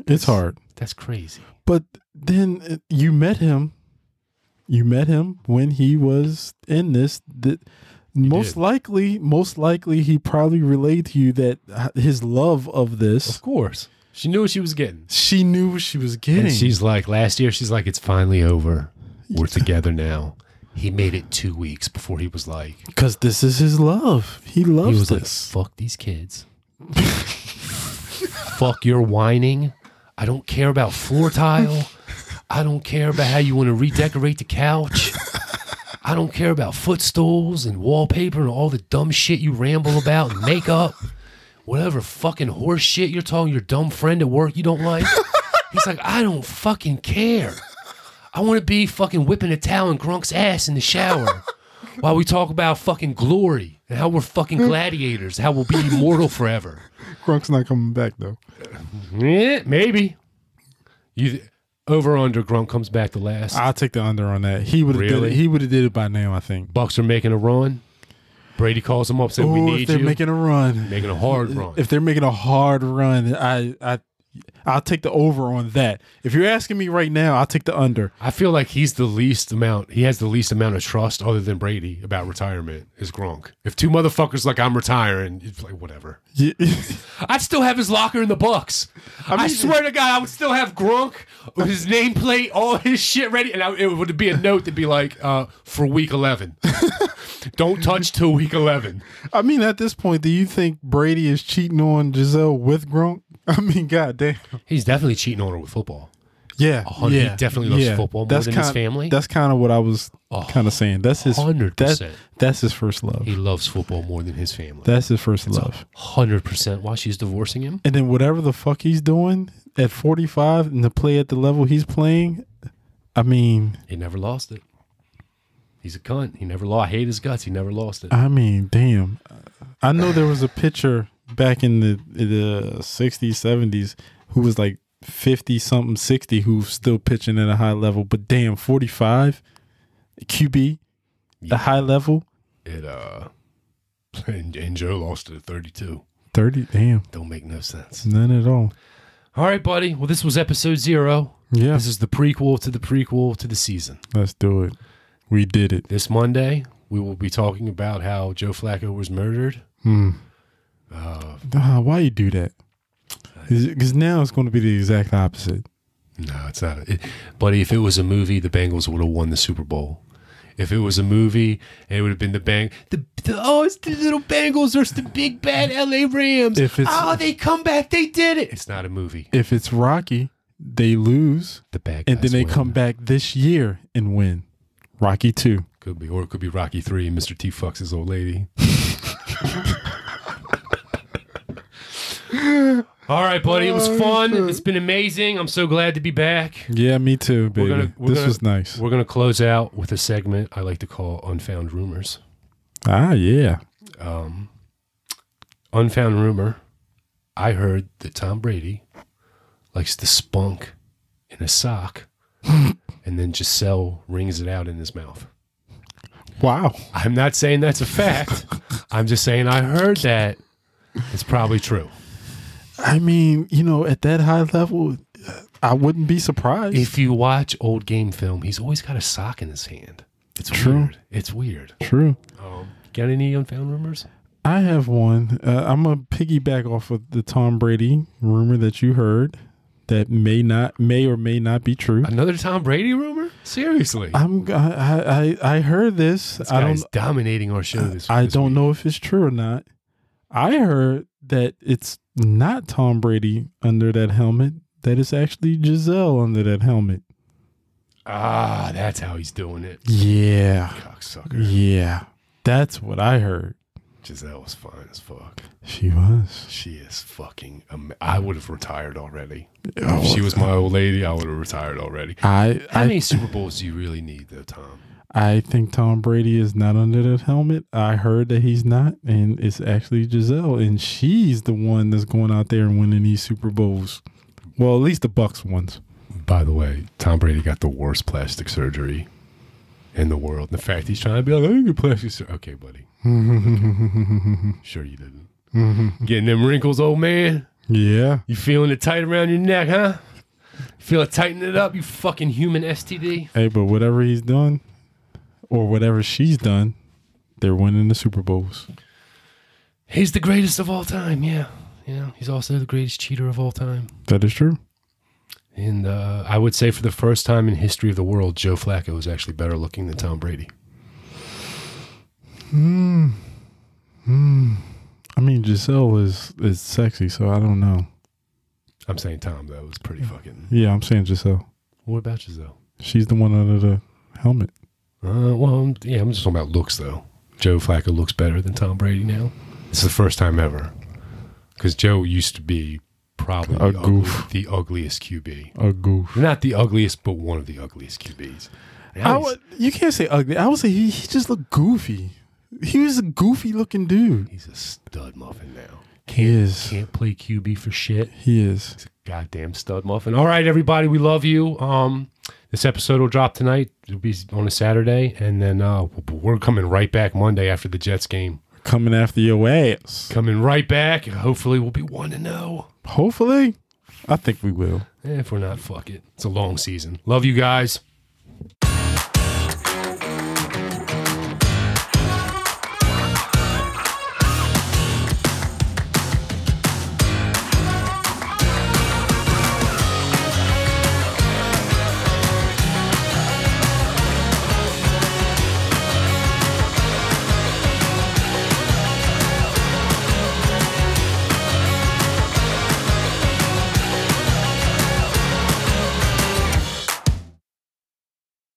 B: It's hard.
A: That's crazy.
B: But then uh, you met him. You met him when he was in this. That most
A: did.
B: likely, most likely, he probably relayed to you that uh, his love of this.
A: Of course, she knew what she was getting.
B: She knew what she was getting.
A: And she's like, last year, she's like, it's finally over. We're together now. He made it two weeks before he was like,
B: Because this is his love. He
A: he
B: loves
A: was like,
B: this.
A: fuck these kids. fuck your whining. I don't care about floor tile. I don't care about how you want to redecorate the couch. I don't care about footstools and wallpaper and all the dumb shit you ramble about and makeup. Whatever fucking horse shit you're talking your dumb friend at work you don't like. He's like, I don't fucking care. I want to be fucking whipping a towel in Grunk's ass in the shower while we talk about fucking glory and how we're fucking gladiators, how we'll be immortal forever.
B: Crunk's not coming back though.
A: Yeah, maybe. You over under Grunk comes back to last.
B: I'll take the under on that. He would have did
A: Really?
B: it. He would have did it by now. I think.
A: Bucks are making a run. Brady calls him up, said we
B: Ooh, if
A: need
B: they're
A: you.
B: making a run,
A: making a hard run.
B: if they're making a hard run, I I I'll take the over on that. If you're asking me right now, I'll take the under.
A: I feel like he's the least amount. He has the least amount of trust, other than Brady, about retirement. Is Gronk? If two motherfuckers like I'm retiring, it's like whatever.
B: [LAUGHS] Yeah.
A: I'd still have his locker in the Bucks. I,
B: mean-
A: swear to God, I would still have Gronk with his nameplate, all his shit ready, and I, it would be a note that'd be like, uh, "For week 11, [LAUGHS] don't touch till week 11."
B: I mean, at this point, do you think Brady is cheating on Giselle with Gronk? [LAUGHS] I mean, goddamn.
A: He's definitely cheating on her with football.
B: Yeah,
A: A hundred-
B: yeah,
A: he definitely loves
B: yeah.
A: football more
B: That's
A: than
B: kind,
A: his family.
B: That's kind of what I was kind of saying. That's his.
A: hundred
B: That's
A: percent.
B: that's his first love.
A: He loves football more than his family.
B: That's his first love.
A: Hundred percent. Why she's divorcing him?
B: And then whatever the fuck he's doing at 45 and to play at the level he's playing, I mean,
A: He never lost it. He's a cunt. He never lost. I hate his guts. He never lost it.
B: I mean, damn. I know there was a pitcher back in the in the 60s, 70s who was like 50 something, 60 who's still pitching at a high level, but damn, 45 QB,
A: Yeah.
B: the high level,
A: It uh, [LAUGHS] and, and Joe lost it at thirty-two.
B: 30, damn,
A: Don't make no sense.
B: none at all.
A: All right, buddy. Well, this was episode zero.
B: Yeah,
A: This is the prequel to the prequel to the season.
B: let's do it. We did it.
A: This Monday, we will be talking about how Joe Flacco was murdered.
B: Hmm.
A: Uh,
B: Ah, why you do that? Because now it's going to be the exact opposite.
A: no, it's not. It, buddy, if it was a movie, the Bengals would have won the Super Bowl. If it was a movie, it would have been the bang. The, the oh, it's the little Bengals versus the big bad LA Rams.
B: If it's-
A: oh, they come back, they did it. It's not a movie.
B: If it's Rocky, they lose,
A: The bad
B: and
A: guys
B: then they
A: win.
B: come back this year and win. Rocky two.
A: Could be, or it could be Rocky Three and Mr. T fucks his old lady. All right, buddy. It was fun. It's been amazing. I'm so glad to be back.
B: Yeah, me too, baby.
A: gonna- we're
B: this
A: gonna-
B: was nice.
A: We're gonna close out with a segment I like to call "Unfound Rumors."
B: Ah, yeah.
A: Um, unfound rumor: I heard that Tom Brady likes to spunk in a sock, and then Giselle wrings it out in his mouth.
B: Wow.
A: I'm not saying that's a fact. I'm just saying I heard that. It's probably true.
B: I mean, you know, at that high level, uh, I wouldn't be surprised.
A: If you watch old game film, he's always got a sock in his hand. It's
B: True.
A: weird. It's weird.
B: True.
A: Um, got any unfound rumors?
B: I have one. Uh, I'm gonna piggyback off of the Tom Brady rumor that you heard, that may not, may or may not be true.
A: Another Tom Brady rumor? Seriously.
B: I'm. I. I. I heard this.
A: This
B: I
A: guy
B: don't.
A: is dominating our show this
B: I
A: this
B: don't
A: week.
B: know if it's true or not. I heard that it's not Tom Brady under that helmet. That it's actually Giselle under that helmet.
A: Ah, that's how he's doing it.
B: Yeah.
A: Cocksucker.
B: Yeah. That's what I heard.
A: Giselle was fine as fuck.
B: She was.
A: She is fucking. Am- I would have retired already.
B: Oh,
A: If she was my old lady, I would have retired already.
B: I.
A: How
B: I.
A: many Super Bowls do you really need, though, Tom?
B: I think Tom Brady is not under that helmet. I heard that he's not, and it's actually Giselle, and she's the one that's going out there and winning these Super Bowls. Well, at least the Bucks ones.
A: By the way, Tom Brady got the worst plastic surgery in the world. And the fact he's trying to be like, I didn't get plastic surgery. Okay, buddy. Sure you didn't. Getting them wrinkles, old man.
B: Yeah.
A: You feeling it tight around your neck, huh? Feel it tightening it up, you fucking human STD.
B: Hey, but whatever he's done, or whatever she's done, they're winning the Super Bowls.
A: He's the greatest of all time, yeah. You know, he's also the greatest cheater of all time.
B: That is true.
A: And uh, I would say for the first time in history of the world, Joe Flacco is actually better looking than Tom Brady.
B: Hmm. I mean, Giselle is is sexy, so I don't know.
A: I'm saying Tom, though, is pretty fucking.
B: Yeah, I'm saying Giselle.
A: What about Giselle?
B: She's the one under the helmet.
A: Uh, well, I'm- yeah, I'm just talking about looks though. Joe Flacco looks better than Tom Brady now. It's the first time ever because Joe used to be probably
B: A
A: the,
B: goof.
A: ugly- the ugliest QB.
B: A goof.
A: Not the ugliest, but one of the ugliest QBs.
B: I
A: Now he's,
B: would, you can't say ugly. I would say he, he just looked goofy. He was a goofy looking dude.
A: he's a stud muffin now.
B: He is.
A: Can't play QB for shit.
B: He is.
A: He's a goddamn stud muffin. All right, everybody, we love you. Um, this episode will drop tonight. It'll be on a Saturday, and then uh, we're coming right back Monday after the Jets game.
B: Coming after your ass.
A: Coming right back. Hopefully, we'll be one to know.
B: Hopefully. I think we will.
A: Eh, If we're not, fuck it. It's a long season. Love you guys.